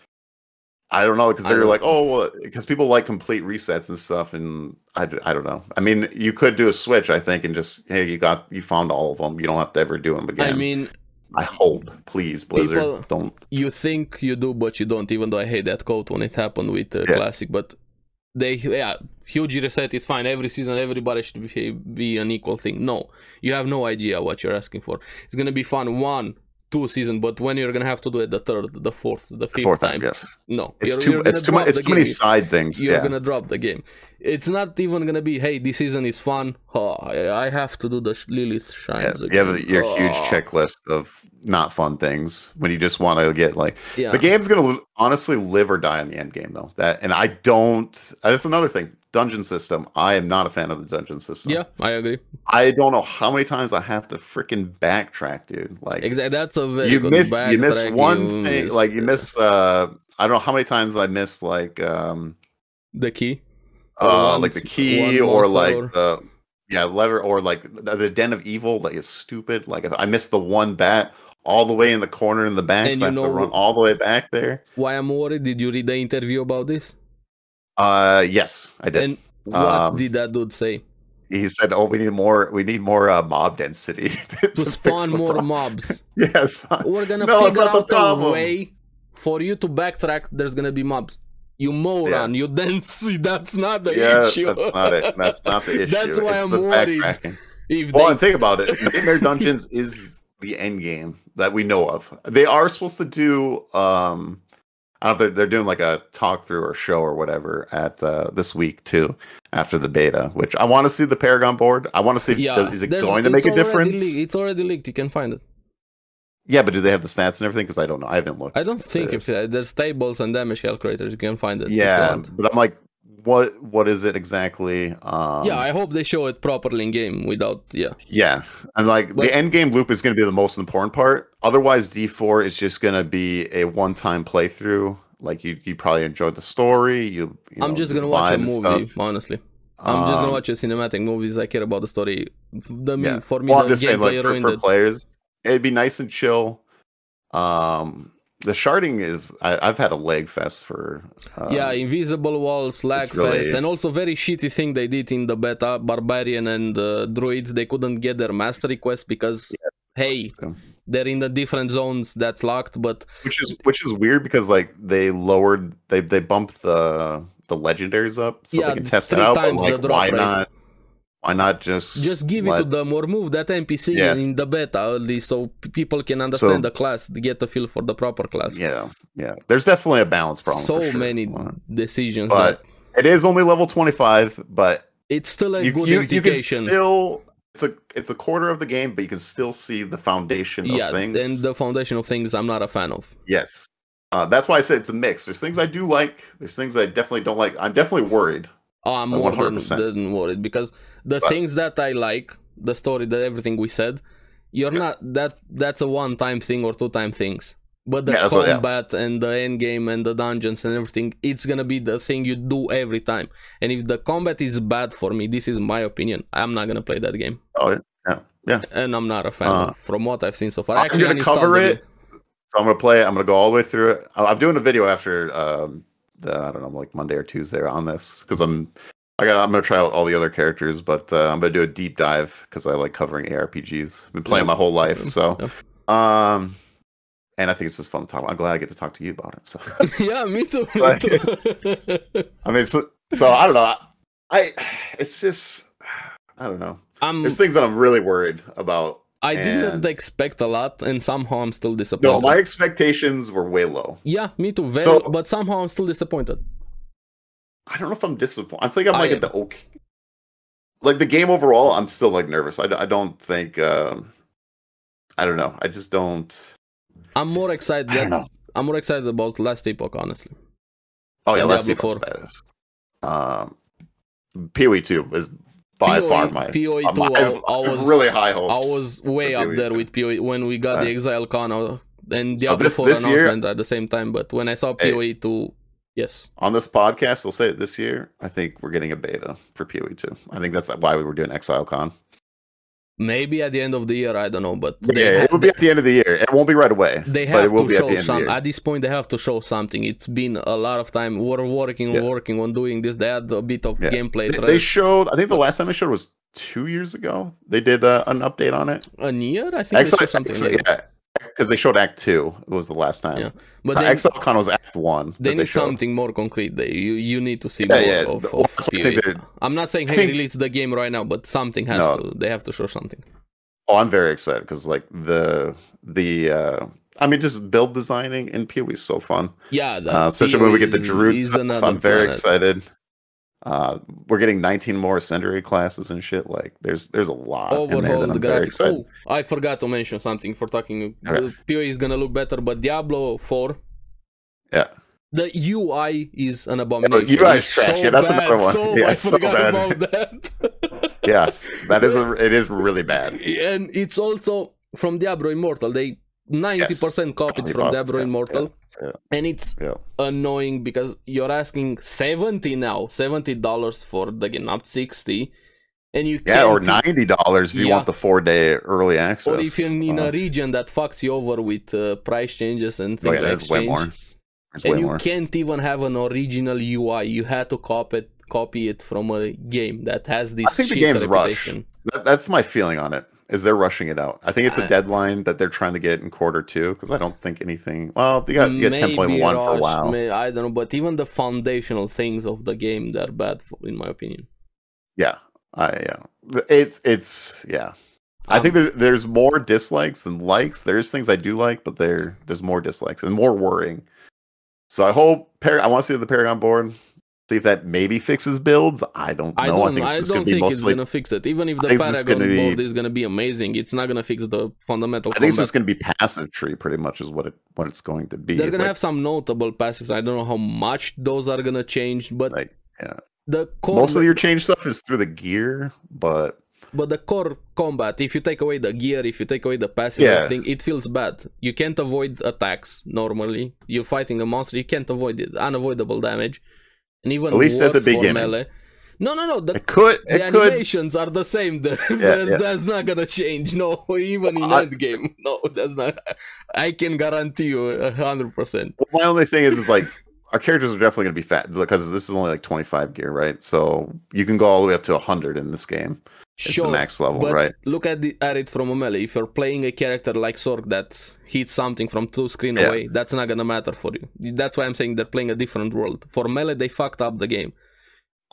A: I don't know because
B: I
A: they're
B: don't-
A: like oh because people like complete resets and stuff and I, d- I don't know. I mean you could do a switch I think and just hey you got you found all of them. You don't have to ever do them again.
B: I mean,
A: I hope please Blizzard
B: People-
A: don't
B: you think you do, but you don't. Even though I hate that quote when it happened with uh,
A: Yeah.
B: classic, but they yeah huge reset. It's fine. Every season, everybody should be, be an equal thing. No, you have no idea what you're asking for. It's gonna be fun one, two season, but when you're gonna have to do it the third, the fourth, the fifth
A: fourth
B: time,
A: time yes.
B: no,
A: It's
B: you're,
A: too
B: you're
A: it's
B: gonna
A: too much
B: drop
A: it's
B: the
A: too many
B: game.
A: side things.
B: You're
A: yeah.
B: gonna drop the game. It's not even gonna be, hey, this season is fun. Oh, I I have to do the sh- Lilith
A: Yeah,
B: shrines.
A: you have
B: again.
A: your huge
B: Oh.
A: checklist of not fun things when you just want to get like
B: Yeah.
A: the game's gonna li- honestly live or die in the end game though. That and I don't. That's another thing. Dungeon system. I am not a fan of the dungeon system.
B: yeah, I agree.
A: I don't know how many times I have to freaking backtrack, dude. Like
B: Exactly. That's a very
A: you
B: good
A: miss you miss
B: backtrack,
A: one
B: you
A: thing
B: miss,
A: like you
B: uh,
A: miss uh I don't know how many times I missed like um
B: the key. Or
A: uh
B: one
A: like the
B: s-
A: key
B: one
A: or
B: monster
A: like
B: or-
A: the yeah lever or like the, the den of evil like is stupid like I missed the one bat all the way in the corner in the back
B: And
A: so I have
B: you
A: to
B: know
A: run
B: wh-
A: all the way back there
B: Why I'm worried? Did you read the interview about this?
A: uh yes I did
B: And what
A: Um,
B: did that dude say?
A: he said oh we need more we need more uh, mob density to,
B: To
A: fix
B: spawn
A: the
B: more
A: problem."
B: mobs.
A: yes
B: We're gonna
A: No, it's
B: figure
A: not the
B: out a
A: problem.
B: way for you to backtrack. There's gonna be mobs. You moron. You then see that's not the
A: yeah
B: issue.
A: that's not it that's not the issue
B: That's why
A: it's
B: I'm
A: the
B: worried.
A: backtracking
B: if
A: Well,
B: they-
A: and think about it. Nightmare Dungeons is the end game that we know of. They are supposed to do. um I don't know if they're, they're doing like a talk through or show or whatever at uh, this week too after the beta, which I want to see the Paragon board. I want to see if
B: yeah,
A: is it
B: there's-
A: going to
B: it's
A: make a
B: already
A: difference.
B: leaked- It's already leaked. You can find it.
A: Yeah, but do they have the stats and everything? Because I don't know. I haven't looked.
B: I don't think if
A: it
B: uh, there's tables and damage calculators, you can find it. if you
A: yeah,
B: want.
A: but I'm like, what what is it exactly? Um,
B: yeah. I hope they show it properly in game without. Yeah.
A: Yeah. And like
B: But-
A: the end game loop is going to be the most important part. Otherwise, D4 is just going to be a one time playthrough. Like you, you probably enjoyed the story. You, you
B: I'm
A: know,
B: just
A: the
B: gonna watch a
A: vibe and
B: movie.
A: stuff.
B: Honestly, I'm just gonna
A: Um,
B: watch a cinematic movies. I care about the story. The me
A: Yeah.
B: for me,
A: Well, I'm
B: the
A: just saying,
B: gameplay
A: like for,
B: ruined
A: for
B: it.
A: players, it'd be nice and chill. Um, the sharding is I, I've had a leg fest for. Uh,
B: yeah, invisible walls, lag
A: really-
B: fest, and also very shitty thing they did in the beta. Barbarian and uh, druids they couldn't get their mastery quest because hey,
A: so-
B: they're in the different zones that's locked. But
A: which is which is weird because like they lowered they they bumped the the legendaries up so
B: Yeah,
A: they can test it
B: three
A: out. But
B: times the
A: like,
B: drop
A: why
B: rate.
A: not? Why not just
B: just give it to
A: let-
B: them or move that NPC
A: Yes.
B: in the beta at least so p- people can understand the class, get a feel for the proper class.
A: Yeah, yeah. There's definitely a balance problem.
B: so
A: for sure.
B: many
A: Uh,
B: decisions.
A: But- It
B: that
A: is only level 25, but
B: it's still a
A: you,
B: good
A: you, you can
B: indication.
A: still it's a it's a quarter of the game, but you can still see the foundation of
B: yeah,
A: things.
B: and the foundational things I'm not a fan of.
A: yes, uh, that's why I said it's a mix. There's things I do like. There's things I definitely don't like. I'm definitely worried.
B: Oh, I'm
A: Uh,
B: more than,
A: 100%.
B: than worried because the
A: But-
B: things that I like, the story, that everything we said, you're
A: Yeah.
B: not that. That's a one-time thing or two-time things. But the
A: Yeah, that's what- yeah.
B: combat and the end game and the dungeons and everything, it's gonna be the thing you do every time. And if the combat is bad for me, this is my opinion. I'm not gonna play that game,
A: Oh yeah, yeah.
B: and I'm not a fan.
A: Uh,
B: of, from what I've seen so far,
A: I'm
B: Actually, I
A: gonna
B: installed
A: cover
B: the
A: it.
B: game.
A: So I'm gonna play. it. I'm gonna go all the way through it. I- I'm doing a video after um, the I don't know like Monday or Tuesday on this because I'm I got I'm gonna try out all the other characters, but uh, I'm gonna do a deep dive because I like covering ARPGs. I've been playing
B: Yeah.
A: my whole life, so
B: Yeah.
A: um, and I think it's just fun to talk. about. I'm glad I get to talk to you about it. So
B: yeah, me too. me
A: Like-
B: too.
A: I mean, so, so I don't know. I it's just I don't know.
B: I'm.
A: There's things that I'm really worried about.
B: Um, I didn't
A: and-
B: expect a lot, and somehow I'm still disappointed.
A: No, my expectations were way low.
B: Yeah, me too. Very,
A: So-
B: but somehow I'm still disappointed.
A: I don't know if I'm disappointed. I think I'm
B: I
A: like
B: am.
A: at the okay. Like the game overall, I'm still like nervous. I, d- I don't think. Um, I don't know. I just don't.
B: I'm more excited.
A: I don't
B: That,
A: know.
B: I'm more excited about Last Epoch, honestly.
A: Oh yeah,
B: Yeah,
A: let's see
B: Diablo
A: how badass. Um, PoE two is by
B: PoE
A: far my.
B: PoE
A: uh,
B: E two.
A: my- I
B: I, I
A: have
B: was
A: really high hopes.
B: I was way
A: for
B: up
A: PoE
B: there
A: two.
B: with PoE when we got the
A: Right.
B: Exile Con uh, and
A: So
B: Diablo
A: this-
B: 4
A: this year-
B: announcement at the same time. But when I saw
A: Hey.
B: PoE two, yes,
A: on this podcast. I'll say it this year. I think we're getting a beta for PoE two. I think that's why we were doing Exile Con.
B: maybe at the end of the year, I don't know. But
A: Yeah,
B: they ha-
A: it will be at the end of the year. It won't be right away.
B: They
A: but it
B: have
A: will
B: to
A: be at the
B: show
A: end of the
B: some.
A: year.
B: At this point, they have to show something. It's been a lot of time. We're working,
A: Yeah.
B: working on doing this. They had a bit of
A: Yeah.
B: gameplay.
A: They, they
B: trailers.
A: showed. I think the last time they showed was two years ago. They did uh, an update on it.
B: a year, I think. they
A: Excellent,
B: showed something like that.
A: yeah, because they showed Act Two. It was the last time.
B: Yeah,
A: Yeah.
B: But
A: Uh,
B: then-
A: XLCon was Act One.
B: they
A: that
B: need
A: showed.
B: something more concrete. They, you you need to see
A: Yeah,
B: more
A: yeah,
B: of,
A: the-
B: of
A: well, that's what I think
B: PoE.
A: they're-
B: I'm not saying
A: I
B: hey
A: think-
B: release the game right now, but something has
A: No.
B: to. They have to show something.
A: Oh, I'm very excited because like the the. uh I mean, just build designing in PoE is so fun,
B: Yeah, the
A: uh, especially when we get the
B: PoE
A: Druid
B: E is
A: stuff.
B: another
A: I'm very
B: planet.
A: excited. Uh, we're getting 19 more Senderi classes and shit. Like, there's there's a lot. in there
B: Overhaul
A: that
B: Oh, the
A: I'm very
B: graphics.
A: excited.
B: Oh, I forgot to mention something for talking.
A: Okay.
B: PoE is gonna look better, but Diablo 4,
A: Yeah.
B: the UI is an
A: Oh,
B: abomination.
A: UI is
B: It's
A: trash.
B: so
A: yeah, that's
B: bad,
A: another one.
B: So,
A: yeah,
B: I
A: it's so
B: forgot
A: bad.
B: about that.
A: yes, that is a, it is really bad.
B: and it's also from Diablo Immortal. They 90% copied
A: Copy
B: from
A: pop,
B: Diablo
A: yeah,
B: Immortal.
A: yeah,
B: And it's
A: Yeah.
B: annoying because you're asking 70 now, $70 for the game, not 60 and you
A: Yeah, or
B: can't-
A: ninety dollars if you
B: Yeah.
A: want the four day early access.
B: Or if you're in
A: Uh,
B: a region that fucks you over with uh, price changes and
A: oh
B: things
A: yeah,
B: like
A: that's way
B: exchange,
A: more. That's
B: and
A: way
B: you
A: more.
B: can't even have an original UI. You had to copy it, copy it from a game that has this.
A: I think the
B: shit
A: game's rushed.
B: reputation.
A: That, that's my feeling on it. Is they're rushing it out. I think it's a
B: I-
A: deadline that they're trying to get in quarter two because I don't think anything. Well, you got you got ten
B: Maybe
A: point one for a
B: rushed,
A: while.
B: may- I don't know, but even the foundational things of the game they're bad, for, in my opinion.
A: Yeah, I yeah. It's it's yeah. I
B: Um,
A: think there, there's more dislikes than likes. There's things I do like, but there there's more dislikes and more worrying. So I hope Par- I want to see the Paragon board. See if that maybe fixes builds. I don't know.
B: I don't. I,
A: think it's just
B: don't
A: going to be
B: think it's
A: mostly.
B: gonna fix it. Even if the
A: I think it's just
B: Paragon
A: gonna be-
B: board is gonna be amazing, it's not gonna fix the fundamental.
A: I think it's
B: combat
A: just going to be passive tree, pretty much, is what it what it's going to be.
B: They're gonna
A: Like,
B: have some notable passives. I don't know how much those are gonna change, but
A: Like, yeah.
B: the core,
A: most of your change stuff is through the gear, but
B: but the core combat. If you take away the gear, if you take away the passive
A: Yeah.
B: everything, it feels bad. You can't avoid attacks normally. You're fighting a monster, you can't avoid it. Unavoidable damage, and even
A: At least at
B: worse
A: the beginning.
B: For melee. No, no, no. The,
A: it could
B: the
A: it could
B: animations are the same. The-
A: yeah.
B: That's not gonna change. No, even in
A: I-
B: that game. No, that's not. I can guarantee you hundred percent.
A: Well, my only thing is, is like our characters are definitely going to be fat because this is only like 25 gear, right? So you can go all the way up to 100 in this game. It's the
B: Sure.
A: max level,
B: But
A: right?
B: look at the, at it from a melee. If you're playing a character like Sorg that hits something from two screen
A: Yeah.
B: away, that's not gonna matter for you. That's why I'm saying they're playing a different world. For melee, they fucked up the game.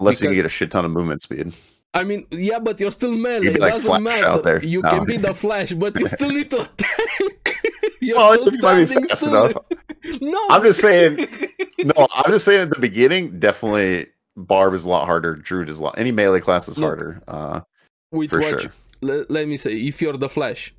A: Unless you can
B: because-
A: get a shit ton of movement speed.
B: I mean, yeah, but you're still melee.
A: be
B: It
A: like
B: doesn't
A: Flash
B: matter.
A: out there.
B: You
A: No.
B: can be the Flash, but you still need to attack. you're
A: Well,
B: still
A: you might be
B: standing
A: fast
B: still.
A: enough.
B: No,
A: I'm just saying. No, I'm just saying at the beginning, definitely Barb is a lot harder. Druid is a lot. Any melee class is
B: Look,
A: harder. Uh,
B: With
A: for
B: what
A: sure.
B: you- le- let me say, if you're the Flash,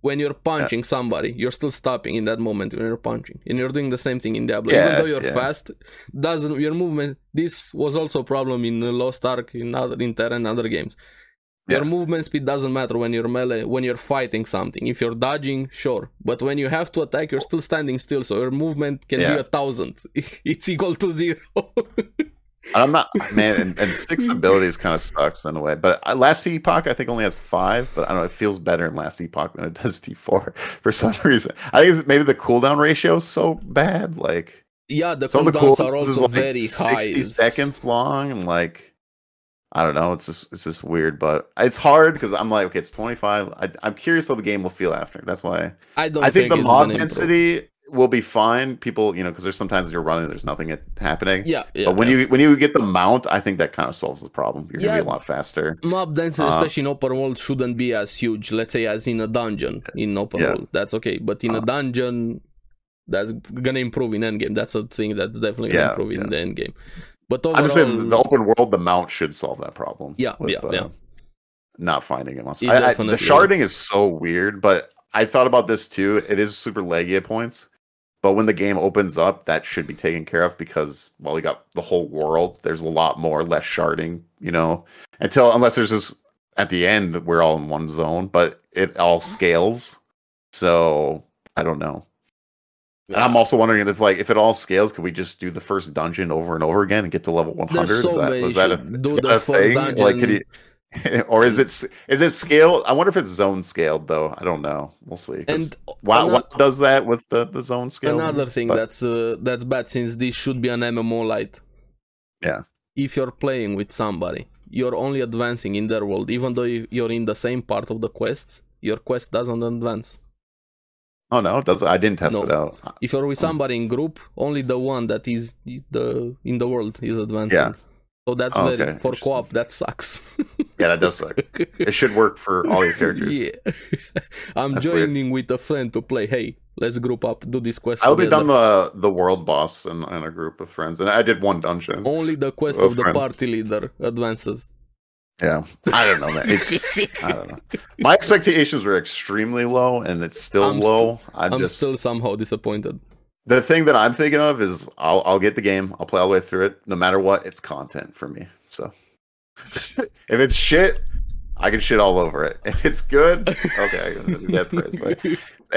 B: when you're punching somebody, you're still stopping in that moment when you're punching, and you're doing the same thing in Diablo. Even
A: Yeah,
B: though you're
A: yeah.
B: fast, doesn't your movement? This was also a problem in Lost Ark, in other in Terra, and other games. Your movement speed doesn't matter when you're melee, when you're fighting something. If you're dodging, sure, but when you have to attack, you're still standing still, so your movement can be
A: Yeah.
B: a thousand. It's equal to zero.
A: And I'm not man, and, and six abilities kind of sucks in a way. But I- last epoch I think only has five, but I don't know. It feels better in last epoch than it does T four for some reason. I think it's maybe the cooldown ratio is so bad. Like
B: yeah, the
A: some of the
B: cooldowns
A: cooldowns
B: are
A: is
B: also
A: like
B: very high.
A: sixty seconds long, and like I don't know. It's just it's just weird, but it's hard because I'm like okay, it's twenty five. I'm curious how the game will feel after. That's why
B: I don't.
A: I think the
B: it's gonna
A: mod
B: improve.
A: density will be fine. People, you know, because there's sometimes you're running, there's nothing happening
B: Yeah, yeah.
A: but when
B: yeah.
A: you when you get the mount, I think that kind of solves the problem. You're gonna
B: Yeah.
A: be a lot faster.
B: mob density,
A: Uh,
B: especially in open world, shouldn't be as huge. Let's say as in a dungeon in open
A: Yeah.
B: world, that's okay. But in a
A: Uh,
B: dungeon, that's gonna improve in endgame. That's a thing that's definitely gonna
A: Yeah,
B: improve in
A: yeah.
B: the endgame. But overall,
A: I'm just saying the open world, the mount should solve that problem. uh,
B: Yeah, yeah, yeah.
A: Not finding it once.
B: It
A: I, I, the
B: definitely
A: sharding is so weird, but I thought about this too. It is super laggy at points, but when the game opens up, that should be taken care of because while you got the whole world, there's a lot more less sharding. You know, until unless there's just at the end that we're all in one zone, but it all scales. So I don't know. And I'm also wondering if, like, if it all scales, could we just do the first dungeon over and over again and get to level 100?
B: so
A: is that,
B: many
A: was that a,
B: should do
A: is that
B: the
A: a
B: first
A: thing? Like, could
B: dungeon.
A: you, or is it s- is it scaled? I wonder if it's zone scaled though. I don't know. We'll see. 'cause
B: and
A: WoW,
B: ano-
A: WoW does that with the the zone scale.
B: another thing
A: but-
B: that's uh, that's bad since this should be an MMO light.
A: Yeah.
B: If you're playing with somebody, you're only advancing in their world, even though you- you're in the same part of the quests. Your quest doesn't advance.
A: Oh no, it does I didn't test
B: No.
A: it out.
B: If you're with somebody in group, only the one that is the in the world is advancing.
A: Yeah.
B: So that's
A: Oh,
B: very
A: okay.
B: for
A: Interesting.
B: co-op that sucks.
A: Yeah, that does suck. It should work for all your characters.
B: Yeah. I'm
A: That's weird.
B: joining with a friend to play. Hey, let's group up, do this quest.
A: I only done
B: together.
A: the the world boss in, in a group of friends, and I did one dungeon.
B: Only the quest
A: Oh,
B: of the
A: friends.
B: party leader advances.
A: Yeah, I don't know, man. It's I don't know. My expectations were extremely low, and it's still
B: I'm st-
A: low. I'm,
B: I'm
A: just
B: still somehow disappointed.
A: the thing that I'm thinking of is I'll I'll get the game. I'll play all the way through it, no matter what. It's content for me. So if it's shit, I can shit all over it. If it's good, okay, I can get praise. But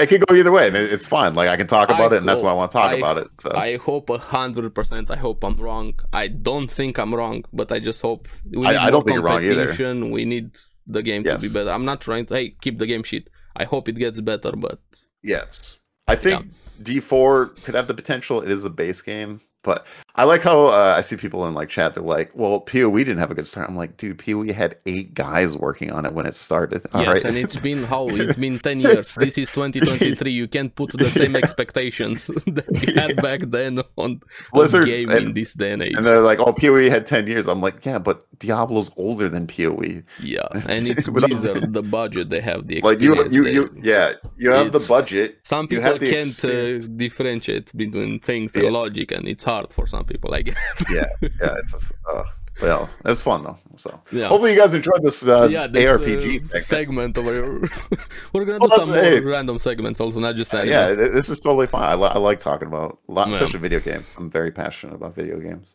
A: it could go either way, and it- it's fine. Like I can talk
B: I
A: about it, and that's why I
B: hope-
A: want to talk
B: I-
A: about it. So
B: I hope a hundred percent. I hope I'm wrong. I don't think I'm wrong, but I just hope we need
A: I- I
B: more
A: don't think you're wrong either.
B: competition. We need the game to be
A: Yes.
B: better. I'm not trying to hey keep the game shit. I hope it gets better, but
A: Yes. I think D4 could have the potential. It is the base game, but I like how uh, I see people in like chat. They're like, "Well, POE didn't have a good start." I'm like, "Dude, POE had eight guys working on it when it started." All
B: yes,
A: right,
B: and it's been how it's been ten years. This is 2023. You can't put the same expectations that you had
A: Yeah.
B: back then on, on
A: Blizzard
B: game in
A: and,
B: this day and age.
A: and they're like, "Oh, POE had ten years." I'm like, "Yeah, but Diablo's older than POE.
B: yeah, and it's
A: Without-
B: Blizzard. The budget they have, the
A: Like you,
B: experience
A: you,
B: they-
A: you, yeah, you have
B: It's-
A: the budget.
B: some
A: You
B: people
A: have the
B: can't uh,
A: experience.
B: differentiate between things and
A: Yeah.
B: logic and it's hard for some people i guess
A: Yeah, it's just, uh, well, it's fun though. So
B: yeah
A: hopefully you guys enjoyed this uh,
B: yeah, this, uh,
A: ARPG segment.
B: segment over we're gonna do
A: Well,
B: some more
A: hey. Uh,
B: random segments also not just anime.
A: yeah, th- this is totally fine. I, li- I like talking about lot,
B: Yeah.
A: especially video games. I'm very passionate about video games.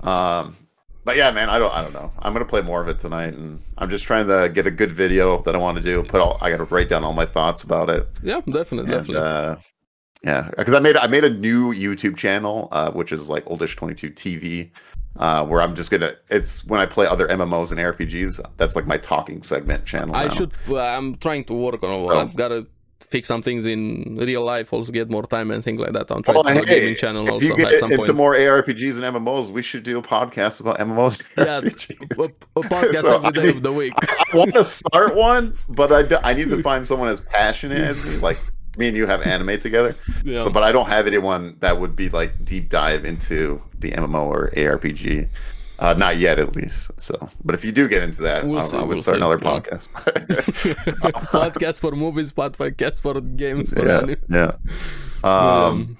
A: Um, but yeah, man, I don't, I don't know. I'm gonna play more of it tonight, and I'm just trying to get a good video that I want to do. Put all, I gotta write down all my thoughts about it.
B: yeah definitely
A: And,
B: definitely
A: uh, yeah, because I made I made a new YouTube channel, uh, which is like oldish 22 TV, uh, where I'm just gonna. It's when I play other MMOs and RPGs. That's like my talking segment channel.
B: i
A: now.
B: should well, i'm trying to work on it.
A: So-
B: i've gotta fix some things in real life also get more time and things like that i'm trying
A: Well,
B: to do a
A: Oh, hey,
B: gaming channel
A: If you
B: also
A: get
B: at some
A: into
B: point
A: more ARPGs and MMOs, we should do a podcast about MMOs. And
B: Yeah,
A: RPGs.
B: a, a uh, podcast
A: So,
B: every
A: I
B: day
A: mean-
B: of the week
A: I want to start one, but I, do- I need to find someone as passionate as me. Like me and you have anime together,
B: yeah
A: so but I don't have anyone that would be like deep dive into the MMO or ARPG. Uh, not yet, at least. So, but if you do get into that,
B: We'll
A: I, don't
B: see,
A: know, I would
B: we'll
A: start
B: see,
A: another
B: yeah.
A: podcast.
B: podcast for movies podcast for games for
A: yeah,
B: anime.
A: yeah. um,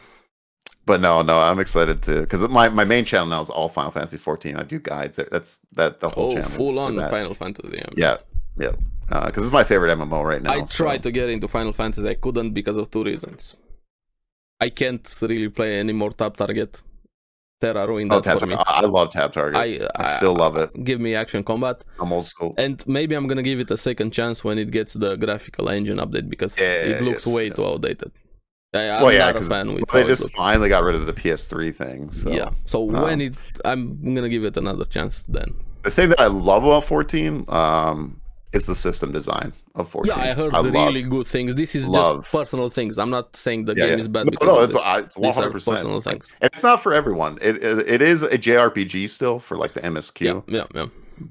A: but no, no, I'm excited to because my, my main channel now is all Final Fantasy 14. I do guides. That's that the whole
B: oh
A: channel. is
B: full
A: for
B: on
A: that.
B: final fantasy yeah.
A: Yeah, yeah. Because it's my favorite MMO right now.
B: I
A: so-
B: tried to get into Final Fantasy. I couldn't because of two reasons. I can't really play any more Tap Target. Terra ruined
A: Oh,
B: that
A: Tap
B: for me.
A: Target. I I love Tap Target. I,
B: I, I
A: still love it.
B: give me action combat,
A: I'm old school.
B: and maybe I'm gonna give it a second chance when it gets the graphical engine update because
A: Yeah,
B: it looks
A: yes,
B: way
A: yes.
B: too outdated. I, I'm
A: Well, yeah,
B: not a
A: 'cause
B: fan with
A: They
B: how it
A: just
B: looks.
A: finally got rid of the PS3 thing. So
B: Yeah, so
A: um,
B: when it, I'm gonna give it another chance then.
A: the thing that I love about 14 um, is the system design of 14.
B: Yeah, I heard
A: love-
B: really good things. This is
A: love-
B: just personal things. I'm not saying the
A: Yeah,
B: game
A: yeah.
B: is bad
A: No,
B: because
A: no,
B: of
A: it's,
B: this.
A: I, it's
B: These are
A: 100%.
B: personal things.
A: And it's not for everyone. It, it it is a JRPG still for like the MSQ.
B: Yeah, yeah, yeah.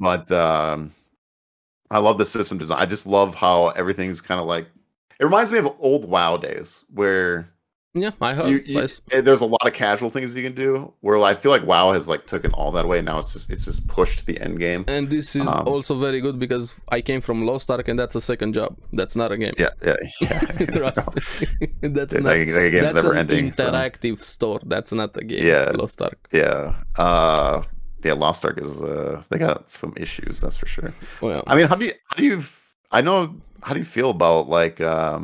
A: but um i love the system design i just love how everything's kind of like it reminds me of old wow days where
B: Yeah, I heard.
A: you, you-
B: yes.
A: eh, there's a lot of casual things you can do where i feel like wow has like taken all that away now it's just it's just pushed to the end game
B: And this is
A: um,
B: also very good because I came from Lost Ark, and that's a second job. That's not a game.
A: yeah yeah yeah
B: Trust. that's
A: Dude,
B: not.
A: that, that game's
B: That's
A: never
B: an
A: ending so-
B: interactive store. That's not a game.
A: Yeah.
B: Lost Ark.
A: yeah uh yeah lost ark is uh they got some issues that's for sure
B: Well,
A: I mean, how do you how do you f- I know how do you feel about like um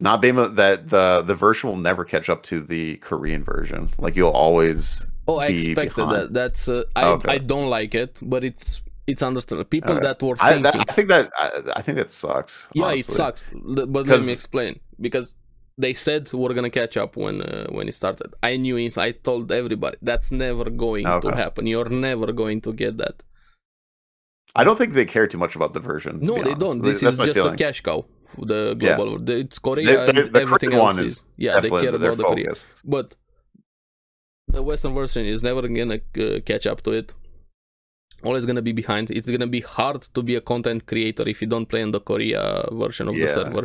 A: not being able- that the the version will never catch up to the Korean version. Like you'll always
B: oh, I
A: be
B: expected that.
A: behind. Oh,
B: That's. Uh, I
A: Okay.
B: I don't like it, but it's it's understandable. People
A: Okay.
B: that were
A: I,
B: thinking.
A: that, I think that I, I think that sucks.
B: yeah, it
A: honestly.
B: sucks. L- But let me
A: Because-
B: explain because. They said we're gonna catch up when uh, when it started. I knew. ins- I told everybody that's never going to
A: Okay.
B: happen. You're never going to get that.
A: I don't think they care too much about the version. to
B: No,
A: be
B: they
A: honest. Th-
B: don't. This
A: that's
B: is
A: my
B: just
A: feeling.
B: a cash cow. The
A: Yeah.
B: global, the- it's Korea.
A: the-
B: and
A: the
B: everything
A: Korean
B: else
A: one
B: is,
A: is
B: yeah, they
A: Definitely,
B: care
A: they're
B: about the Korea,
A: focused.
B: but the Western version is never gonna uh, catch up to it. always gonna be behind. It's gonna be hard to be a content creator if you don't play in the Korea version of the
A: Yeah.
B: server.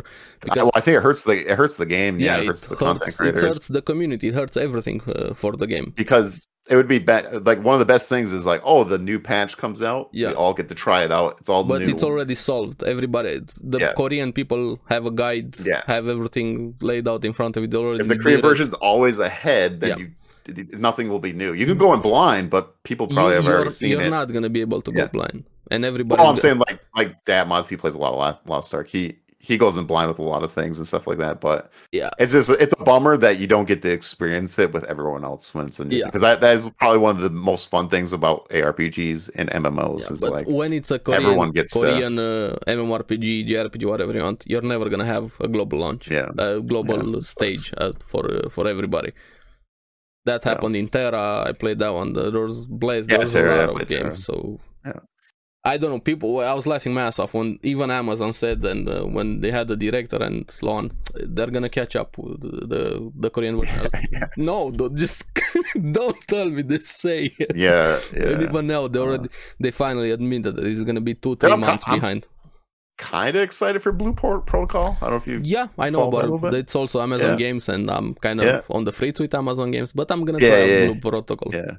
A: I, well, I think it hurts the it hurts the game. Yeah, it
B: it,
A: hurts the content
B: hurts, it
A: creators
B: hurts the community. It hurts everything uh, for the game.
A: because it would be bad. Like one of the best things is like, oh, the new patch comes out.
B: Yeah.
A: we all get to try it out. It's all
B: But
A: new.
B: it's already solved. Everybody, it's- the
A: Yeah.
B: Korean people have a guide,
A: Yeah.
B: have everything laid out in front of you. They already
A: if the
B: did
A: Korean
B: it.
A: version's always ahead, then
B: Yeah.
A: you d- d- nothing will be new. You can go in blind, but people
B: You-
A: probably have
B: you're,
A: already seen
B: you're
A: it.
B: not gonna be able to
A: Yeah.
B: go blind, and
A: But
B: everybody.
A: all I'm saying, like like Dad Moz, he plays a lot of Lost, Lost Ark. He he goes in blind with a lot of things and stuff like that. But
B: Yeah.
A: it's just it's a bummer that you don't get to experience it with everyone else when it's a new
B: Yeah.
A: because that, that is probably one of the most fun things about ARPGs and MMOs
B: Yeah,
A: is
B: but
A: like
B: when it's a Korean,
A: everyone gets to-
B: Korean uh, MMORPG, JRPG, whatever you want, you're never gonna have a global launch,
A: yeah
B: a global stage uh, for uh, for everybody. That
A: Yeah.
B: happened in Terra. I played that one. There was Blaze.
A: Yeah,
B: there was
A: Terra, I
B: a lot of
A: played
B: games.
A: Terra.
B: So
A: Yeah.
B: I don't know. People, I was laughing my ass off when even Amazon said, and uh, when they had the director and Lon, they're gonna catch up with the the, the Korean version. I was like,
A: Yeah.
B: No, don't, just don't tell me. Just say it.
A: yeah
B: And
A: yeah.
B: even now, they already they finally admitted that it's gonna be two
A: Then
B: three
A: I'm ca-
B: months
A: I'm-
B: behind.
A: Kind of excited for Blue Pro- Protocol. I don't know if you
B: Yeah, I know
A: follow that a
B: about
A: little
B: it.
A: bit?
B: It's also Amazon
A: Yeah.
B: Games, and I'm kind of
A: Yeah.
B: on the fritz with Amazon Games. But I'm gonna
A: Yeah,
B: try out
A: yeah.
B: Blue Protocol.
A: yeah.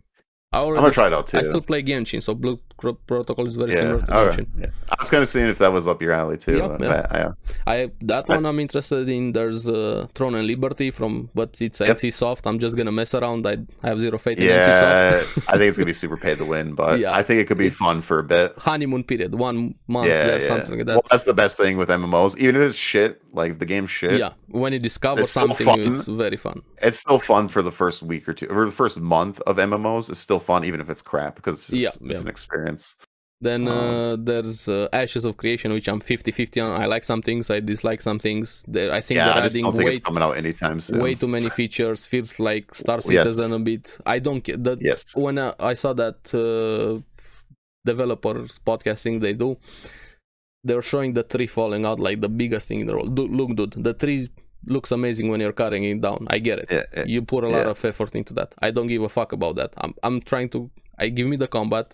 B: I
A: I'm
B: already,
A: gonna try it out too.
B: I still play Genshin, so Blue Cro- Protocol is very
A: yeah,
B: similar to
A: all right.
B: Genshin.
A: Yeah. I was kind of seeing if that was up your alley too.
B: Yeah,
A: but
B: yeah.
A: I, I,
B: I that
A: I-
B: one I'm interested in. There's uh, Throne and Liberty from, but it's
A: Yep.
B: NCSoft. I'm just gonna mess around. I, I have zero faith in
A: yeah,
B: NCSoft.
A: I think it's gonna be super pay to win, but
B: Yeah.
A: I think it could be
B: It's-
A: fun for a bit.
B: Honeymoon period, one month, there, something like that.
A: Well, that's the best thing with MMOs. Even if it's shit, like if the game's shit,
B: yeah, when you discover
A: It's so
B: something,
A: fun.
B: it's very fun.
A: it's still fun for the first week or two, or the first month of MMOs. It's still fun, even if it's crap, because it's,
B: Yeah,
A: it's
B: yeah.
A: an experience.
B: Then
A: Um,
B: uh, there's uh, Ashes of Creation, which I'm 50 50 on. I like some things, I dislike some things. There, I think
A: yeah,
B: they're
A: I just
B: adding
A: don't think
B: way,
A: it's coming out anytime soon.
B: way too many features. Feels like Star
A: Yes.
B: Citizen a bit. I don't get that.
A: yes,
B: When uh, I saw that uh, developers podcasting they do, they're showing the tree falling out like the biggest thing in the world. Du- look, dude, the tree looks amazing when you're cutting it down. I get it.
A: yeah, yeah.
B: You put a lot
A: yeah.
B: of effort into that. I don't give a fuck about that. I'm, I'm trying to. I give me the combat.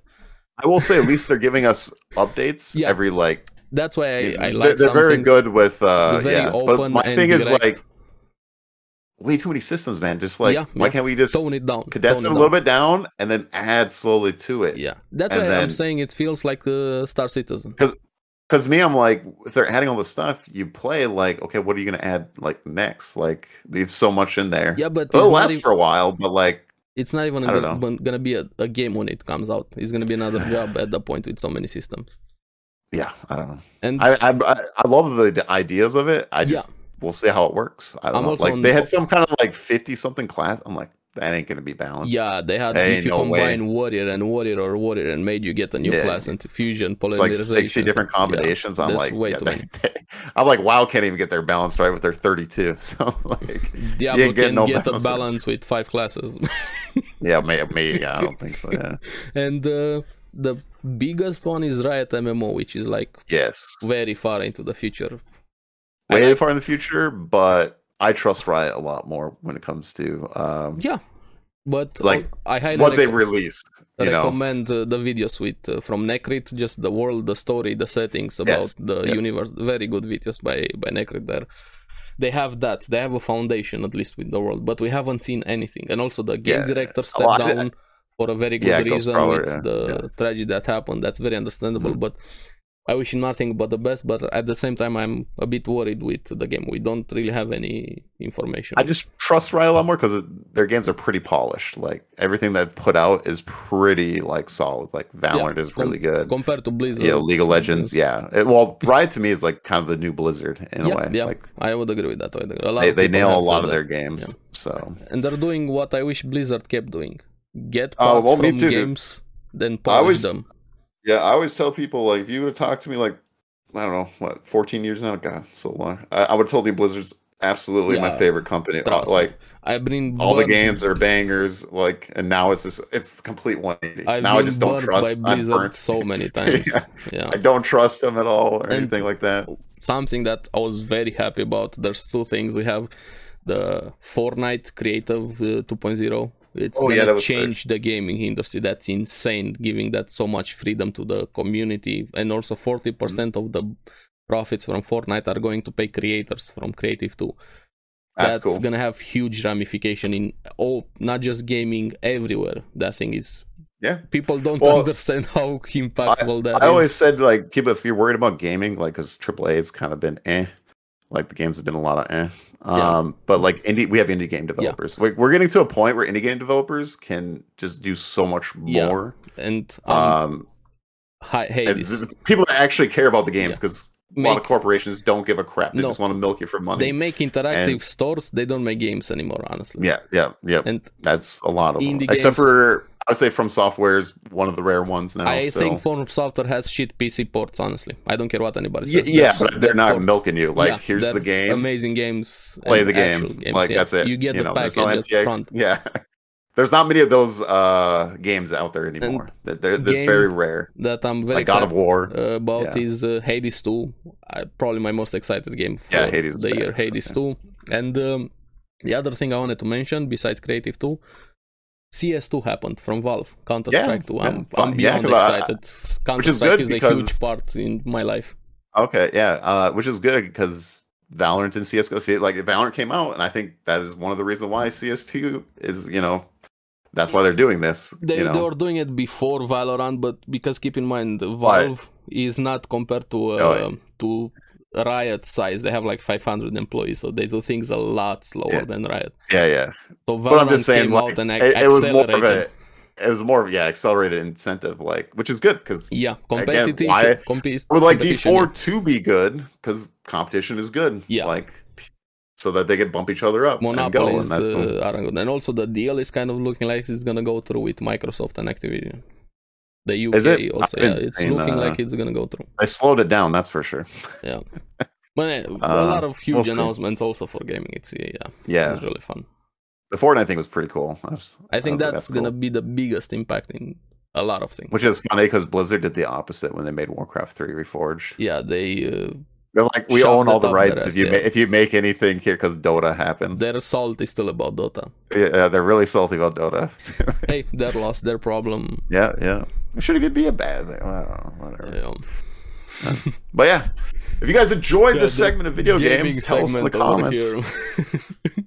A: I will say at least they're giving us updates
B: Yeah.
A: every like.
B: That's why I,
A: you know,
B: I
A: they're-
B: like.
A: they're
B: some
A: very
B: things.
A: good with uh,
B: They're very
A: yeah. But
B: open
A: my
B: and
A: thing is
B: direct.
A: like way too many systems, man. Just like
B: Yeah,
A: why
B: yeah.
A: can't we just
B: tone it down.
A: condense it
B: tone
A: a
B: it
A: little
B: down.
A: bit down and then add slowly to it?
B: Yeah, that's
A: And
B: why I'm
A: then-
B: saying it feels like the Star Citizen.
A: Because me, I'm like, if they're adding all the stuff, you play like, okay, what are you gonna add like next? Like, they have so much in there.
B: Yeah, but it's
A: it'll
B: not,
A: last
B: even,
A: for a while, but like,
B: it's not even
A: I don't
B: gonna, gonna be a, a game when it comes out. It's gonna be another job at that point with so many systems.
A: yeah, I don't know.
B: And
A: I I, I, I love the d- ideas of it. I
B: Yeah.
A: just we'll see how it works. I don't
B: I'm
A: know.
B: also
A: Like
B: on
A: they
B: the-
A: had some kind of like fifty something class. I'm like, that ain't gonna be balanced.
B: yeah, they had
A: Hey,
B: if you
A: no way.
B: combine warrior and warrior or warrior and made you get a new
A: Yeah.
B: class and fusion
A: It's like
B: polarization.
A: sixty different
B: yeah.
A: combinations. I'm
B: that's
A: like,
B: way
A: yeah,
B: too
A: they- I'm like, wow, can't even get their balance right with their 32. So like,
B: Yeah,
A: You
B: but
A: ain't getting
B: can
A: no
B: get
A: balance.
B: a balance with five classes.
A: yeah, me, me, yeah, I don't think so. Yeah.
B: and uh, the biggest one is Riot MMO, which is like
A: Yes,
B: very far into the future. I
A: way
B: like-
A: far in the future, but I trust Riot a lot more when it comes to um,
B: Yeah, but oh,
A: Like,
B: I highly
A: what they
B: recom-
A: released. You know,
B: recommend uh, the videos with uh, from Necrit, just the world, the story, the settings about the
A: yeah.
B: universe. Very good videos by by Necrit there. They have that. They have a foundation at least with the world, but we haven't seen anything. And also the game
A: Yeah.
B: director stepped
A: Well, I-
B: down for a very good
A: Yeah, Ghost
B: reason
A: Prowler,
B: with
A: yeah,
B: the
A: yeah. Mm.
B: tragedy that happened. That's very understandable. But I wish him nothing but the best. But at the same time, I'm a bit worried with the game. We don't really have any information.
A: I just trust Riot a lot more because their games are pretty polished. Like everything they've put out is pretty like solid. Like Valorant is
B: com-
A: really good.
B: compared to Blizzard.
A: yeah, League of Legends. Yeah, It- well, Riot to me is like kind of the new Blizzard in a
B: Yeah,
A: way.
B: yeah.
A: Like
B: I would agree with that. I would agree. A lot
A: they,
B: of
A: they
B: people
A: nail a
B: have said
A: lot of
B: that.
A: their games. So
B: and they're doing what I wish Blizzard kept doing: get
A: Oh,
B: parts
A: well, me
B: from
A: too, dude.
B: games, then polish
A: was-
B: them.
A: Yeah, I always tell people like if you would have talked to me like I don't know what 14 years now, God, so long. I, I would have told you Blizzard's absolutely my
B: Yeah,
A: favorite company. Uh,
B: trust me.
A: Like
B: I've been
A: all the
B: burned-
A: games are bangers. Like and now it's just it's the complete 180.
B: I've
A: now I
B: been
A: just don't
B: burned
A: trust.
B: by
A: I'm
B: Blizzard
A: burnt.
B: so many times.
A: Yeah.
B: yeah.
A: I don't trust them at all or
B: And-
A: anything like that.
B: something that I was very happy about. There's two things we have: the Fortnite Creative uh, 2.0 It's
A: Oh, yeah,
B: gonna
A: that was sick.
B: change the gaming industry. That's insane, giving that so much freedom to the community, and also forty percent
A: Mm.
B: of the profits from Fortnite are going to pay creators from creative too.
A: That's, cool.
B: gonna have huge ramification in all, not just gaming, everywhere. That thing is.
A: Yeah.
B: People don't
A: Well,
B: understand how impactful that is.
A: I always said like people if you're worried about gaming, like because AAA has kind of been eh, like the games have been a lot of eh.
B: Yeah.
A: Um, but like indie, we have indie game developers. Like we're getting to a point where indie game developers can just do so much
B: Yeah.
A: more.
B: and um,
A: Um,
B: hi,
A: and
B: Hades.
A: th- people that actually care about the games
B: Yeah.
A: because a lot
B: Make-
A: of corporations don't give a crap. They
B: No.
A: just want to milk you for money.
B: they make interactive
A: and-
B: stores. They don't make games anymore, honestly.
A: yeah, yeah, yeah.
B: And
A: That's a lot of them.
B: Indie
A: Except
B: games-
A: for I would say from software's one of the rare ones now.
B: I
A: so.
B: think Form Software has shit PC ports. Honestly, I don't care what anybody
A: Y-
B: says.
A: yeah,
B: There's-
A: but they're
B: their
A: not
B: ports-
A: milking you. Like
B: Yeah,
A: here's
B: they're
A: the game.
B: Amazing games.
A: play
B: and
A: the
B: actual
A: game.
B: games,
A: like
B: yeah.
A: that's it.
B: You get the
A: there's
B: package
A: no
B: at
A: NTX.
B: front.
A: Yeah. There's not many of those uh, games out there anymore. That they're, that's
B: game-
A: very rare.
B: That I'm very
A: Like God of
B: excited
A: War.
B: about
A: Yeah.
B: is uh, Hades 2. Uh, probably my most excited game for
A: Yeah, Hades is
B: the year.
A: badass,
B: Hades 2. And um, the other thing I wanted to mention besides Creative 2. CS2 happened from Valve, Counter Strike 2. I'm,
A: yeah.
B: I'm
A: Uh, yeah,
B: beyond
A: 'cause I-
B: excited. Counter
A: is
B: Strike
A: good
B: is, a
A: because-
B: huge part in my life.
A: okay, yeah. Uh, which is good because Valorant and CS:GO. See, like Valorant came out, and I think that is one of the reasons why CS2 is you know that's why they're doing this.
B: They,
A: you
B: they
A: know,
B: were doing it before Valorant, but because keep in mind, Valve is not compared to uh,
A: Oh,
B: to Riot size. They have like 500 employees, so they do things a lot slower
A: Yeah.
B: than Riot.
A: yeah, yeah.
B: So Valorant
A: but I'm just saying,
B: came
A: like,
B: out and ac-
A: it, it was more of a,
B: accelerated.
A: it was more of yeah, accelerated incentive, like which is good because
B: yeah competitive
A: why-
B: compete-
A: would like D
B: competition,
A: four to be good because competition is good.
B: Yeah.
A: like so that they could bump each other up.
B: yeah.
A: and
B: monopolies
A: go, and that's
B: uh, are good. and also the deal is kind of looking like it's gonna go through with Microsoft and Activision. The UK
A: Is it? I
B: also, yeah,
A: haven't
B: it's
A: seen,
B: looking
A: uh,
B: like it's gonna go through.
A: they slowed it down. That's for sure.
B: But uh, a
A: uh,
B: lot of huge
A: we'll see.
B: announcements also for gaming. It's yeah,
A: Yeah,
B: it's really fun.
A: the Fortnite thing was pretty cool. I, was-
B: I think
A: was like,
B: that's, gonna
A: cool.
B: be the biggest impact in a lot of things.
A: which is funny because Blizzard did the opposite when they made Warcraft three Reforged.
B: yeah, they uh,
A: They're like, we
B: Shoved
A: own all
B: it
A: the
B: up
A: rights
B: their
A: if
B: ass,
A: you
B: yeah.
A: ma- if you make anything here because Dota happened.
B: their salt is still about Dota.
A: yeah, they're really salty about Dota.
B: hey, their loss, their problem.
A: yeah, yeah. It should even be a bad thing. I don't know, whatever.
B: Yeah.
A: But yeah, if you guys enjoyed
B: Yeah,
A: this
B: the
A: segment of video
B: gaming
A: games, tell us in the
B: segment over
A: comments.
B: here.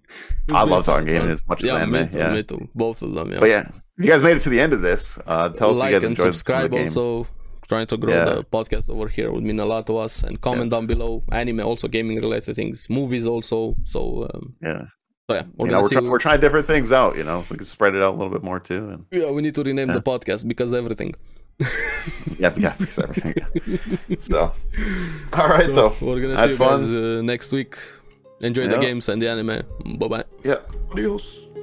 A: I love
B: It's been
A: talking gaming
B: fun.
A: as much as
B: Yeah, me
A: anime.
B: too,
A: Yeah.
B: me too. Both of them. Yeah.
A: But yeah, if you guys made it to the end of this, uh, tell us if
B: like
A: you guys
B: and
A: enjoyed this
B: subscribe.
A: game.
B: Also, trying to grow
A: Yeah.
B: the podcast over here would mean a lot to us. And comment
A: Yes.
B: down below. Anime, also gaming related things, movies, also. So, um,
A: yeah,
B: so yeah, we're
A: you know,
B: gonna
A: we're,
B: see.
A: try- we're trying different things out. You know, so we can spread it out a little bit more too. And
B: yeah, we need to rename the podcast because everything.
A: yeah, we gotta fix everything. so, all right
B: So,
A: though.
B: We're gonna
A: Had
B: see you
A: fun.
B: guys uh, next week. Enjoy the
A: Yeah.
B: games and the anime. Bye bye.
A: Yeah. Adios.